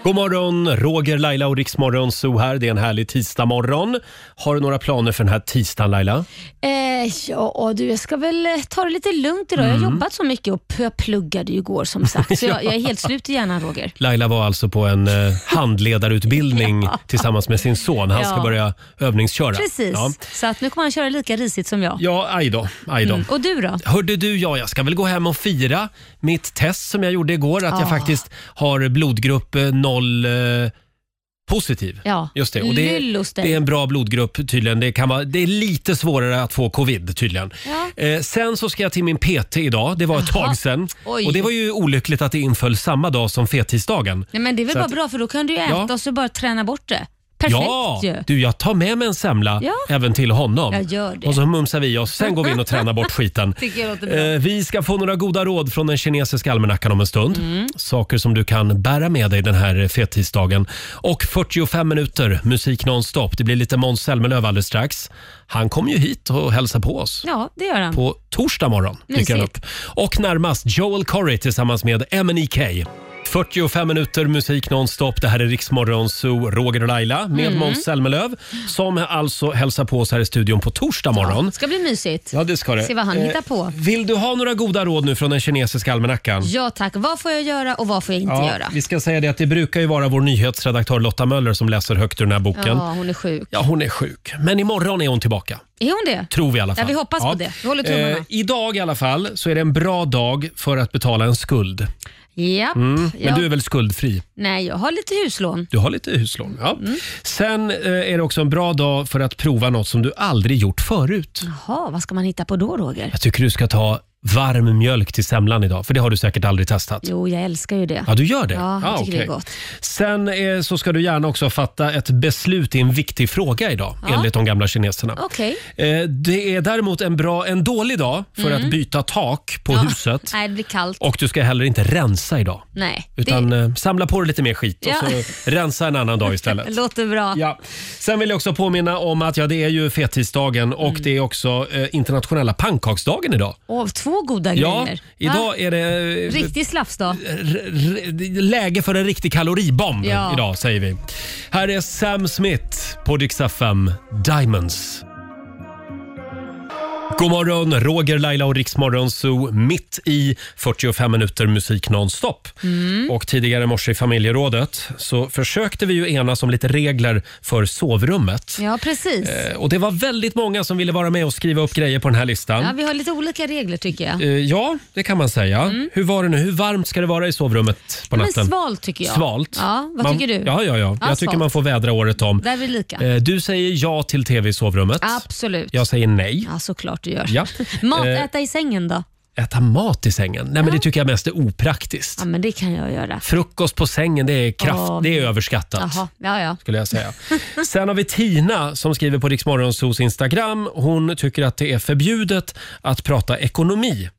Speaker 1: God morgon, Roger, Laila och Riksmorgon Zoo här. Det är en härlig tisdagmorgon. Har du några planer för den här tisdagen Laila?
Speaker 3: Eh, ja du, jag ska väl eh, ta det lite lugnt idag.
Speaker 1: Mm.
Speaker 3: Jag har jobbat så mycket och jag pluggade ju igår som sagt. Så jag, jag är helt slut i hjärnan Roger.
Speaker 1: Laila var alltså på en eh, handledarutbildning tillsammans med sin son. Han ska
Speaker 3: Ja.
Speaker 1: börja övningsköra.
Speaker 3: Precis,
Speaker 1: Ja,
Speaker 3: så att nu kommer han köra lika risigt som jag.
Speaker 1: ja aj då. Aj då.
Speaker 3: Mm. Och du då?
Speaker 1: Hörde du, ja, jag ska väl gå hem och fira mitt test som jag gjorde igår. Att jag
Speaker 3: Ja.
Speaker 1: faktiskt har blodgrupp eh, 0 eh, positiv.
Speaker 3: Ja,
Speaker 1: Just det. Och det,
Speaker 3: Lyllos dig.
Speaker 1: det är en bra blodgrupp tydligen. Det, kan vara, det är lite svårare att få covid tydligen.
Speaker 3: Ja.
Speaker 1: Eh, sen så ska jag till min PT idag. Det var ett
Speaker 3: Jaha.
Speaker 1: tag sen.
Speaker 3: Oj.
Speaker 1: Och det var ju olyckligt att det inföll samma dag som fettisdagen.
Speaker 3: Nej, men det är väl
Speaker 1: Så
Speaker 3: bara
Speaker 1: att-
Speaker 3: bra för då kan du ju äta
Speaker 1: Ja.
Speaker 3: och så bara träna bort det. Perfekt
Speaker 1: ja,
Speaker 3: ju.
Speaker 1: du jag tar med mig en semla
Speaker 3: Ja.
Speaker 1: även till honom.
Speaker 3: Jag gör det.
Speaker 1: Och så mumsar vi oss, sen går vi in och tränar bort skiten.
Speaker 3: Tycker jag låter bra.
Speaker 1: Eh, vi ska få några goda råd från den kinesiska almanackan om en stund.
Speaker 3: Mm.
Speaker 1: Saker som du kan bära med dig den här fettisdagen. Och 45 minuter musik nonstop. Det blir lite Måns Zelmerlöw alldeles strax. Han kommer ju hit och hälsar på oss.
Speaker 3: Ja, det gör han.
Speaker 1: På torsdag morgon dyker han upp.
Speaker 3: Mysigt.
Speaker 1: Och närmast Joel Corry tillsammans med M&EK. 45 minuter musik nonstop. Det här är Riksmorgon Zoo, Roger och Laila med
Speaker 3: Mm.
Speaker 1: Måns Zelmerlöw som alltså hälsar på oss här i studion på torsdag morgon.
Speaker 3: Det ska bli mysigt.
Speaker 1: Ja, det ska det.
Speaker 3: Se vad han
Speaker 1: Eh,
Speaker 3: hittar på.
Speaker 1: Vill du ha några goda råd nu från den kinesiska almanackan?
Speaker 3: Ja tack. Vad får jag göra och vad får jag inte göra?
Speaker 1: vi ska säga det att det brukar ju vara vår nyhetsredaktör Lotta Möller som läser högt ur den här boken.
Speaker 3: Ja,
Speaker 1: Ja.
Speaker 3: hon är sjuk.
Speaker 1: hon är sjuk. Men imorgon är hon tillbaka.
Speaker 3: Är hon det?
Speaker 1: Tror vi i alla fall. Eh,
Speaker 3: Ja, vi hoppas på det. Vi håller tummarna.
Speaker 1: idag i alla fall så är det en bra dag för att betala en skuld.
Speaker 3: Japp.
Speaker 1: Mm, Men
Speaker 3: ja.
Speaker 1: du är väl skuldfri?
Speaker 3: Nej, jag har lite huslån.
Speaker 1: Du har lite huslån. Ja.
Speaker 3: Mm.
Speaker 1: Sen eh, är det också en bra dag för att prova något som du aldrig gjort förut.
Speaker 3: Jaha, vad ska man hitta på då Roger?
Speaker 1: Jag tycker du ska ta varm mjölk till semlan idag, för det har du säkert aldrig testat.
Speaker 3: Jo, jag älskar ju det.
Speaker 1: Ja, du gör det? Ah,
Speaker 3: Ja, jag tycker det är
Speaker 1: okej.
Speaker 3: gott.
Speaker 1: Sen eh, så ska du gärna också fatta ett beslut i en viktig fråga idag, enligt de gamla kineserna.
Speaker 3: Okej.
Speaker 1: Eh, Det är däremot en, bra, en dålig dag för att byta tak på huset.
Speaker 3: Mm. Nej, det blir kallt.
Speaker 1: Och du ska heller inte rensa idag.
Speaker 3: Nej,
Speaker 1: Utan
Speaker 3: det
Speaker 1: eh, samla på dig lite mer skit och
Speaker 3: Ja.
Speaker 1: så rensa en annan dag istället.
Speaker 3: låter bra.
Speaker 1: Ja. Sen vill jag också påminna om att ja, det är ju fettisdagen och
Speaker 3: Mm.
Speaker 1: det är också eh, internationella pannkaksdagen idag.
Speaker 3: Åh, två goda
Speaker 1: Ja,
Speaker 3: grejer. Va?
Speaker 1: idag är det... eh,
Speaker 3: Riktig slafsdag.
Speaker 1: r- r- läge för en riktig kaloribomb
Speaker 3: Ja.
Speaker 1: idag säger vi. Här är Sam Smith på Dix FM, Diamonds. God morgon, Roger, Laila och Riksmorgon Zoo mitt i 45 minuter musik nonstop.
Speaker 3: Mm.
Speaker 1: Och tidigare i morse i familjerådet så försökte vi ju enas om lite regler för sovrummet.
Speaker 3: Ja, precis.
Speaker 1: Eh, Och det var väldigt många som ville vara med och skriva upp grejer på den här listan.
Speaker 3: Ja, vi har lite olika regler tycker jag.
Speaker 1: Eh, Ja, det kan man säga. Hur var det nu? Hur varmt ska det vara i sovrummet på
Speaker 3: Mm. Men
Speaker 1: natten?
Speaker 3: svalt tycker jag.
Speaker 1: Svalt.
Speaker 3: Ja, vad
Speaker 1: man,
Speaker 3: tycker du?
Speaker 1: Ja, ja, ja. Jag tycker
Speaker 3: Ja, svalt.
Speaker 1: man får vädra året om.
Speaker 3: Där är vi lika.
Speaker 1: Eh, Du säger ja till tv i sovrummet.
Speaker 3: Absolut.
Speaker 1: Jag säger nej.
Speaker 3: Ja, såklart du gör.
Speaker 1: Ja.
Speaker 3: Mat,
Speaker 1: Eh.
Speaker 3: äta i sängen då?
Speaker 1: Äta mat i sängen? Nej, men det tycker jag mest är opraktiskt.
Speaker 3: Ja, men det kan jag göra.
Speaker 1: Frukost på sängen, det är, kraft,
Speaker 3: Ja.
Speaker 1: det är överskattat.
Speaker 3: Jaha, ja, ja.
Speaker 1: Skulle jag säga. Sen har vi Tina som skriver på Riksmorgonsos Instagram. Hon tycker att det är förbjudet att prata ekonomi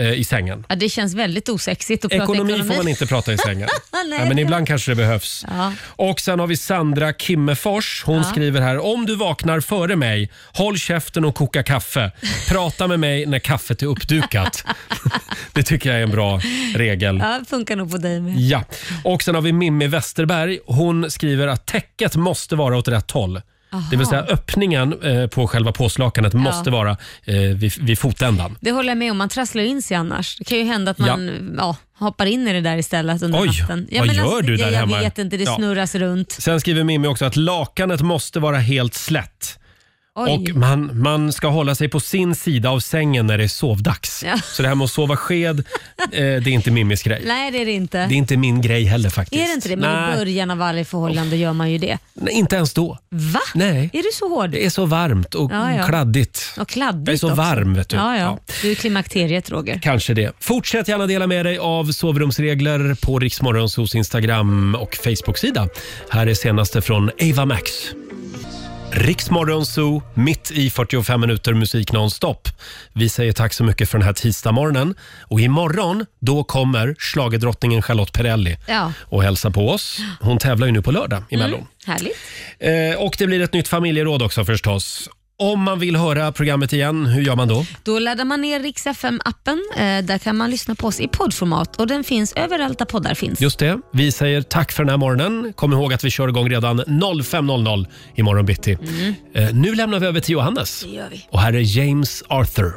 Speaker 1: eh, i sängen.
Speaker 3: ja. Det känns väldigt osexigt att prata
Speaker 1: Ekonomi,
Speaker 3: ekonomi.
Speaker 1: får man inte prata i sängen.
Speaker 3: Nej.
Speaker 1: men ibland kanske det behövs.
Speaker 3: Ja.
Speaker 1: Och sen har vi Sandra Kimmefors. Hon skriver här, om du vaknar före mig, håll käften och koka kaffe. Prata med mig när kaffet är uppdukat. det tycker jag är en bra regel.
Speaker 3: Ja, funkar nog på dig med.
Speaker 1: Ja, och sen har vi Mimmi Westerberg. Hon skriver att täcket måste vara åt rätt håll. Det vill säga öppningen eh, på själva påslakanet måste vara eh, vid, vid fotändan.
Speaker 3: Det håller jag med om. Man trasslar ju in sig annars. Det kan ju hända att man ja. hoppar in i det där istället under
Speaker 1: Oj,
Speaker 3: natten.
Speaker 1: vad
Speaker 3: men
Speaker 1: gör
Speaker 3: alltså,
Speaker 1: du där
Speaker 3: jag, jag
Speaker 1: hemma?
Speaker 3: Jag vet inte, det
Speaker 1: Ja.
Speaker 3: snurras runt.
Speaker 1: Sen skriver Mimmi också att lakanet måste vara helt slätt.
Speaker 3: Oj.
Speaker 1: Och man, man ska hålla sig på sin sida av sängen när det är sovdags.
Speaker 3: Ja.
Speaker 1: Så det här med att sova sked, eh, det är inte Mimmis grej.
Speaker 3: Nej, det är det inte.
Speaker 1: Det är inte min grej heller faktiskt.
Speaker 3: är det inte det? Men
Speaker 1: Nej,
Speaker 3: i början av varje förhållande gör man ju det.
Speaker 1: nej, inte ens då.
Speaker 3: Va?
Speaker 1: Nej.
Speaker 3: Är du så hård?
Speaker 1: Det är så varmt och
Speaker 3: Ja, ja.
Speaker 1: kladdigt.
Speaker 3: Och kladdigt
Speaker 1: Jag är så
Speaker 3: också.
Speaker 1: varm vet du.
Speaker 3: Ja, ja.
Speaker 1: Ja.
Speaker 3: Du är klimakteriet Roger.
Speaker 1: Kanske det. Fortsätt gärna dela med dig av sovrumsregler på Riksmorgonsos Instagram och Facebook-sida. Här är senaste från Ava Max. Riksmorgonso, mitt i 45 minuter musik nonstop. Vi säger tack så mycket för den här tisdagsmorgonen. Och imorgon, då kommer schlagerdrottningen Charlotte Perrelli
Speaker 3: Ja.
Speaker 1: och hälsa på oss. Hon tävlar ju nu på lördag i Mello.
Speaker 3: Härligt.
Speaker 1: Eh, och det blir ett nytt familjeråd också förstås. Om man vill höra programmet igen, hur gör man då?
Speaker 3: Då laddar man ner Rix FM-appen. Eh, där kan man lyssna på oss i poddformat och den finns överallt där poddar finns.
Speaker 1: Just det. Vi säger tack för den här morgonen. Kom ihåg att vi kör igång redan 05.00 imorgon bitti. Eh, Nu lämnar vi över till Johannes.
Speaker 3: Det gör vi.
Speaker 1: Och här är James Arthur.